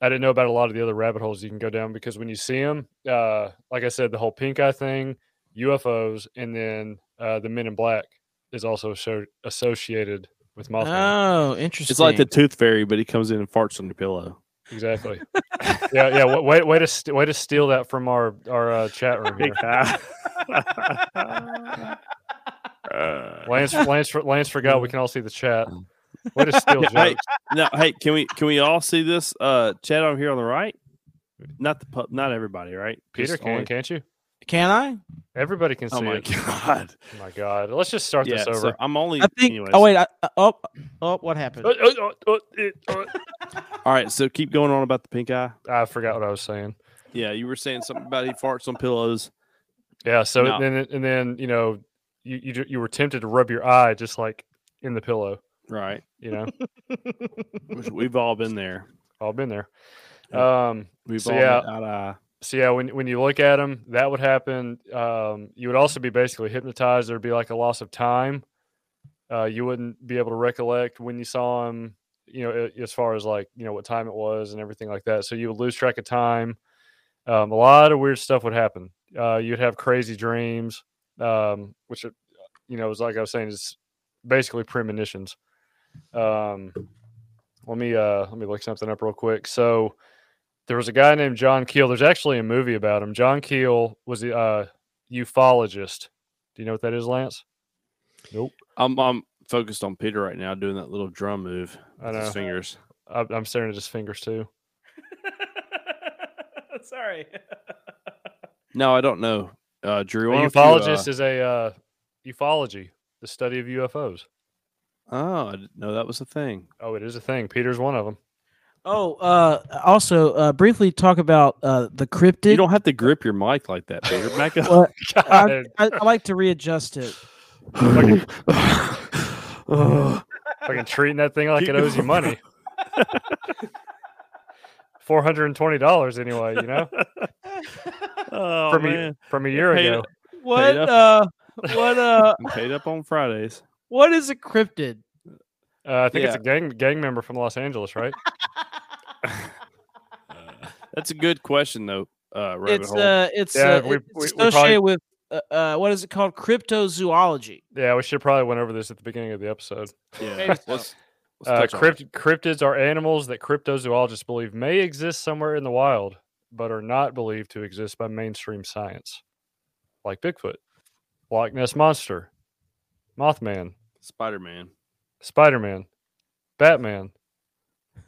Speaker 2: I didn't know about a lot of the other rabbit holes you can go down because when you see them, uh, like I said, the whole pink eye thing, UFOs, and then uh, the Men in Black is also so- associated with Mothman.
Speaker 4: Oh, interesting.
Speaker 3: It's like the tooth fairy, but he comes in and farts on your pillow.
Speaker 2: exactly. yeah, yeah. wa- Way, way to st- way to steal that from our our uh, chat room. Here. Lance Lance for- Lance forgot we can all see the chat. Way to steal
Speaker 3: Yeah,
Speaker 2: jokes.
Speaker 3: I- now, hey, can we can we all see this uh chat on here on the right? Not the pub, not everybody, right?
Speaker 2: Peter
Speaker 3: Just
Speaker 2: can
Speaker 3: only-
Speaker 2: can't you?
Speaker 4: Can I?
Speaker 2: Everybody can see
Speaker 3: Oh my
Speaker 2: it.
Speaker 3: god!
Speaker 2: Oh my god! Let's just start
Speaker 3: Yeah,
Speaker 2: this
Speaker 3: so
Speaker 2: over.
Speaker 3: I'm only.
Speaker 4: I think.
Speaker 3: anyways.
Speaker 4: Oh wait. I, uh, oh, oh, what happened?
Speaker 2: Uh, uh, uh, uh, it- uh.
Speaker 3: All right, so keep going on about the pink eye.
Speaker 2: I forgot what I was saying.
Speaker 3: Yeah, you were saying something about he farts on pillows.
Speaker 2: Yeah. So
Speaker 3: No.
Speaker 2: then and then you know you, you ju- you were tempted to rub your eye just like in the pillow.
Speaker 3: Right,
Speaker 2: You know,
Speaker 3: Which we've all been there.
Speaker 2: all been there. Um.
Speaker 3: We've
Speaker 2: So,
Speaker 3: all
Speaker 2: yeah.
Speaker 3: been out eye.
Speaker 2: So yeah, when when you look at them, that would happen. Um, you would also be basically hypnotized. There'd be like a loss of time. Uh, you wouldn't be able to recollect when you saw him. You know, a- as far as like you know what time it was and everything like that. So you would lose track of time. Um, a lot of weird stuff would happen. Uh, you'd have crazy dreams, um, which are- you know is like I was saying is basically premonitions. Um, let me uh, let me look something up real quick. So there was a guy named John Keel. There's actually a movie about him. John Keel was a uh, ufologist. Do you know what that is, Lance?
Speaker 3: I'm I'm focused on Peter right now doing that little drum move
Speaker 2: I
Speaker 3: with his
Speaker 2: know.
Speaker 3: fingers.
Speaker 2: I- I'm staring at his fingers too.
Speaker 4: Sorry.
Speaker 3: No, I don't know. Uh,
Speaker 2: A
Speaker 3: Drew, why don't you, uh,
Speaker 2: ufologist is a uh, ufology, the study of UFOs.
Speaker 3: oh, I didn't know that was a thing.
Speaker 2: Oh, it is a thing. Peter's one of them.
Speaker 4: Oh, uh, also uh, briefly talk about uh, the cryptid.
Speaker 3: you don't have to grip your mic like that, Peter. Back up.
Speaker 4: Well, I,
Speaker 2: God,
Speaker 4: I, I like to readjust it.
Speaker 2: Fucking-
Speaker 3: Ugh.
Speaker 2: fucking treating that thing like
Speaker 3: Keep
Speaker 2: it owes you
Speaker 3: going.
Speaker 2: money. Four hundred and twenty dollars, anyway. You know,
Speaker 3: oh,
Speaker 2: from
Speaker 3: man.
Speaker 2: a from a year
Speaker 3: Hey,
Speaker 2: ago.
Speaker 4: What?
Speaker 3: up.
Speaker 4: Uh, what? Uh,
Speaker 3: I'm paid up on Fridays.
Speaker 4: what is a cryptid?
Speaker 2: Uh, I think it's
Speaker 3: yeah.
Speaker 2: a gang gang member from Los Angeles, right?
Speaker 3: Uh, That's a good question, though. Uh, rabbit
Speaker 4: it's
Speaker 3: hole.
Speaker 4: uh, it's,
Speaker 2: Yeah,
Speaker 4: uh,
Speaker 2: we-
Speaker 4: it's
Speaker 2: we- we probably-
Speaker 4: associated with uh, uh, what is it called? Cryptozoology.
Speaker 2: Yeah, we should probably went over this at the beginning of the episode.
Speaker 3: yeah.
Speaker 4: maybe so.
Speaker 3: Let's, let's
Speaker 2: Uh,
Speaker 3: touch on it.
Speaker 2: crypt- cryptids are animals that cryptozoologists believe may exist somewhere in the wild, but are not believed to exist by mainstream science, like Bigfoot, Loch Ness Monster, Mothman,
Speaker 3: Spider-Man.
Speaker 2: Spider Man, Batman,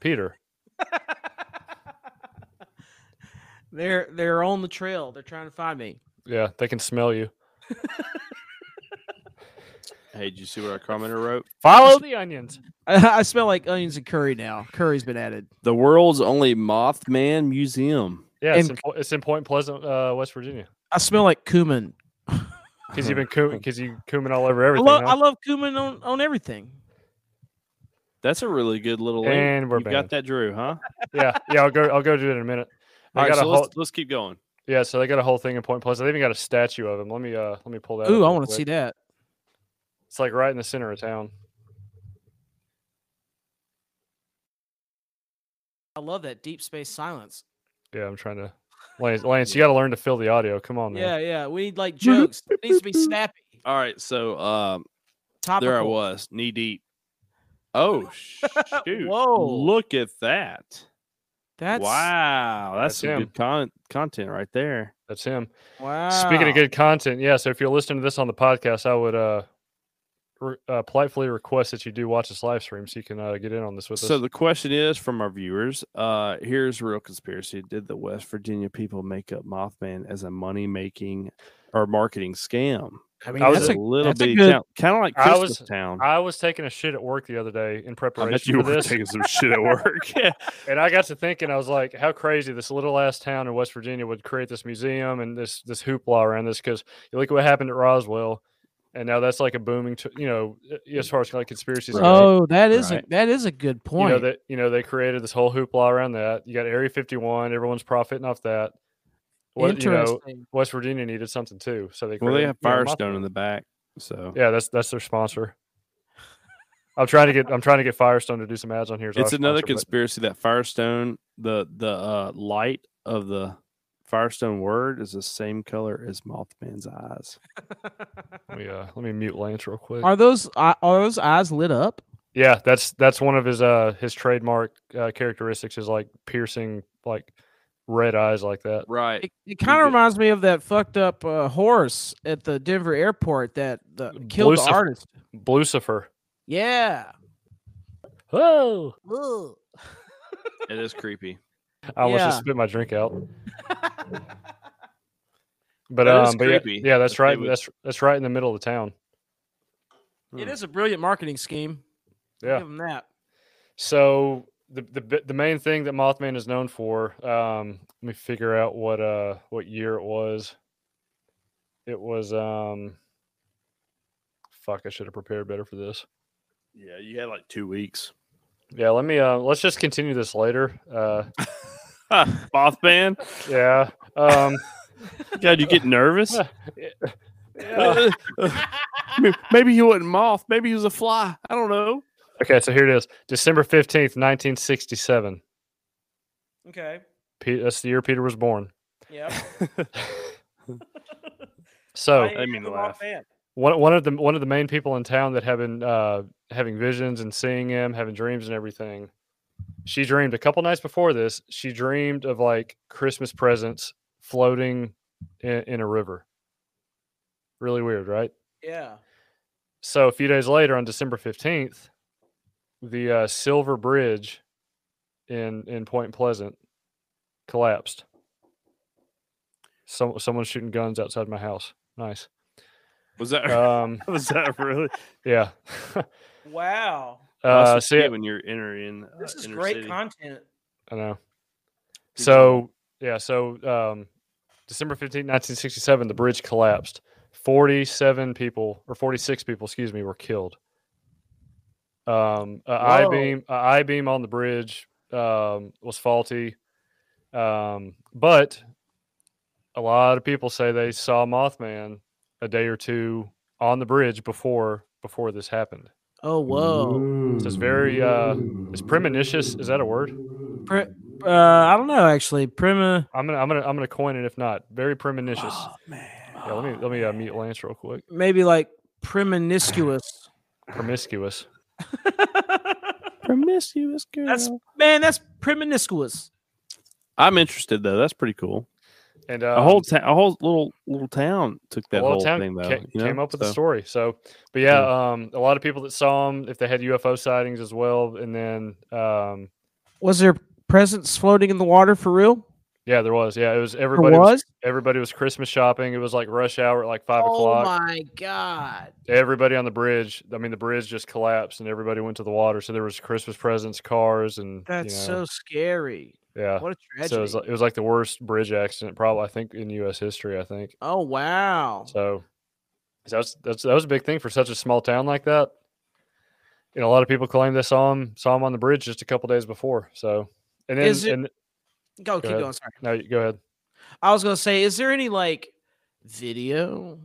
Speaker 2: Peter.
Speaker 4: they're they're on the trail. They're trying to find me.
Speaker 2: Yeah, they can smell you.
Speaker 3: Hey, did you see what our commenter wrote?
Speaker 2: Follow the onions.
Speaker 4: I, I smell like onions and curry now. Curry's been added.
Speaker 3: The world's only Mothman museum.
Speaker 2: Yeah, it's,
Speaker 4: And-
Speaker 2: in, Po- it's in Point Pleasant, uh, West Virginia.
Speaker 4: I smell like cumin.
Speaker 2: Because you've been cooing, because you cumin all over
Speaker 4: I,
Speaker 2: everything.
Speaker 4: lo-
Speaker 2: huh?
Speaker 4: I love cumin on, on everything.
Speaker 3: That's a really good little. link.
Speaker 2: And we're
Speaker 3: you got
Speaker 2: banned.
Speaker 3: that, Drew? Huh?
Speaker 2: yeah, yeah. I'll go. I'll go do it in a minute. They
Speaker 3: All right,
Speaker 2: got
Speaker 3: so
Speaker 2: a whole,
Speaker 3: let's, let's keep going.
Speaker 2: yeah, so they got a whole thing in Point Pleasant. They even got a statue of him. Let me uh, let me pull that. up
Speaker 4: Ooh, I
Speaker 2: real
Speaker 4: want to
Speaker 2: quick.
Speaker 4: see that.
Speaker 2: It's like right in the center of town.
Speaker 4: I love that deep space silence.
Speaker 2: Yeah, I'm trying to. Lance, Lance you got to learn to fill the audio. Come
Speaker 3: Oh,
Speaker 2: on, man.
Speaker 4: Yeah, yeah. We need like jokes. It needs to be snappy.
Speaker 3: All right, so um,
Speaker 4: Topical.
Speaker 3: there I was, knee deep. Oh shoot!
Speaker 4: Whoa.
Speaker 3: Look at that!
Speaker 4: That's
Speaker 3: wow, that's,
Speaker 2: That's
Speaker 3: some
Speaker 2: him.
Speaker 3: good con- content right there.
Speaker 2: That's him.
Speaker 4: wow.
Speaker 2: Speaking of good content, yeah. So if you're listening to this on the podcast, I would uh, re- uh politely request that you do watch this live stream so you can uh, get in on this with
Speaker 3: So
Speaker 2: us.
Speaker 3: the question is from our viewers: uh, Here's a real conspiracy. Did the West Virginia people make up Mothman as a money making or marketing scam?
Speaker 4: I mean,
Speaker 2: I was
Speaker 4: that's
Speaker 2: a-
Speaker 4: a,
Speaker 3: little
Speaker 4: that's a
Speaker 3: bit
Speaker 4: good-
Speaker 3: kind of like
Speaker 2: I was-
Speaker 3: Christmas Town.
Speaker 2: I was taking a shit at work the other day in
Speaker 3: I
Speaker 2: preparation
Speaker 3: bet you
Speaker 2: for
Speaker 3: were
Speaker 2: this,
Speaker 3: taking some shit at work. yeah.
Speaker 2: and I got to thinking, I was like, how crazy this little ass town in West Virginia would create this museum and this this hoopla around this because you look at what happened at Roswell, and now that's like a booming, t- you know, uh,
Speaker 3: Mm.
Speaker 2: as far as like conspiracies. go.
Speaker 4: Oh, that is
Speaker 3: Right.
Speaker 4: a that is a good
Speaker 2: you
Speaker 4: point.
Speaker 2: know that you know they created this whole hoopla around that. You got Area 51, everyone's profiting off that. What, you know,
Speaker 4: Interesting.
Speaker 2: West Virginia needed something too, so they
Speaker 3: Well, they
Speaker 2: created,
Speaker 3: have
Speaker 2: you know,
Speaker 3: Firestone
Speaker 2: Mothman.
Speaker 3: in the back, so
Speaker 2: Yeah, that's that's their sponsor. I'm trying to get I'm trying to get Firestone to do some ads on here. as our
Speaker 3: it's another
Speaker 2: sponsor,
Speaker 3: conspiracy that Firestone, the the uh, light of the Firestone word is the same color as Mothman's eyes.
Speaker 2: but Let me, uh, let me mute Lance real quick.
Speaker 4: Are those uh, are those eyes lit up?
Speaker 2: Yeah, that's that's one of his uh his trademark uh, characteristics is like piercing like red eyes like that.
Speaker 3: Right.
Speaker 4: It, it kind of
Speaker 3: did.
Speaker 4: reminds me of that fucked up uh, horse at the Denver airport that the, killed
Speaker 2: Blucif-
Speaker 4: the artist.
Speaker 2: Blucifer.
Speaker 4: Yeah.
Speaker 2: Oh,
Speaker 4: Ugh.
Speaker 3: It is creepy.
Speaker 2: I almost
Speaker 4: Yeah.
Speaker 2: just spit my drink out. But
Speaker 3: That is
Speaker 2: um, but yeah,
Speaker 3: creepy
Speaker 2: yeah, that's
Speaker 3: that they
Speaker 2: right.
Speaker 3: would-
Speaker 2: That's that's right in the middle of the town.
Speaker 4: It is a brilliant marketing scheme. I'll
Speaker 2: Yeah.
Speaker 4: Give them that.
Speaker 2: So the the bi- the main thing that Mothman is known for. Um, let me figure out what uh what year it was. It was um. Fuck! I should have prepared better for this.
Speaker 3: Yeah, you had like two weeks.
Speaker 2: Yeah, let me. Uh, let's just continue this later. Uh,
Speaker 3: Mothman,
Speaker 2: yeah. Um,
Speaker 3: God, you get nervous.
Speaker 2: yeah.
Speaker 3: Maybe he wasn't moth. Maybe he was a fly. I don't know.
Speaker 2: Okay, so here it is, December fifteenth, nineteen sixty-seven.
Speaker 4: Okay.
Speaker 2: Pe- that's the year Peter was born.
Speaker 4: Yeah.
Speaker 2: So
Speaker 3: I mean to laugh.
Speaker 2: one one of the one of the main people in town that have been uh, having visions and seeing him, having dreams and everything. She dreamed a couple nights before this. She dreamed of like Christmas presents floating in, in a river. Really weird, right?
Speaker 4: Yeah.
Speaker 2: So a few days later, on December fifteenth, the uh, Silver Bridge in in Point Pleasant collapsed. Some someone's shooting guns outside my house. Nice.
Speaker 3: Was that
Speaker 2: Um,
Speaker 3: Uh, was that really?
Speaker 2: yeah.
Speaker 4: Wow.
Speaker 2: uh,
Speaker 3: see
Speaker 2: see,
Speaker 3: when you're entering. Uh,
Speaker 4: This is
Speaker 3: inner
Speaker 4: great
Speaker 3: city.
Speaker 4: content.
Speaker 2: I know.
Speaker 3: Good
Speaker 2: So yeah, so um, December fifteenth, nineteen sixty-seven, the bridge collapsed. Forty-seven people, or forty-six people, excuse me, were killed. Um, a I
Speaker 4: Whoa.
Speaker 2: beam, a I beam on the bridge um, was faulty, um, but a lot of people say they saw Mothman a day or two on the bridge before before this happened.
Speaker 4: Oh whoa.
Speaker 2: So it's very uh, it's premonitious. Is that a word?
Speaker 4: Pre- uh, I don't know actually. Prima.
Speaker 2: I'm gonna, I'm gonna, I'm gonna coin it. If not, very premonitious.
Speaker 4: Oh,
Speaker 2: Yeah, let me, let me uh, mute Lance real quick.
Speaker 4: Maybe like premonicuous.
Speaker 2: Promiscuous.
Speaker 3: Promiscuous girl.
Speaker 4: That's man, that's premonicuous.
Speaker 3: I'm interested though. That's pretty cool.
Speaker 2: And
Speaker 3: a
Speaker 2: um,
Speaker 3: whole ta- a whole little little town took that
Speaker 2: a lot of
Speaker 3: whole
Speaker 2: town
Speaker 3: thing though.
Speaker 2: ca-
Speaker 3: you know?
Speaker 2: came up with the
Speaker 3: So,
Speaker 2: story. So, but yeah, um, a lot of people that saw him, if they had UFO sightings as well, and then um,
Speaker 4: Was there presents floating in the water for real?
Speaker 2: yeah, there was. Yeah, it was
Speaker 4: There
Speaker 2: everybody. Was?
Speaker 4: was.
Speaker 2: everybody was Christmas shopping. It was like rush hour at like five
Speaker 4: Oh
Speaker 2: o'clock.
Speaker 4: my god.
Speaker 2: Everybody on the bridge. I mean, the bridge just collapsed, and everybody went to the water. So there was Christmas presents, cars, and you
Speaker 4: That's
Speaker 2: know,
Speaker 4: so scary.
Speaker 2: yeah.
Speaker 4: What a tragedy.
Speaker 2: So it was, like- it was like the worst bridge accident, probably I think in U.S. history. I think
Speaker 4: oh wow.
Speaker 2: so. so that's that's that was a big thing for such a small town like that. You know, a lot of people claim they saw him saw him on the bridge just a couple days before. So, and then
Speaker 4: Is it-
Speaker 2: and
Speaker 4: Go, keep
Speaker 2: ahead.
Speaker 4: going. Sorry.
Speaker 2: no, you- go ahead.
Speaker 4: I was gonna say, is there any like video?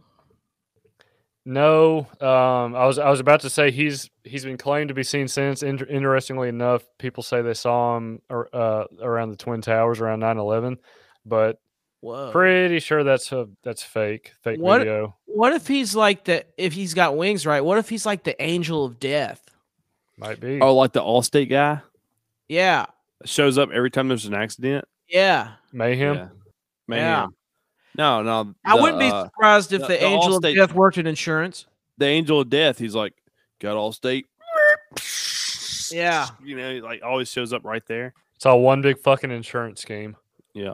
Speaker 2: No, um, I was I was about to say he's he's been claimed to be seen since. Inter- interestingly enough, people say they saw him ar- uh, around the Twin Towers around 9-11, but
Speaker 4: Whoa.
Speaker 2: pretty sure that's a that's fake fake
Speaker 4: What-
Speaker 2: video.
Speaker 4: What if he's like the if he's got wings, right? What if he's like the angel of death?
Speaker 2: Might be.
Speaker 3: Oh, like the Allstate guy
Speaker 4: Yeah.
Speaker 3: that shows up every time there's an accident.
Speaker 4: Yeah.
Speaker 2: mayhem.
Speaker 3: Yeah. Man. No, no.
Speaker 4: I
Speaker 3: the,
Speaker 4: wouldn't be
Speaker 3: uh,
Speaker 4: surprised if
Speaker 3: the-
Speaker 4: the,
Speaker 3: the
Speaker 4: angel of
Speaker 3: Allstate-
Speaker 4: death worked in insurance.
Speaker 3: the angel of death. He's like, got Allstate.
Speaker 4: Yeah.
Speaker 3: You know, he like always shows up right there.
Speaker 2: It's all one big fucking insurance scheme.
Speaker 3: Yeah.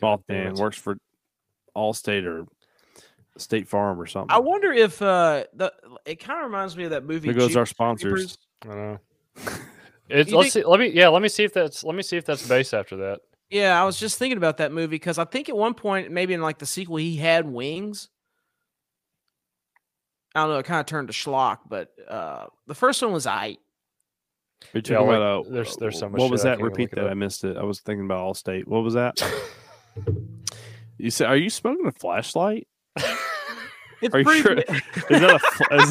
Speaker 3: Mothman
Speaker 2: damn it.
Speaker 3: works for Allstate or State Farm or something.
Speaker 4: I wonder if uh the it kind of reminds me of that movie.
Speaker 3: there goes our
Speaker 4: Jeepers
Speaker 3: sponsors.
Speaker 4: Creepers.
Speaker 2: I know. It's,
Speaker 4: You
Speaker 2: let's
Speaker 4: think-
Speaker 2: see. Let me. Yeah. Let me see if that's. Let me see if that's based after that.
Speaker 4: Yeah, I was just thinking about that movie because I think at one point, maybe in like the sequel, he had wings. I don't know. It kind of turned to schlock, but uh the first one was I.
Speaker 3: You're
Speaker 2: Yeah,
Speaker 3: talking
Speaker 2: like,
Speaker 3: about uh,
Speaker 2: there's- there's so much
Speaker 3: What was
Speaker 2: shit I
Speaker 3: that?
Speaker 2: can't even
Speaker 3: Repeat
Speaker 2: look it
Speaker 3: that.
Speaker 2: up.
Speaker 3: I missed it. I was thinking about Allstate. What was that? you said, "Are you smoking a flashlight?
Speaker 4: It's
Speaker 3: Are you
Speaker 4: pretty.
Speaker 3: sure?
Speaker 4: mi-
Speaker 3: Is that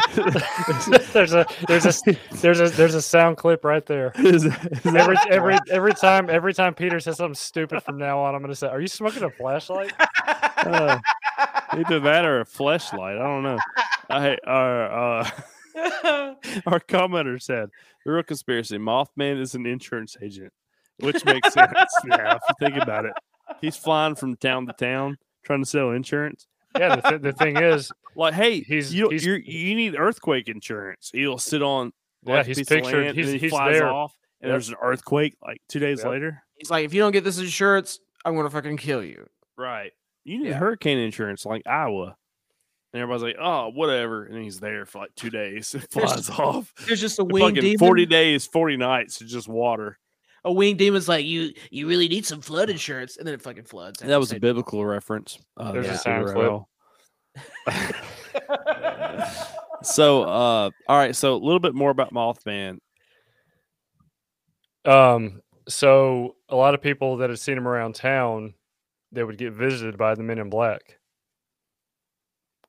Speaker 3: a? fl- is that,
Speaker 2: there's a there's a there's a there's a sound clip right there.
Speaker 3: is, that- is that
Speaker 2: Every every every time every time Peter says something stupid from now on, I'm gonna say, "Are you smoking a flashlight?"
Speaker 3: uh, either that or a flashlight? I don't know. I our uh, our commenter said the real conspiracy: Mothman is an insurance agent, which makes sense now if you think about it. He's flying from town to town trying to sell insurance.
Speaker 2: Yeah. The, th- the thing is,
Speaker 3: Like, hey,
Speaker 2: He's-
Speaker 3: you,
Speaker 2: he's-
Speaker 3: you're, you need earthquake insurance. He'll sit on
Speaker 2: Yeah,
Speaker 3: like, a
Speaker 2: he's
Speaker 3: piece of
Speaker 2: pictured-
Speaker 3: land,
Speaker 2: he's-
Speaker 3: and then he
Speaker 2: he's
Speaker 3: flies
Speaker 2: there.
Speaker 3: off, and
Speaker 2: Yep.
Speaker 3: there's an earthquake like two days
Speaker 2: Yep.
Speaker 3: later.
Speaker 4: He's like, if you don't get this insurance, I'm gonna fucking kill you.
Speaker 3: Right. You need
Speaker 4: Yeah.
Speaker 3: hurricane insurance like Iowa. And everybody's like, oh, whatever. And he's there for like two days. It flies off.
Speaker 4: There's just a
Speaker 3: And
Speaker 4: winged
Speaker 3: fucking
Speaker 4: demon.
Speaker 3: 40 days, 40 nights. It's just water.
Speaker 4: a winged demon's like, you you really need some flood insurance, and then it fucking floods.
Speaker 3: That was a biblical reference. Uh,
Speaker 2: There's
Speaker 4: a
Speaker 2: sound clip.
Speaker 3: so, uh, all right. So, a little bit more about Mothman.
Speaker 2: um, so a lot of people that had seen him around town, they would get visited by the Men in Black.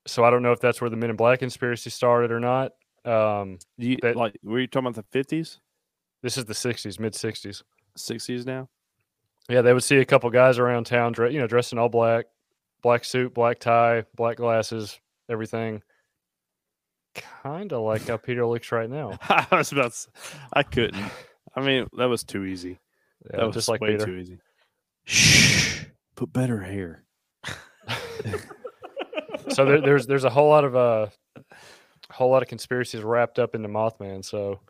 Speaker 2: So I don't know if that's where the Men in Black conspiracy started or not. Um,
Speaker 3: Do you,
Speaker 2: That-
Speaker 3: like, were you talking about the 50s,
Speaker 2: this is the '60s, mid '60s.
Speaker 3: 60s now?
Speaker 2: Yeah, they would see a couple guys around town, dre- you know, dressed in all black, black suit, black tie, black glasses, everything. Kind of like how Peter looks right now.
Speaker 3: I was about to, s- I couldn't. I mean, that was too easy.
Speaker 2: Yeah,
Speaker 3: that was
Speaker 2: just like
Speaker 3: way
Speaker 2: Peter.
Speaker 3: too easy. Shh. Put better hair.
Speaker 2: So there, there's there's a whole lot of uh, whole lot of conspiracies wrapped up into Mothman. So,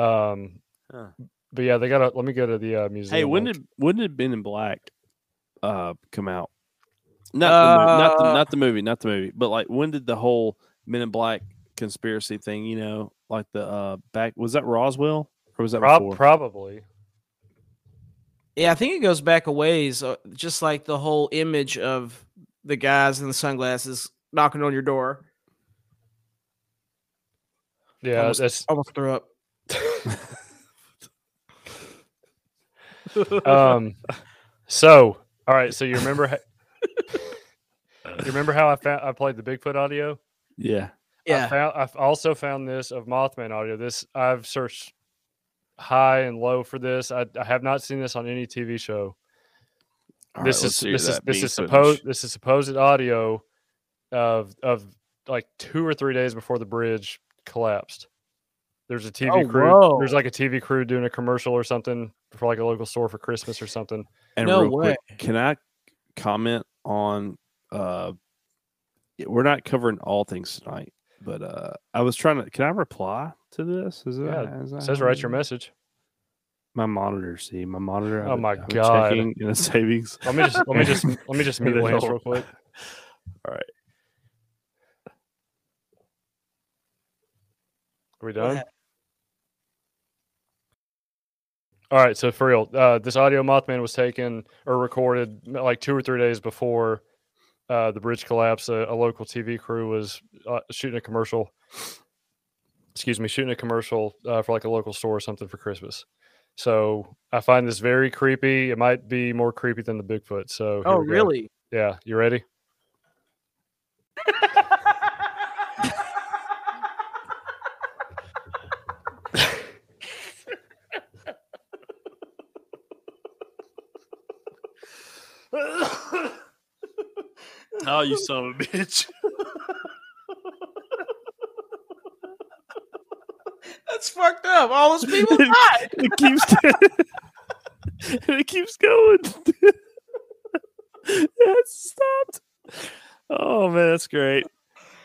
Speaker 2: um,
Speaker 3: Huh.
Speaker 2: but yeah, they got. to Let me go to the uh, museum.
Speaker 3: Hey, when
Speaker 2: link.
Speaker 3: did when did Men in Black uh come out? Not the, mo- not the
Speaker 4: Uh,
Speaker 3: not the movie, not the movie, but like when did the whole Men in Black conspiracy thing? You know, like the uh back was that Roswell or was that
Speaker 2: Prob-
Speaker 3: before?
Speaker 2: probably?
Speaker 4: Yeah, I think it goes back a ways, uh, just like the whole image of the guys in the sunglasses knocking on your door.
Speaker 2: Yeah,
Speaker 4: Almost-
Speaker 2: that's
Speaker 4: Almost threw up.
Speaker 3: Uh,
Speaker 2: um so all right so you remember how, you remember how i found i played the bigfoot audio
Speaker 3: yeah,
Speaker 2: i
Speaker 4: Yeah.
Speaker 2: found i've also found this of mothman audio this i've searched high and low for this i, I have not seen this on any tv show
Speaker 3: All
Speaker 2: this
Speaker 3: right, let's
Speaker 2: is
Speaker 3: hear
Speaker 2: this is
Speaker 3: that
Speaker 2: this
Speaker 3: bean
Speaker 2: is
Speaker 3: footage.
Speaker 2: supposed this is supposed audio of of like two or three days before the bridge collapsed. There's a TV
Speaker 4: Oh,
Speaker 2: crew. There's
Speaker 4: whoa.
Speaker 2: like a TV crew doing a commercial or something for like a local store for Christmas or something.
Speaker 3: And
Speaker 4: No
Speaker 3: real quick, can I comment on uh yeah, we're not covering all things tonight, but uh I was trying to can I reply to this? Is
Speaker 2: Yeah,
Speaker 3: that, is that
Speaker 2: It says
Speaker 3: how
Speaker 2: write
Speaker 3: it
Speaker 2: your
Speaker 3: is?
Speaker 2: monitor.
Speaker 3: my monitor. See my monitor.
Speaker 2: Oh
Speaker 3: I've been-
Speaker 2: my
Speaker 3: I've been
Speaker 2: God.
Speaker 3: Checking in the savings.
Speaker 2: Let me just let me just let me just mute
Speaker 3: They
Speaker 2: Lance
Speaker 3: don't-
Speaker 2: real quick.
Speaker 3: All right.
Speaker 2: Are we
Speaker 4: Go
Speaker 2: done?
Speaker 4: ahead.
Speaker 2: All right, so for real, uh, this audio Mothman was taken or recorded m- like two or three days before uh, the bridge collapse. A, a local TV crew was uh, shooting a commercial. Excuse me, shooting a commercial uh, for like a local store or something for Christmas. So I find this very creepy. It might be more creepy than the Bigfoot. So here
Speaker 4: Oh,
Speaker 2: we go.
Speaker 4: really?
Speaker 2: Yeah, you ready?
Speaker 6: now, Oh, you son of a bitch.
Speaker 4: That's fucked up. All those people died.
Speaker 3: it keeps it keeps going. it stopped. Oh man, that's great.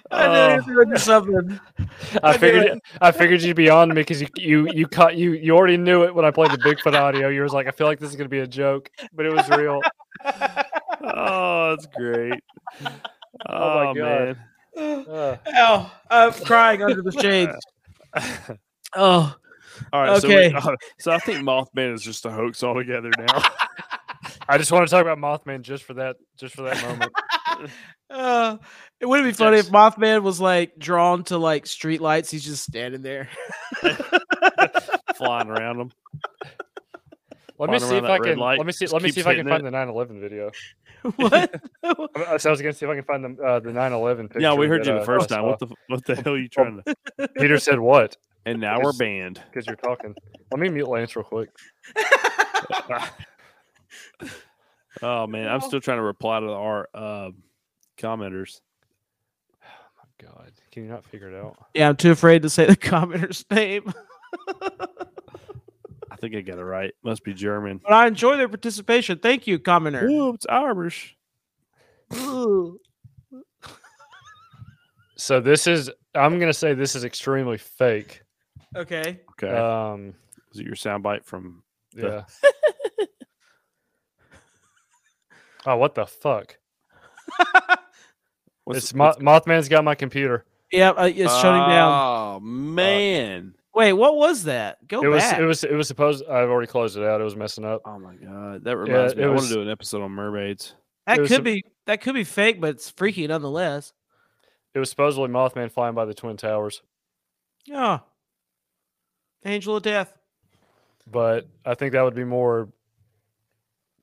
Speaker 4: I
Speaker 3: Oh,
Speaker 4: knew you were doing something.
Speaker 2: I
Speaker 4: I
Speaker 2: figured I figured you'd be on me because you you you caught you you already knew it when I played the Bigfoot audio. You was like, I feel like this is gonna be a joke, but it was real.
Speaker 3: oh, that's great. Oh,
Speaker 2: my God.
Speaker 3: man.
Speaker 2: Uh,
Speaker 4: Ow, I'm crying under the shades. Oh,
Speaker 3: All right.
Speaker 4: Okay.
Speaker 3: So, we- uh, so I think Mothman is just a hoax altogether now.
Speaker 2: I just want to talk about Mothman just for that just for that moment.
Speaker 4: uh, it wouldn't be funny if Mothman was like drawn to like streetlights. He's just standing there.
Speaker 3: Flying around them.
Speaker 2: Let me
Speaker 3: Flying
Speaker 2: see
Speaker 3: around
Speaker 2: if
Speaker 3: that
Speaker 2: I
Speaker 3: red
Speaker 2: can.
Speaker 3: light,
Speaker 2: Let me see.
Speaker 3: just
Speaker 2: Let me
Speaker 3: keeps
Speaker 2: see if I can
Speaker 3: hitting
Speaker 2: find the 9/11 video.
Speaker 4: what?
Speaker 2: uh, I was going to see if I can find the uh, the 9/11 picture.
Speaker 3: Yeah, we heard
Speaker 2: that,
Speaker 3: you
Speaker 2: uh,
Speaker 3: the first
Speaker 2: I
Speaker 3: time.
Speaker 2: saw.
Speaker 3: What the f- what the hell are you trying to?
Speaker 2: Peter said what?
Speaker 3: And now we're
Speaker 2: Because-
Speaker 3: banned.
Speaker 2: Because you're talking. Let me mute Lance real quick.
Speaker 3: Oh man, I'm still trying to reply to our uh, commenters.
Speaker 2: God, can you not figure it out?
Speaker 4: Yeah, I'm too afraid to say the commenter's name.
Speaker 3: I think I got it right. Must be German.
Speaker 4: but I enjoy their participation. Thank you, commenter.
Speaker 3: Ooh, it's Irish.
Speaker 4: Ooh.
Speaker 2: So this is. I'm going to say this is extremely fake.
Speaker 4: Okay.
Speaker 3: Okay.
Speaker 2: Um.
Speaker 3: Was it your soundbite from?
Speaker 2: Yeah.
Speaker 3: The-
Speaker 2: oh, what the fuck!
Speaker 3: what's-
Speaker 2: it's Mo- Mothman's got my computer.
Speaker 4: Yeah, uh, it's shutting down.
Speaker 3: Oh man.
Speaker 4: Wait, what was that? Go
Speaker 2: it was.
Speaker 4: back.
Speaker 2: It was. It was supposed. I've already closed it out. It was messing up.
Speaker 3: oh my god, that reminds me.
Speaker 2: it
Speaker 3: I
Speaker 2: was-
Speaker 3: want to do an episode on mermaids.
Speaker 4: that
Speaker 2: it was
Speaker 4: could
Speaker 2: a-
Speaker 4: be that could be fake, but it's freaky nonetheless.
Speaker 2: It was supposedly Mothman flying by the twin towers.
Speaker 4: Yeah. Angel of Death.
Speaker 2: but I think that would be more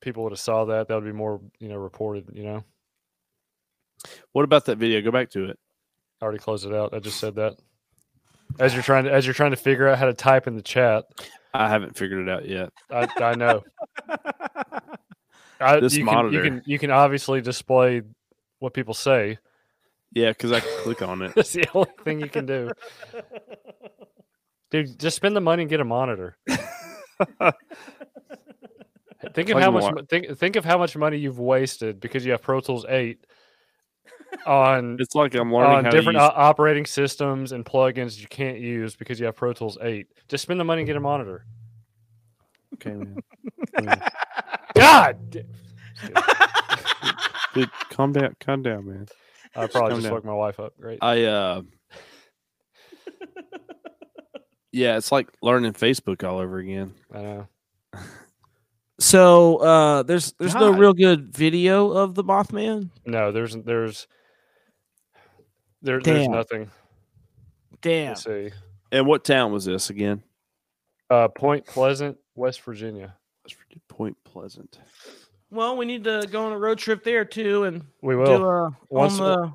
Speaker 2: people would have saw that. That would be more, you know, reported, you know.
Speaker 3: What about that video? Go back to it.
Speaker 2: I already closed it out. I just said that. As you're trying to as you're trying to figure out how to type in the chat.
Speaker 3: I haven't figured it out yet.
Speaker 2: I, I know. I,
Speaker 3: This
Speaker 2: you
Speaker 3: monitor.
Speaker 2: Can, you can you can obviously display what people say.
Speaker 3: Yeah, because I can click on it.
Speaker 2: That's the only thing you can do. Dude, just spend the money and get a monitor. think of
Speaker 3: Like
Speaker 2: how much
Speaker 3: what?
Speaker 2: mo- think think of how much money you've wasted because you have Pro Tools 8 on
Speaker 3: It's like I'm
Speaker 2: on
Speaker 3: learning how
Speaker 2: different
Speaker 3: to use.
Speaker 2: o- operating systems and plugins you can't use because you have Pro Tools 8. Just spend the money and get a monitor.
Speaker 3: Mm-hmm. okay, man.
Speaker 2: God, da-
Speaker 3: Dude, calm down, calm down, man.
Speaker 2: I probably
Speaker 3: Calm
Speaker 2: just
Speaker 3: down.
Speaker 2: woke my wife up. Great.
Speaker 3: I uh Yeah, it's like learning Facebook all over again.
Speaker 2: I know.
Speaker 4: So uh there's there's no
Speaker 3: God.
Speaker 4: real good video of the Mothman.
Speaker 2: No, there's there's there, there's
Speaker 4: Damn.
Speaker 2: nothing
Speaker 4: Damn.
Speaker 2: to see.
Speaker 3: And what town was this again?
Speaker 2: Uh, Point Pleasant, West Virginia.
Speaker 3: That's pretty- Point Pleasant.
Speaker 4: Well, we need to go on a road trip there too and
Speaker 2: We
Speaker 4: do
Speaker 2: will.
Speaker 4: a on
Speaker 2: once-
Speaker 4: the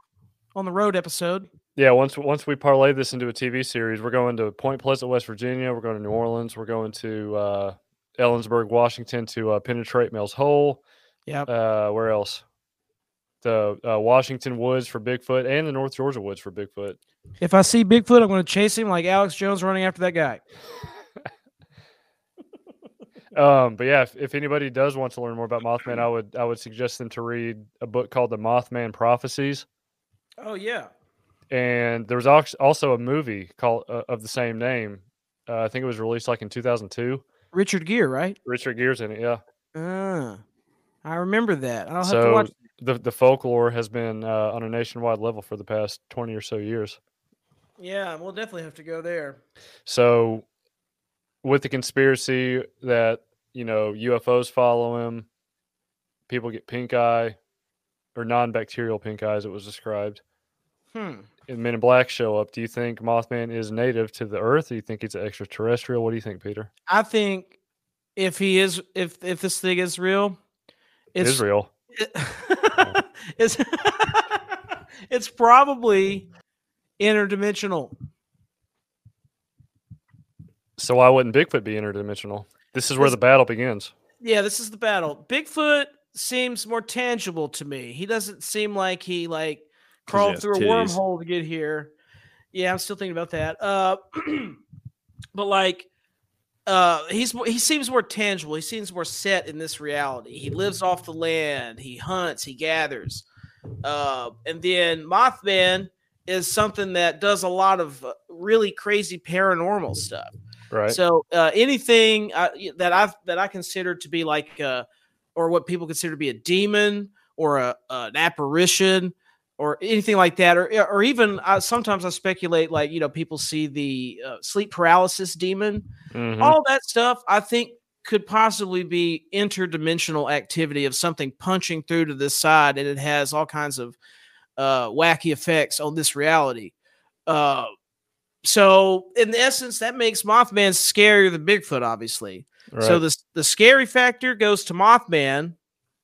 Speaker 4: on the road episode.
Speaker 2: Yeah, once once we parlay this into a TV series, we're going to Point Pleasant, West Virginia. We're going to New Orleans. We're going to uh, Ellensburg, Washington, to uh, penetrate Mills Hole.
Speaker 4: Yep.
Speaker 2: Uh, where else? The uh, Washington woods for Bigfoot and the North Georgia woods for Bigfoot.
Speaker 4: If I see Bigfoot, I'm gonna chase him like Alex Jones running after that guy.
Speaker 2: Um, but yeah, if, if anybody does want to learn more about Mothman, I would I would suggest them to read a book called The Mothman Prophecies,
Speaker 4: Oh yeah.
Speaker 2: and there was als- also a movie called uh, of the same name. Uh, I think it was released like in 2002.
Speaker 4: Richard Gere, right?
Speaker 2: Richard Gere's in it. Yeah.
Speaker 4: Uh, I remember that. I'll have to
Speaker 2: so
Speaker 4: watch.
Speaker 2: the the folklore has been uh, on a nationwide level for the past 20 or so years.
Speaker 4: Yeah, we'll definitely have to go there.
Speaker 2: So, with the conspiracy that you know UFOs follow him, people get pink eye or non-bacterial pink eye, as it was described,
Speaker 4: Hmm.
Speaker 2: and Men in Black show up. Do you think Mothman is native to the Earth? Do you think he's an extraterrestrial? What do you think, Peter?
Speaker 4: I think if he is, if if this thing is real, it's
Speaker 2: Israel.
Speaker 4: it- it's it's probably interdimensional.
Speaker 2: So why wouldn't Bigfoot be interdimensional? This is where
Speaker 4: This-
Speaker 2: the battle begins.
Speaker 4: Yeah, this is the battle. Bigfoot seems more tangible to me. He doesn't seem like he like crawled
Speaker 3: has
Speaker 4: through a
Speaker 3: titties.
Speaker 4: wormhole to get here. Yeah, I'm still thinking about that. Uh, but like, uh, he's he seems more tangible. He seems more set in this reality. He lives off the land. He hunts. He gathers. Uh, and then Mothman is something that does a lot of uh, really crazy paranormal stuff.
Speaker 2: Right.
Speaker 4: So uh, anything uh, that I've that I consider to be like, uh, or what people consider to be a demon or a, an apparition or anything like that, or or even uh, sometimes I speculate like you know people see the uh, sleep paralysis demon,
Speaker 2: Mhm.
Speaker 4: all that stuff. I think could possibly be interdimensional activity of something punching through to this side, and it has all kinds of uh, wacky effects on this reality. Uh, so in essence, that makes Mothman scarier than Bigfoot, obviously. So
Speaker 2: Right.
Speaker 4: the the scary factor goes to Mothman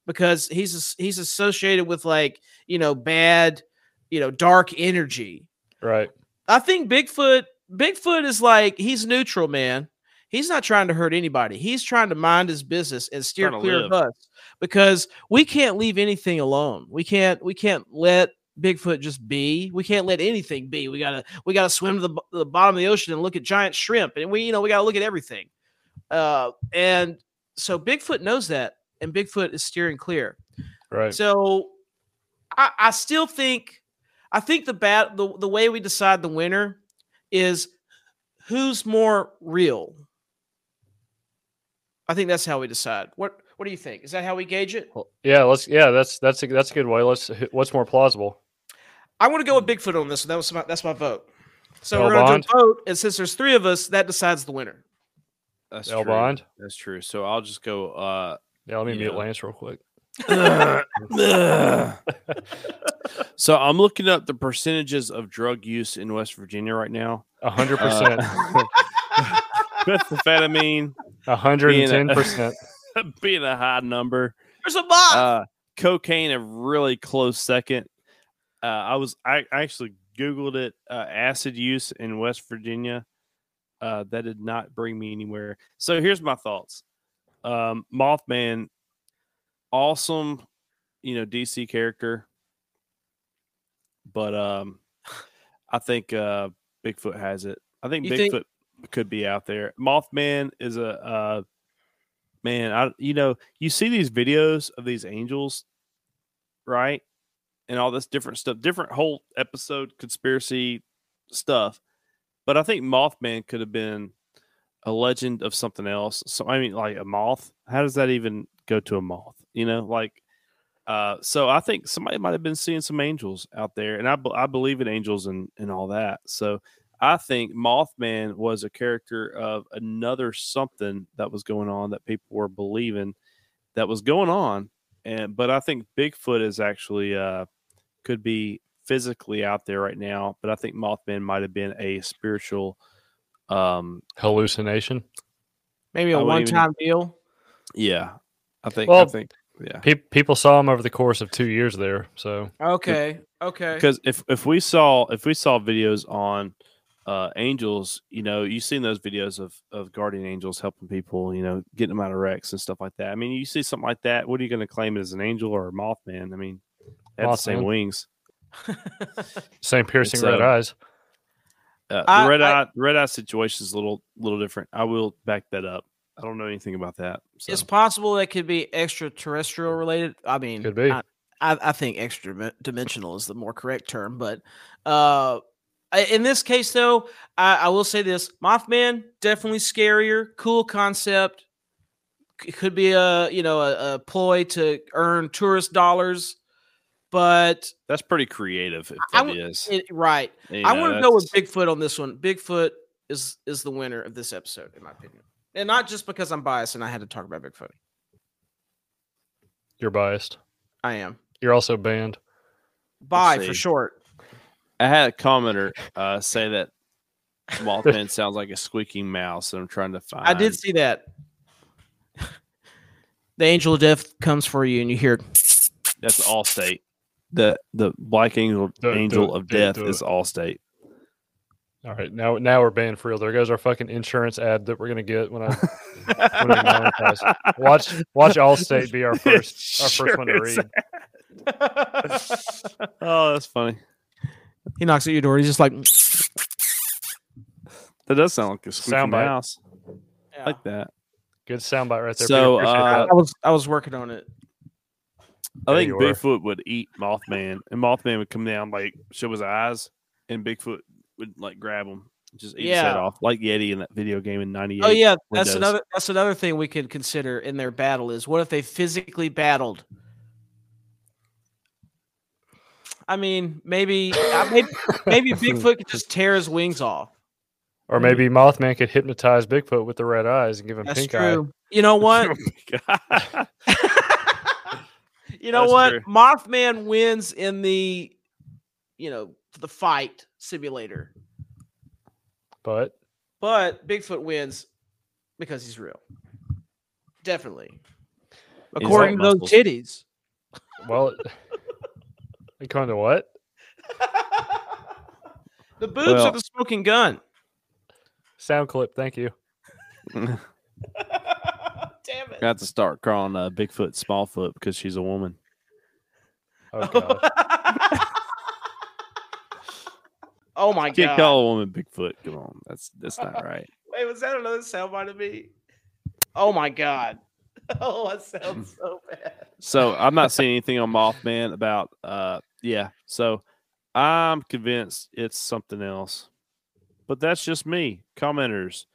Speaker 4: because he's as- he's associated with like you know bad, you know dark energy.
Speaker 2: Right.
Speaker 4: I think Bigfoot Bigfoot is like he's neutral, man. He's not trying to hurt anybody. He's trying to mind his business and steer
Speaker 3: Trying to
Speaker 4: clear of
Speaker 3: live.
Speaker 4: us because we can't leave anything alone. We can't we can't let Bigfoot just be. We can't let anything be. We gotta we gotta swim to the, bo- the bottom of the ocean and look at giant shrimp, and we you know we gotta look at everything. Uh, and so Bigfoot knows that, and Bigfoot is steering clear.
Speaker 2: Right.
Speaker 4: So I, I still think I think the bat the, the way we decide the winner is who's more real. I think that's how we decide. What what do you think? Is that how we gauge it?
Speaker 2: Well, yeah. Let's. Yeah. That's that's a, that's a good way. Let's. wh- What's more plausible?
Speaker 4: I want to go with Bigfoot on this. That was my, that's my vote. So
Speaker 2: Well,
Speaker 4: we're going
Speaker 2: Bond?
Speaker 4: to vote, and since there's three of us, that decides the winner.
Speaker 3: That's
Speaker 2: L
Speaker 3: true.
Speaker 2: Bond?
Speaker 3: That's true. So I'll just go. Uh,
Speaker 2: Yeah. Let me mute
Speaker 3: Yeah.
Speaker 2: Lance real quick.
Speaker 3: so I'm looking up the percentages of drug use in West Virginia right now.
Speaker 2: A hundred
Speaker 3: Uh,
Speaker 2: percent.
Speaker 3: Methamphetamine
Speaker 2: A hundred and ten percent.
Speaker 3: being a high number.
Speaker 4: There's a box.
Speaker 3: Uh, cocaine a really close second. Uh, I was I I actually googled it. Uh, acid use in West Virginia. Uh, that did not bring me anywhere. So here's my thoughts. Um, Mothman, awesome, you know DC character, but um, I think uh, Bigfoot has it. I think
Speaker 4: You
Speaker 3: Bigfoot
Speaker 4: think-
Speaker 3: could be out there. Mothman is a uh, man. I you know you see these videos of these angels, right? And all this different stuff, different whole episode conspiracy stuff. But I think Mothman could have been a legend of something else. So I mean, like a moth. How does that even go to a moth? You know, like. Uh, so I think somebody might have been seeing some angels out there, and I, be- I believe in angels and, and all that. So I think Mothman was a character of another something that was going on that people were believing that was going on, and but I think Bigfoot is actually uh, could be physically out there right now, but I think Mothman might have been a spiritual um,
Speaker 2: Hallucination.
Speaker 4: Maybe
Speaker 3: I
Speaker 4: a
Speaker 3: wouldn't
Speaker 4: one
Speaker 3: even-
Speaker 4: time deal.
Speaker 3: Yeah, I think. I
Speaker 2: Well,
Speaker 3: think. Yeah,
Speaker 2: Pe- people saw him over the course of two years there. So
Speaker 4: Okay. Okay.
Speaker 3: because if if we saw if we saw videos on uh angels, you know, you've seen those videos of of guardian angels helping people, you know, getting them out of wrecks and stuff like that. I mean, you see something like that, what are you going to claim it as an angel or a Mothman? I mean, they have the same
Speaker 2: Mothman.
Speaker 3: wings.
Speaker 2: same piercing
Speaker 3: so-
Speaker 2: red eyes.
Speaker 3: Uh,
Speaker 4: I-
Speaker 3: the red
Speaker 4: I-
Speaker 3: eye red eye situation is a little little different. I will back that up. I don't know anything about that. So.
Speaker 4: It's possible that could be extraterrestrial related. I mean,
Speaker 2: Could be.
Speaker 4: I, I, I think extra dimen- dimensional is the more correct term, but uh, I- in this case, though, I, I will say this: Mothman definitely scarier, cool concept. C- could be a you know a, a ploy to earn tourist dollars, but
Speaker 3: That's pretty creative if
Speaker 4: I
Speaker 3: that
Speaker 4: would-
Speaker 3: is.
Speaker 4: it, right,
Speaker 3: You
Speaker 4: I
Speaker 3: know,
Speaker 4: want to go with
Speaker 3: that's-
Speaker 4: Bigfoot on this one. Bigfoot is is the winner of this episode, in my opinion, and not just because I'm biased and I had to talk about Bigfoot.
Speaker 2: You're biased.
Speaker 4: I am.
Speaker 2: You're also banned.
Speaker 4: Bye
Speaker 3: see.
Speaker 4: for short.
Speaker 3: I had a commenter uh, say that Mothman sounds like a squeaking mouse, and I'm trying to find.
Speaker 4: I did see that. the angel of death comes for you, and you hear.
Speaker 3: That's all state. The the Black Angel
Speaker 2: Do it, do
Speaker 3: Angel
Speaker 2: it,
Speaker 3: of
Speaker 2: do it,
Speaker 3: Death
Speaker 2: do
Speaker 3: is
Speaker 2: it.
Speaker 3: all state.
Speaker 2: All right, now now we're banned for real. There goes our fucking insurance ad that we're gonna get when I, when I monetize. watch watch Allstate be our first our first one to read.
Speaker 3: Insurance oh, that's funny.
Speaker 4: He knocks at your door. He's just like, "Mm,
Speaker 3: That does sound like a squeaky
Speaker 2: Soundbite.
Speaker 3: mouse. I
Speaker 4: Yeah.
Speaker 3: like that.
Speaker 2: Good soundbite right there.
Speaker 3: So,
Speaker 2: Peter, appreciate
Speaker 3: uh,
Speaker 4: I was I was working on it.
Speaker 3: I
Speaker 2: There
Speaker 3: think
Speaker 2: you are.
Speaker 3: Bigfoot would eat Mothman, and Mothman would come down like show his eyes, and Bigfoot would like grab him, just eat his head
Speaker 4: Yeah.
Speaker 3: off, like Yeti in that video game in '98.
Speaker 4: Oh yeah, that's
Speaker 3: Windows.
Speaker 4: another that's another thing we could consider in their battle is what if they physically battled? I mean, maybe uh, maybe, maybe Bigfoot could just tear his wings off.
Speaker 2: that. or maybe Mothman could hypnotize Bigfoot with the red eyes and give him
Speaker 4: That's
Speaker 2: pink eye.
Speaker 4: true. You know what?
Speaker 3: Oh God.
Speaker 4: you know
Speaker 3: That's
Speaker 4: what?
Speaker 3: true.
Speaker 4: Mothman wins in the you know, the fight simulator.
Speaker 2: But
Speaker 4: But Bigfoot wins because he's real. Definitely.
Speaker 3: got
Speaker 4: According to those
Speaker 3: muscles.
Speaker 4: titties.
Speaker 2: well, according to what?
Speaker 4: the boobs
Speaker 3: Well-
Speaker 4: are the smoking gun.
Speaker 2: Sound clip. Thank you.
Speaker 4: Damn it.
Speaker 3: Got to start calling uh, Bigfoot Smallfoot because she's a woman.
Speaker 2: Oh god.
Speaker 4: oh my
Speaker 3: You can't
Speaker 4: god.
Speaker 3: call a woman Bigfoot. Come on, that's that's not right.
Speaker 4: Wait, was that another soundbite of me? Oh my god. Oh, that sounds so bad.
Speaker 3: So I'm not seeing anything on Mothman about uh yeah. So I'm convinced it's something else. But that's just me. Commenters.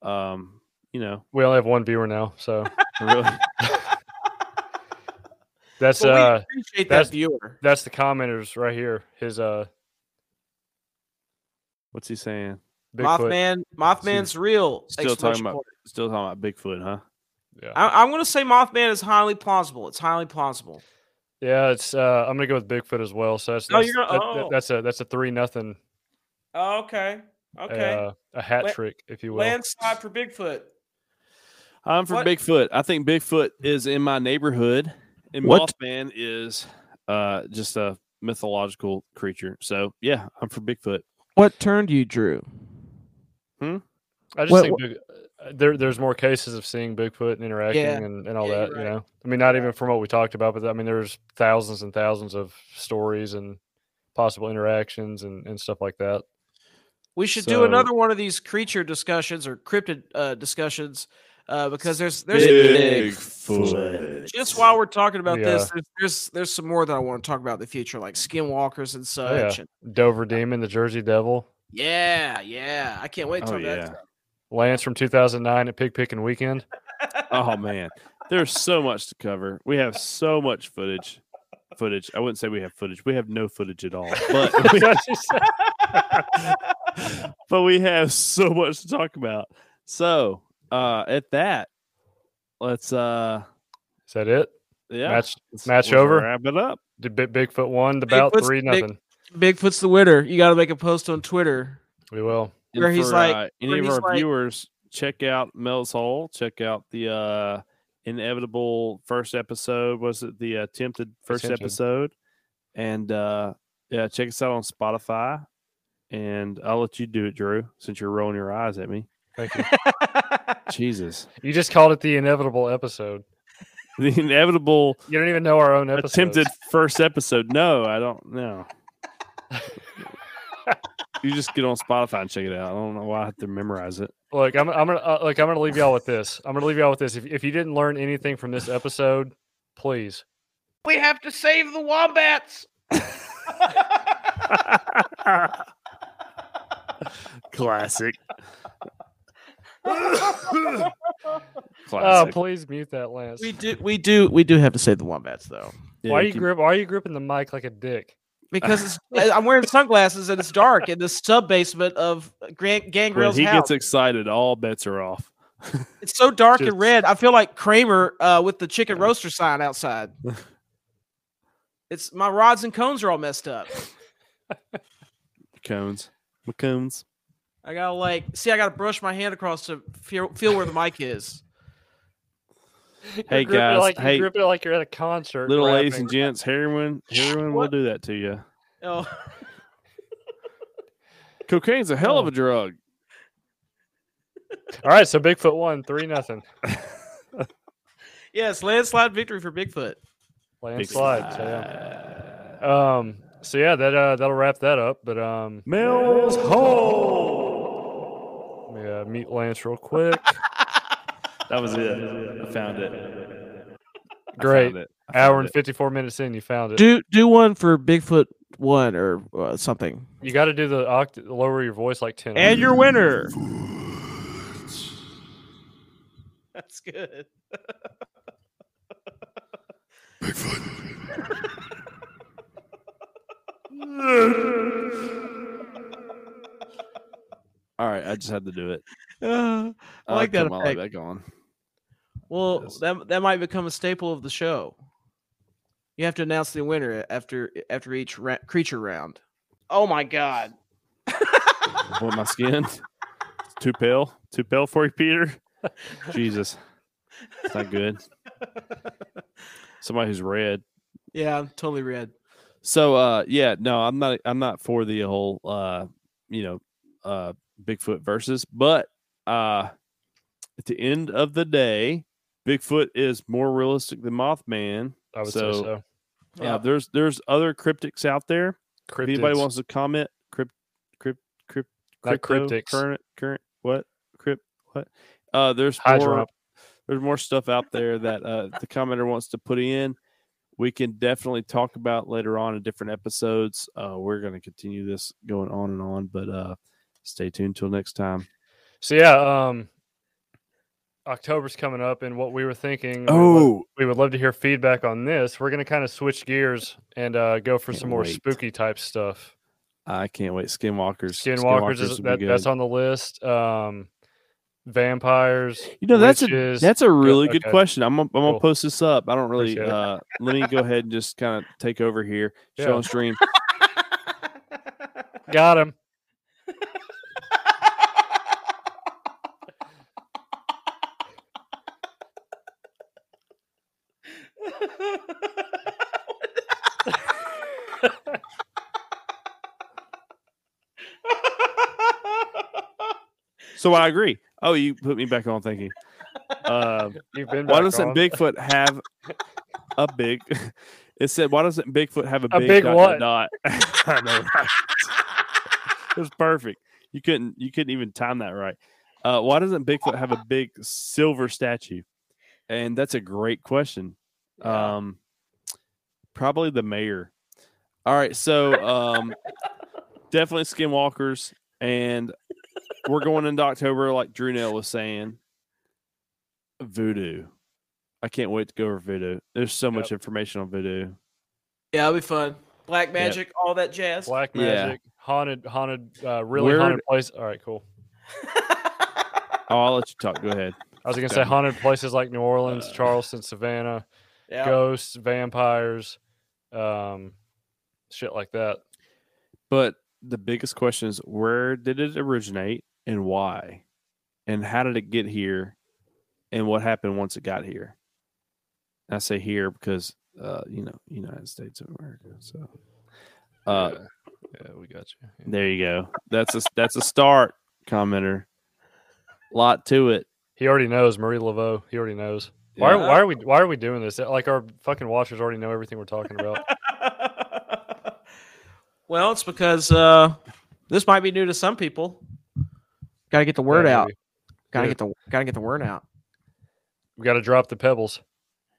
Speaker 3: Um, you know,
Speaker 2: we only have one viewer now, so
Speaker 3: really
Speaker 2: that's
Speaker 4: But
Speaker 2: uh
Speaker 4: we appreciate
Speaker 2: that's-
Speaker 4: that viewer.
Speaker 2: that's the commenters right here. His uh
Speaker 3: what's he saying?
Speaker 2: Bigfoot.
Speaker 4: Mothman, Mothman's real.
Speaker 3: Still talking
Speaker 4: exclamation
Speaker 3: about
Speaker 4: point.
Speaker 3: still talking about Bigfoot, huh?
Speaker 4: I, I'm going to say Mothman is highly plausible. It's highly plausible.
Speaker 2: Yeah, it's uh I'm gonna go with Bigfoot as well. So that's
Speaker 4: Oh,
Speaker 2: that's,
Speaker 4: you're gonna-
Speaker 2: that- that-
Speaker 4: oh.
Speaker 2: that's a that's a three nothing
Speaker 4: Oh, okay.
Speaker 2: uh, a hat
Speaker 4: Lan-
Speaker 2: trick, if you will.
Speaker 4: Landslide for Bigfoot.
Speaker 3: I'm for
Speaker 4: What-
Speaker 3: Bigfoot. I think Bigfoot is in my neighborhood, and
Speaker 4: What?
Speaker 3: Mothman is uh just a mythological creature. So yeah, I'm for Bigfoot.
Speaker 4: What turned you, Drew?
Speaker 2: I just
Speaker 4: What-
Speaker 2: think Big, uh, there there's more cases of seeing Bigfoot and interacting
Speaker 4: Yeah.
Speaker 2: and, and all
Speaker 4: Yeah,
Speaker 2: that.
Speaker 4: you're
Speaker 2: You
Speaker 4: right.
Speaker 2: know, I mean, not even from what we talked about, but I mean, there's thousands and thousands of stories and possible interactions and, and stuff like that.
Speaker 4: We should
Speaker 3: So-
Speaker 4: do another one of these creature discussions or cryptid uh, discussions uh, because there's there's
Speaker 3: Bigfoot.
Speaker 4: just while we're talking about
Speaker 2: We,
Speaker 4: this, there's, there's there's some more that I want to talk about in the future, like skinwalkers and such.
Speaker 2: yeah.
Speaker 4: and- Oh, Yeah.
Speaker 2: Dover Demon, the Jersey Devil,
Speaker 4: yeah, I can't wait till
Speaker 3: Oh,
Speaker 4: that.
Speaker 3: yeah.
Speaker 2: Lance from 2009 at Pig Picking Weekend.
Speaker 3: oh man, there's so much to cover. We have so much footage. Footage. I wouldn't say we have footage. We have no footage at all. But we, but we have so much to talk about. So uh at that, let's uh
Speaker 2: Is that it?
Speaker 3: yeah
Speaker 2: Match
Speaker 3: let's-
Speaker 2: match
Speaker 3: let's
Speaker 2: over?
Speaker 3: Wrap it up.
Speaker 2: Did Big Bigfoot won about
Speaker 4: Bigfoot's
Speaker 2: three
Speaker 4: big-
Speaker 2: nothing.
Speaker 4: Bigfoot's the winner. You got to make a post on Twitter.
Speaker 2: We will.
Speaker 3: And
Speaker 4: Where he's
Speaker 3: for,
Speaker 4: like-
Speaker 3: uh,
Speaker 4: where
Speaker 3: any of
Speaker 4: he's
Speaker 3: our
Speaker 4: like-
Speaker 3: viewers, check out Mel's Hole. Check out the uh inevitable first episode. Was it the attempted first
Speaker 2: Attempted.
Speaker 3: episode? And uh yeah, check us out on Spotify. And I'll let you do it, Drew, since you're rolling your eyes at me.
Speaker 2: Thank you.
Speaker 3: Jesus,
Speaker 2: you just called it the inevitable episode.
Speaker 3: the inevitable
Speaker 2: You don't even know our own episode.
Speaker 3: attempted first episode. No, I don't know. you just get on Spotify and check it out. I don't know why I have to memorize it.
Speaker 2: Look, I'm, I'm gonna uh, look. I'm gonna leave y'all with this. I'm gonna leave y'all with this. If, if you didn't learn anything from this episode, please
Speaker 4: We have to save the wombats.
Speaker 3: Classic.
Speaker 2: Oh,
Speaker 3: Classic.
Speaker 2: please mute that, Lance.
Speaker 4: We do, we do, we do have to save the wombats though,
Speaker 2: why are you grip? Why are you gripping the mic like a dick?
Speaker 4: because it's, I'm wearing sunglasses and it's dark in the sub basement of Grand
Speaker 3: When
Speaker 4: Gangrel's
Speaker 3: he
Speaker 4: house.
Speaker 3: gets excited, all bets are off.
Speaker 4: it's so dark
Speaker 3: just-
Speaker 4: and red. I feel like Kramer uh, with the chicken roaster sign outside. it's my rods and cones are all messed up.
Speaker 3: Cones. McCones.
Speaker 4: I gotta like see. I gotta brush my hand across to feel, feel where the mic is.
Speaker 2: You're
Speaker 3: Hey,
Speaker 2: gripping it
Speaker 3: guys.
Speaker 2: like,
Speaker 3: Hey.
Speaker 2: you're gripping it like you're at a concert.
Speaker 3: Little ladies
Speaker 2: rapping.
Speaker 3: and gents, heroin, heroin will
Speaker 4: Oh, What?
Speaker 3: do that to you.
Speaker 4: Oh,
Speaker 3: Cocaine's a hell of a drug.
Speaker 2: All right, so Bigfoot won three nothing.
Speaker 4: Yes, landslide victory for Bigfoot.
Speaker 2: Landslide. So, yeah. Um so yeah, that uh that'll wrap that up. But um Mills Hole. Yeah, meet Lance real quick.
Speaker 3: That was it. I found it. I found
Speaker 2: Great.
Speaker 3: it. I
Speaker 2: Hour
Speaker 3: found
Speaker 2: and
Speaker 3: it.
Speaker 2: fifty four minutes in, you found it.
Speaker 4: Do do one for Bigfoot one or uh, something.
Speaker 2: You got to do the oct- lower your voice like ten.
Speaker 3: And your winner.
Speaker 4: That's good.
Speaker 3: All right, I just had to do it.
Speaker 4: I like
Speaker 3: put
Speaker 4: that
Speaker 3: my
Speaker 4: effect.
Speaker 3: light back on.
Speaker 4: Well,
Speaker 3: Yes.
Speaker 4: that that might become a staple of the show. You have to announce the winner after after each ra- creature round. Oh my god!
Speaker 3: Want my skin? Too pale? Too pale for you, Peter? Jesus. It's not good. Somebody who's red.
Speaker 4: Yeah, I'm totally red.
Speaker 3: So uh yeah, no, I'm not I'm not for the whole uh you know uh Bigfoot versus, but uh at the end of the day, Bigfoot is more realistic than Mothman.
Speaker 2: I would
Speaker 3: so-
Speaker 2: say so.
Speaker 3: Yeah, there's there's other cryptics out there. If anybody
Speaker 2: Cryptids.
Speaker 3: wants to comment, crypt crypt crypt
Speaker 2: Not
Speaker 3: crypto,
Speaker 2: cryptics.
Speaker 3: current current what? Crypt what? Uh there's
Speaker 2: Hydra
Speaker 3: more
Speaker 2: up.
Speaker 3: there's more stuff out there that uh, if the commenter wants to put in. We can definitely talk about later on in different episodes. Uh, we're going to continue this going on and on, but uh, stay tuned till next time.
Speaker 2: So yeah, um October's coming up and what we were thinking we
Speaker 3: Oh.
Speaker 2: would love- we would love to hear feedback on this. We're gonna kind of switch gears and uh go for
Speaker 3: Can't
Speaker 2: some more
Speaker 3: wait.
Speaker 2: spooky type stuff.
Speaker 3: I can't wait. Skinwalkers,
Speaker 2: Skinwalkers, is,
Speaker 3: would be
Speaker 2: that,
Speaker 3: good.
Speaker 2: that's on the list. Um vampires.
Speaker 3: You know that's
Speaker 2: witches.
Speaker 3: a that's a really good
Speaker 2: okay.
Speaker 3: question. I'm gonna, I'm gonna
Speaker 2: Cool.
Speaker 3: post this up. I don't really.
Speaker 2: Appreciate it.
Speaker 3: Uh, let me go ahead and just kind of take over here.
Speaker 2: Yeah.
Speaker 3: Show and stream.
Speaker 2: got him.
Speaker 3: So I agree. Oh, you put me back on. Thank you. Um,
Speaker 2: You've been
Speaker 3: Why
Speaker 2: back
Speaker 3: doesn't
Speaker 2: on.
Speaker 3: Bigfoot have a big? It said, why doesn't Bigfoot have a
Speaker 2: A
Speaker 3: big,
Speaker 2: big
Speaker 3: dot,
Speaker 2: what?
Speaker 3: dot, dot? I know, right? it was perfect. You couldn't you couldn't even time that right. Uh, why doesn't Bigfoot have a big silver statue? And that's a great question. Um, probably the mayor. All right, so um, definitely skinwalkers, and we're going into October, like Drew Nell was saying. Voodoo. I can't wait to go over voodoo. There's so much information on voodoo.
Speaker 4: Yeah, it'll be fun. Black magic, all that jazz.
Speaker 2: Black
Speaker 3: Yeah.
Speaker 2: magic, haunted, haunted, uh, really
Speaker 3: Where
Speaker 2: haunted
Speaker 3: d-
Speaker 2: place. All right, cool.
Speaker 3: Oh, I'll let you talk. Go ahead.
Speaker 2: I was gonna say
Speaker 3: Okay.
Speaker 2: haunted places like New Orleans, Charleston, Savannah,
Speaker 4: yeah.
Speaker 2: ghosts, vampires, um, shit like that.
Speaker 3: But the biggest question is where did it originate and why? And how did it get here? And what happened once it got here? I say here because uh, you know, United States of America. So uh
Speaker 2: Yeah, we got you.
Speaker 3: there you go. That's a that's a start, commenter. Lot to it.
Speaker 2: He already knows Marie Laveau. He already knows. Why, are,
Speaker 3: Yeah.
Speaker 2: why are we why are we doing this? Like our fucking watchers already know everything we're talking about.
Speaker 4: well, it's because uh, this might be new to some people. Got to get the word
Speaker 2: Yeah,
Speaker 4: out.
Speaker 2: maybe.
Speaker 4: Got to
Speaker 2: Yeah.
Speaker 4: get the got to get the word out.
Speaker 2: We got to drop the pebbles.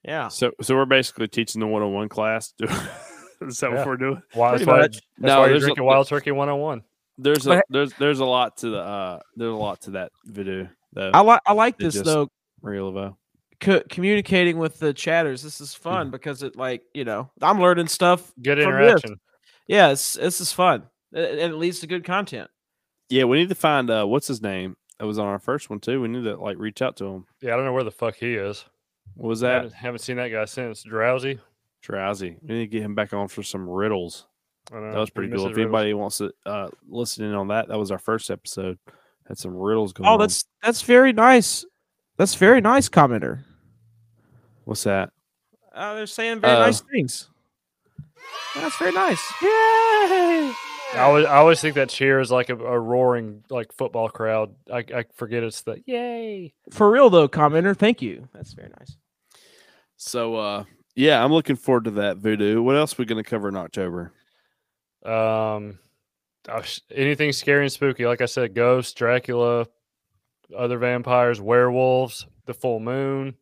Speaker 4: Yeah.
Speaker 3: So so we're basically teaching the one on one class. is that
Speaker 2: Yeah.
Speaker 3: what we're doing?
Speaker 2: Why, that's
Speaker 4: Pretty
Speaker 2: why,
Speaker 4: much.
Speaker 2: that's why you're
Speaker 3: there's a-
Speaker 2: drinking Wild Turkey 101.
Speaker 3: there's
Speaker 4: But-
Speaker 3: a there's there's a lot to the uh there's a lot to that video though.
Speaker 4: I like I like
Speaker 3: It
Speaker 4: this
Speaker 3: just-
Speaker 4: though.
Speaker 3: Maria Laveau.
Speaker 4: Co- communicating with the chatters. This is
Speaker 3: Hmm.
Speaker 4: fun because it like you know I'm learning stuff.
Speaker 2: Good
Speaker 4: From this.
Speaker 2: interaction.
Speaker 4: Yeah, it's, this is fun A- and it leads to good content.
Speaker 3: Yeah, we need to find uh what's his name that was on our first one too. We need to like reach out to him.
Speaker 2: Yeah, I don't know where the fuck he is.
Speaker 3: What was
Speaker 2: I
Speaker 3: that?
Speaker 2: haven't, haven't seen that guy since. Drowsy.
Speaker 3: Drowsy. We need to get him back on for some riddles.
Speaker 2: I don't
Speaker 3: That
Speaker 2: know.
Speaker 3: was
Speaker 2: Uh, We
Speaker 3: pretty
Speaker 2: missed
Speaker 3: cool.
Speaker 2: his
Speaker 3: If
Speaker 2: riddles.
Speaker 3: anybody wants to uh listen in on that, that was our first episode. Had some riddles going
Speaker 4: Oh,
Speaker 3: on.
Speaker 4: that's that's very nice. That's very nice, commenter.
Speaker 3: what's that?
Speaker 4: Uh, they're saying very
Speaker 3: Uh,
Speaker 4: nice things. That's very nice.
Speaker 2: I always, I always think that cheer is like a, a roaring like football crowd. I, I forget it's the yay.
Speaker 4: For real though, commenter, thank you. That's very nice.
Speaker 3: So uh yeah, I'm looking forward to that voodoo. What else are we gonna cover in October?
Speaker 2: Um, I was- anything scary and spooky, like I said, ghosts, Dracula, other vampires, werewolves, the full moon,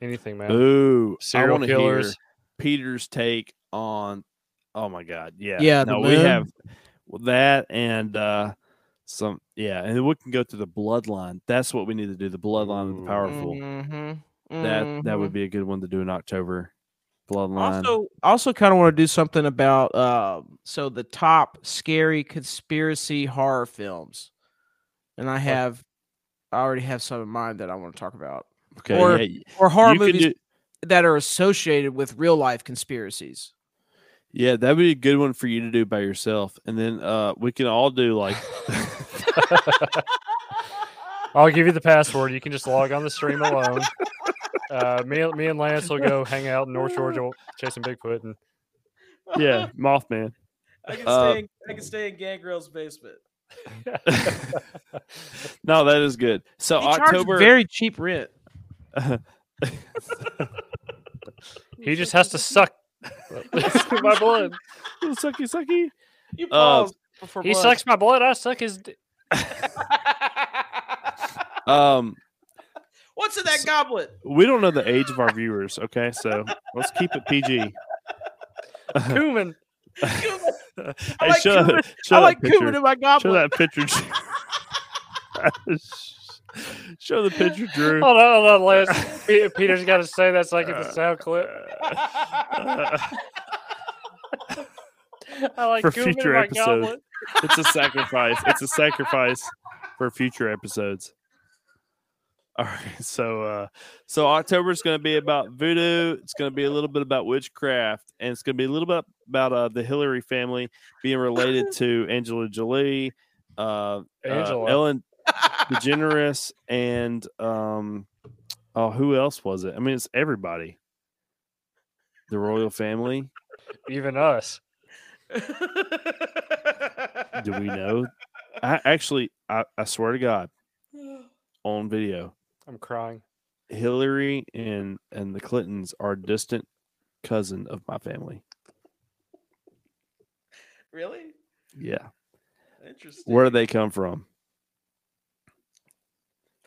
Speaker 2: anything, man.
Speaker 3: Ooh, I
Speaker 2: Serial
Speaker 3: want to hear
Speaker 2: killers.
Speaker 3: Peter's take on. Oh my God, yeah,
Speaker 4: Yeah, the
Speaker 3: No, we
Speaker 4: moon.
Speaker 3: have that and uh some, yeah, and then we can go to the bloodline. That's what we need to do. The bloodline of the
Speaker 2: Ooh.
Speaker 3: powerful.
Speaker 4: Mm-hmm.
Speaker 3: That that would be a good one to do in October. Bloodline.
Speaker 4: Also, also kind of want to do something about uh, so the top scary conspiracy horror films, and I have, I already have some in mind that I want to talk about,
Speaker 3: okay,
Speaker 4: or-
Speaker 3: yeah,
Speaker 4: or horror
Speaker 3: you could
Speaker 4: movies
Speaker 3: do-
Speaker 4: that are associated with real life conspiracies.
Speaker 3: yeah, that'd be a good one for you to do by yourself, and then uh we can all do like.
Speaker 2: I'll give you the password. You can just log on the stream alone. Uh, me, and- me and Lance will go hang out in North Georgia chasing Bigfoot, and
Speaker 3: yeah, Mothman.
Speaker 4: I can
Speaker 3: Uh,
Speaker 4: in, I can stay in Gangrel's basement.
Speaker 3: no, that is good. So
Speaker 4: He
Speaker 3: October.
Speaker 4: charges very cheap rent.
Speaker 2: he just has to suck my blood.
Speaker 3: sucky sucky.
Speaker 4: You
Speaker 3: Uh,
Speaker 4: pause before
Speaker 2: He
Speaker 4: blood.
Speaker 2: sucks my blood. I suck his. d-
Speaker 3: Um,
Speaker 4: What's in that goblet?
Speaker 3: we don't know the age of our viewers. Okay, so let's keep it PG.
Speaker 2: Cumin.
Speaker 4: Cumin.
Speaker 3: Hey,
Speaker 4: like
Speaker 3: show,
Speaker 4: cumin.
Speaker 3: show that
Speaker 4: I like cumin
Speaker 3: picture.
Speaker 4: in my
Speaker 3: Show
Speaker 4: goblet.
Speaker 3: that picture. Drew. show the picture, Drew.
Speaker 2: Hold on, hold on, Lance. Pe- Peter's got to say that's like in
Speaker 3: Uh,
Speaker 2: the sound clip.
Speaker 4: Oh.
Speaker 2: I like
Speaker 3: uh, for
Speaker 2: cumin
Speaker 3: future
Speaker 2: in my
Speaker 3: episodes.
Speaker 2: goblet.
Speaker 3: it's a sacrifice. It's a sacrifice for future episodes. All right. So uh so October is going to be about voodoo, it's going to be a little bit about witchcraft and it's going to be a little bit about uh the Hillary family being related to Angela Jolie, uh, uh
Speaker 2: Angela.
Speaker 3: Ellen DeGeneres and um oh who else was it? I mean it's everybody. The royal family.
Speaker 2: Even us.
Speaker 3: Do we know? I actually, I, I swear to God, on video,
Speaker 2: I'm crying.
Speaker 3: Hillary and and the Clintons are distant cousin of my family.
Speaker 4: Really?
Speaker 3: Yeah,
Speaker 4: Interesting.
Speaker 3: where do they come from?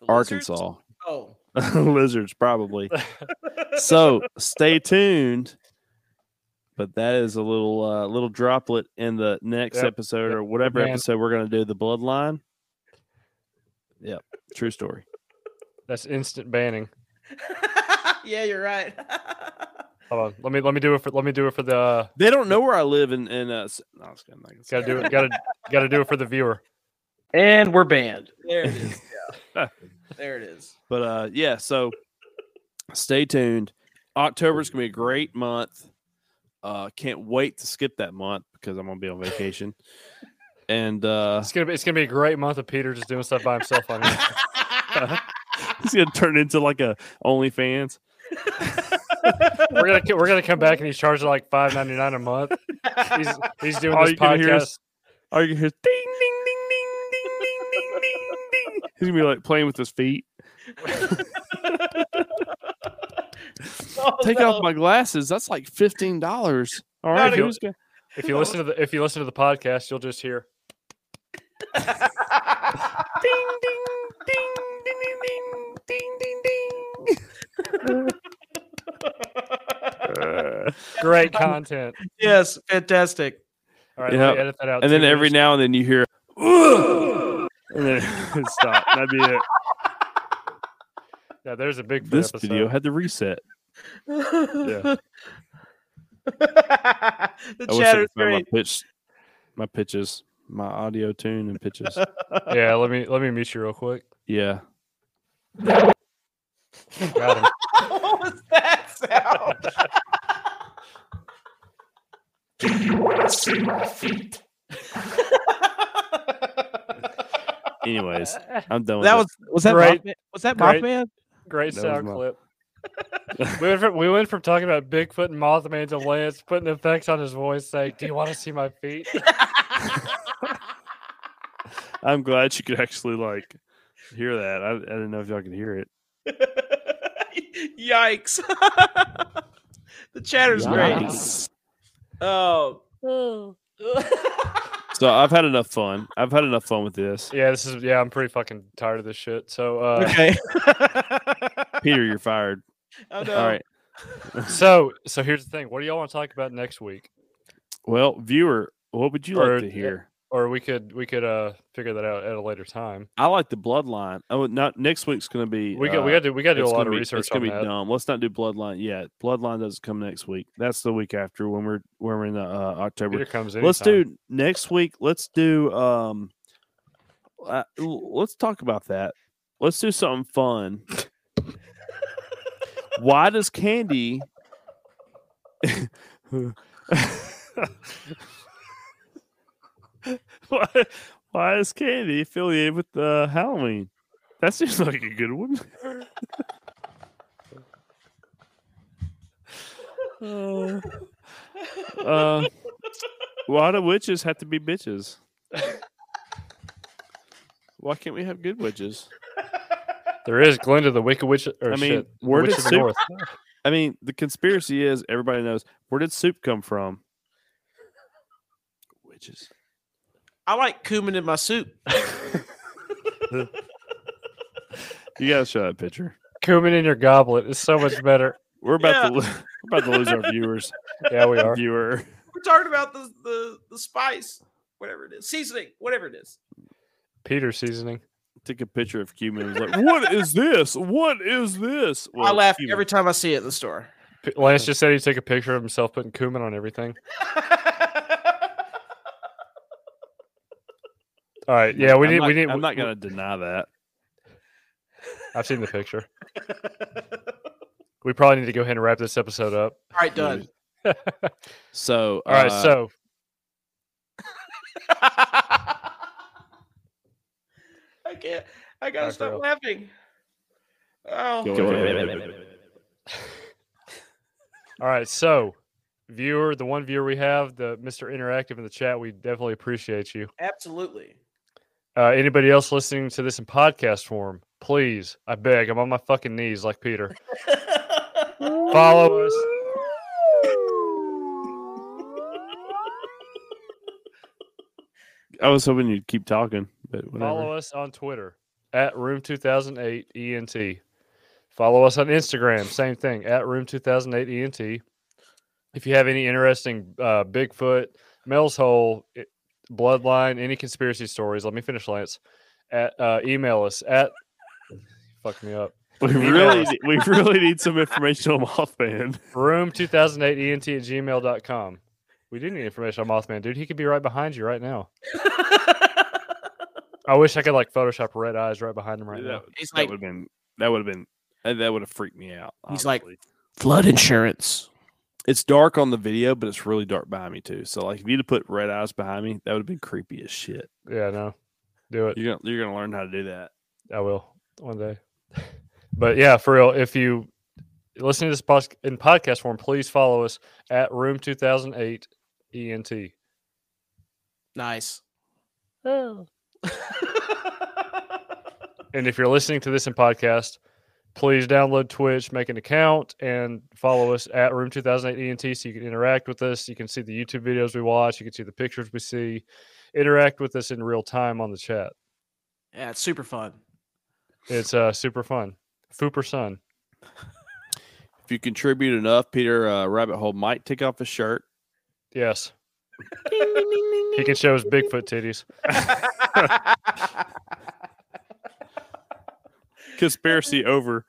Speaker 4: The lizards?
Speaker 3: Arkansas
Speaker 4: Oh.
Speaker 3: lizards, probably. so stay tuned. But that is a little uh, little droplet in the next
Speaker 2: Yep,
Speaker 3: episode
Speaker 2: yep,
Speaker 3: or whatever
Speaker 2: man.
Speaker 3: episode we're going to do. The bloodline. Yep, true story.
Speaker 2: That's instant banning.
Speaker 4: yeah, you're right.
Speaker 2: Hold on. Let me let me do it for let me do it for the uh,
Speaker 3: They don't know where I live, and and uh, s- no, I was gonna- I was
Speaker 2: gotta do it gotta gotta do it for the viewer.
Speaker 4: and we're banned. There it is. Yeah. there it is.
Speaker 3: But uh yeah, so stay tuned. October's gonna be a great month. Uh can't wait to skip that month because I'm gonna be on vacation. and uh
Speaker 2: It's gonna be it's gonna be a great month of Peter just doing stuff by himself on here.
Speaker 3: it's gonna turn into like a OnlyFans.
Speaker 2: We're gonna co- we're gonna come back and he's charging like five ninety nine a month. He's he's doing
Speaker 3: All
Speaker 2: this
Speaker 3: you can hear
Speaker 2: podcast.
Speaker 3: is- Are you hear ding ding ding ding ding ding ding ding ding? He's gonna be like playing with his feet.
Speaker 4: Oh,
Speaker 5: Oh,
Speaker 3: Take off my glasses. That's like fifteen dollars. All right,
Speaker 2: a-
Speaker 3: who's gonna-
Speaker 2: If you listen to the if you listen to the podcast, you'll just hear
Speaker 3: ding ding ding ding ding ding ding ding ding.
Speaker 2: great content.
Speaker 4: yes, fantastic.
Speaker 2: All right,
Speaker 3: Yeah.
Speaker 2: let me edit that out.
Speaker 3: and
Speaker 2: too.
Speaker 3: then every
Speaker 2: Just-
Speaker 3: now and then you hear, "Ugh," and then it stop. That'd be it.
Speaker 2: yeah, there's a big
Speaker 3: This
Speaker 2: episode.
Speaker 3: video had to reset.
Speaker 4: the
Speaker 3: I wish I
Speaker 4: chatter
Speaker 3: could find my pitch, my pitches, my audio tune and pitches.
Speaker 2: Yeah, let me let me mute you real quick.
Speaker 3: yeah,
Speaker 2: Got him.
Speaker 4: what was that sound?
Speaker 3: Anyways, I'm done. With
Speaker 4: that
Speaker 3: it.
Speaker 4: was was that
Speaker 2: Great.
Speaker 4: Mothman? Was that
Speaker 2: Great.
Speaker 3: Oh,
Speaker 4: Mothman?
Speaker 2: Great
Speaker 3: That was
Speaker 2: sound
Speaker 3: my-
Speaker 2: clip. we, went from, we went from talking about Bigfoot and Mothman to Lance putting effects on his voice, saying, "Do you want to see my feet?"
Speaker 3: I'm glad you could actually like hear that. I, I didn't know if y'all could hear it.
Speaker 4: Yikes. the chatter's
Speaker 3: Yikes.
Speaker 4: great. Oh.
Speaker 3: So I've had enough fun. I've had enough fun with this.
Speaker 2: Yeah, this is yeah. I'm pretty fucking tired of this shit. So, uh,
Speaker 4: okay.
Speaker 3: Peter, you're fired.
Speaker 4: oh, no.
Speaker 3: All right.
Speaker 2: so so here's the thing. What do y'all want to talk about next week?
Speaker 3: Well, viewer, what would you like
Speaker 2: Or-
Speaker 3: to hear?
Speaker 2: Or we could we could uh figure that out at a later time.
Speaker 3: I like the bloodline. Oh, not next week's going to be.
Speaker 2: We got we
Speaker 3: uh,
Speaker 2: got to we got to do a
Speaker 3: it's
Speaker 2: lot
Speaker 3: gonna
Speaker 2: of
Speaker 3: be-
Speaker 2: research
Speaker 3: It's gonna
Speaker 2: on
Speaker 3: be
Speaker 2: that.
Speaker 3: dumb. Let's not do bloodline yet. Bloodline doesn't come next week. That's the week after when we're when we're in the, uh, October.
Speaker 2: Peter comes in.
Speaker 3: Let's do next week. Let's do um. Uh, l- let's talk about that. Let's do something fun. Why does candy? why, why is candy affiliated with uh, Halloween? That seems like a good one. uh, why do witches have to be bitches? Why can't we have good witches?
Speaker 2: There is Glinda the Wicked Witch. Or
Speaker 3: I mean,
Speaker 2: shit, the
Speaker 3: where
Speaker 2: Witch
Speaker 3: did
Speaker 2: of the
Speaker 3: Sup-
Speaker 2: North.
Speaker 3: I mean, the conspiracy is everybody knows where did soup come from? Witches.
Speaker 4: I like cumin in my soup.
Speaker 3: You gotta show that picture.
Speaker 2: Cumin in your goblet is so much better.
Speaker 3: We're about to lo- we're about to lose our viewers.
Speaker 2: Yeah, we are.
Speaker 3: Viewer.
Speaker 4: We're talking about the, the, the spice, whatever it is, seasoning, whatever it is.
Speaker 2: Peter seasoning.
Speaker 3: Took a picture of Cumin. and Was like, what is this? What is this?
Speaker 4: I
Speaker 3: Well,
Speaker 4: laugh
Speaker 3: cumin.
Speaker 4: every time I see it in the store.
Speaker 2: P- Lance just said he'd take a picture of himself putting cumin on everything. All right. Yeah, we
Speaker 3: I'm
Speaker 2: need
Speaker 3: Not,
Speaker 2: we need.
Speaker 3: I'm not gonna deny that.
Speaker 2: I've seen the picture. we probably need to go ahead and wrap this episode up.
Speaker 4: All right, done.
Speaker 3: So
Speaker 2: All right.
Speaker 3: uh,
Speaker 2: so
Speaker 4: I can't. I gotta
Speaker 2: Alright,
Speaker 4: stop
Speaker 2: Darrell.
Speaker 4: laughing. Oh,
Speaker 3: go ahead.
Speaker 2: all right. So viewer, the one viewer we have, the Mister Interactive in the chat, we definitely appreciate you.
Speaker 4: absolutely.
Speaker 2: Uh, anybody else listening to this in podcast form, please, I beg, I'm on my fucking knees like Peter. Follow us.
Speaker 3: I was hoping you'd keep talking, but whatever.
Speaker 2: Follow us on Twitter at Room 2008 ENT. E Follow us on Instagram, same thing at Room 2008 ENT. E If you have any interesting uh, Bigfoot, Mel's Hole, i- Bloodline, any conspiracy stories, let me finish, Lance. At uh, email us at fuck me up
Speaker 3: We
Speaker 2: Email
Speaker 3: really,
Speaker 2: us.
Speaker 3: need- we really need some information on Mothman.
Speaker 2: room 2008 ent E at gmail.com. We do need information on Mothman, dude. He could be right behind you right now. I wish I could like Photoshop red eyes right behind him right now.
Speaker 3: That,
Speaker 4: He's
Speaker 3: that
Speaker 4: like,
Speaker 3: would have been that would have been uh, that would have freaked me out.
Speaker 4: He's like-
Speaker 3: honestly.
Speaker 4: flood insurance.
Speaker 3: it's dark on the video, but it's really dark behind me too. So like, if you'd have put red eyes behind me, that would have been creepy as shit.
Speaker 2: Yeah, no, do it.
Speaker 3: You're gonna you're gonna learn how to do that.
Speaker 2: I will one day. But yeah, for real, if you listen to this pos- in podcast form, please follow us at Room 2008 ENT.
Speaker 4: Nice.
Speaker 2: And if you're listening to this in podcast, please download Twitch, make an account, and follow us at Room 2008 ENT E so you can interact with us. You can see the YouTube videos we watch, you can see the pictures we see, interact with us in real time on the chat.
Speaker 4: Yeah, it's super fun.
Speaker 2: It's uh, super fun. Fooper Sun.
Speaker 3: If you contribute enough, Peter uh, Rabbit Hole might take off his shirt.
Speaker 2: Yes. he can show his Bigfoot titties.
Speaker 3: Conspiracy over.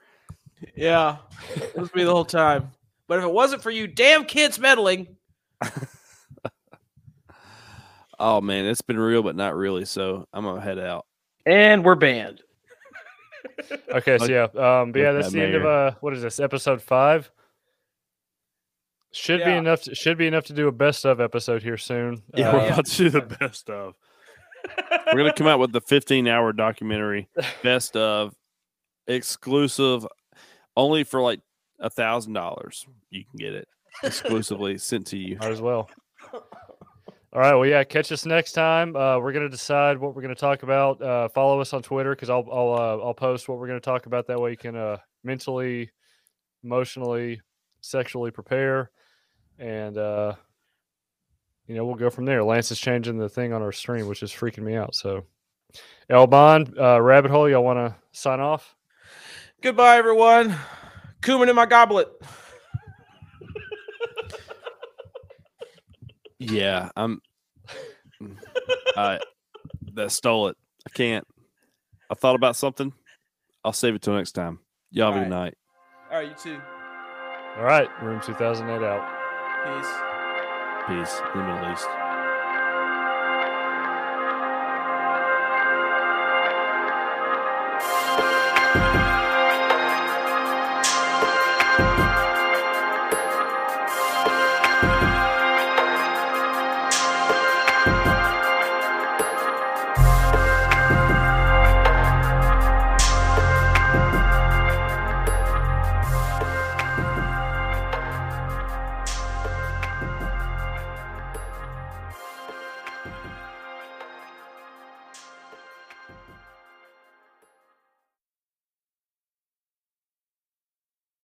Speaker 4: Yeah, it was me the whole time. But if it wasn't for you, damn kids meddling.
Speaker 3: Oh man, it's been real, but not really. So I'm gonna head out.
Speaker 4: And we're banned.
Speaker 2: Okay, so
Speaker 3: Like-
Speaker 2: yeah, um, but yeah,
Speaker 3: like
Speaker 2: that's
Speaker 3: that
Speaker 2: the end of
Speaker 3: mayor.
Speaker 2: uh, what is this episode five? Should be
Speaker 4: Yeah.
Speaker 2: enough. To, should be enough to do a best of episode here soon.
Speaker 3: Yeah,
Speaker 2: Uh,
Speaker 3: we're about to do the best of. We're gonna come out with the 15 hour documentary, best of, exclusive, only for like a thousand dollars, you can get it exclusively sent to you.
Speaker 2: Might as well. All right. Well, yeah. Catch us next time. Uh, we're gonna decide what we're gonna talk about. Uh, follow us on Twitter because I'll I'll uh, I'll post what we're gonna talk about. That way you can uh, mentally, emotionally, sexually prepare, and uh, you know we'll go from there. Lance is changing the thing on our stream, which is freaking me out. So, Elbon, uh, rabbit hole. Y'all want to sign off?
Speaker 4: Goodbye, everyone. Cumin in my goblet.
Speaker 3: Yeah, I'm. I that stole it. I can't. I thought about something. I'll save it till next time. Y'all have a good night.
Speaker 4: All right, you too.
Speaker 2: All right. Room 2008 out.
Speaker 4: Peace.
Speaker 3: Peace. In the Middle East.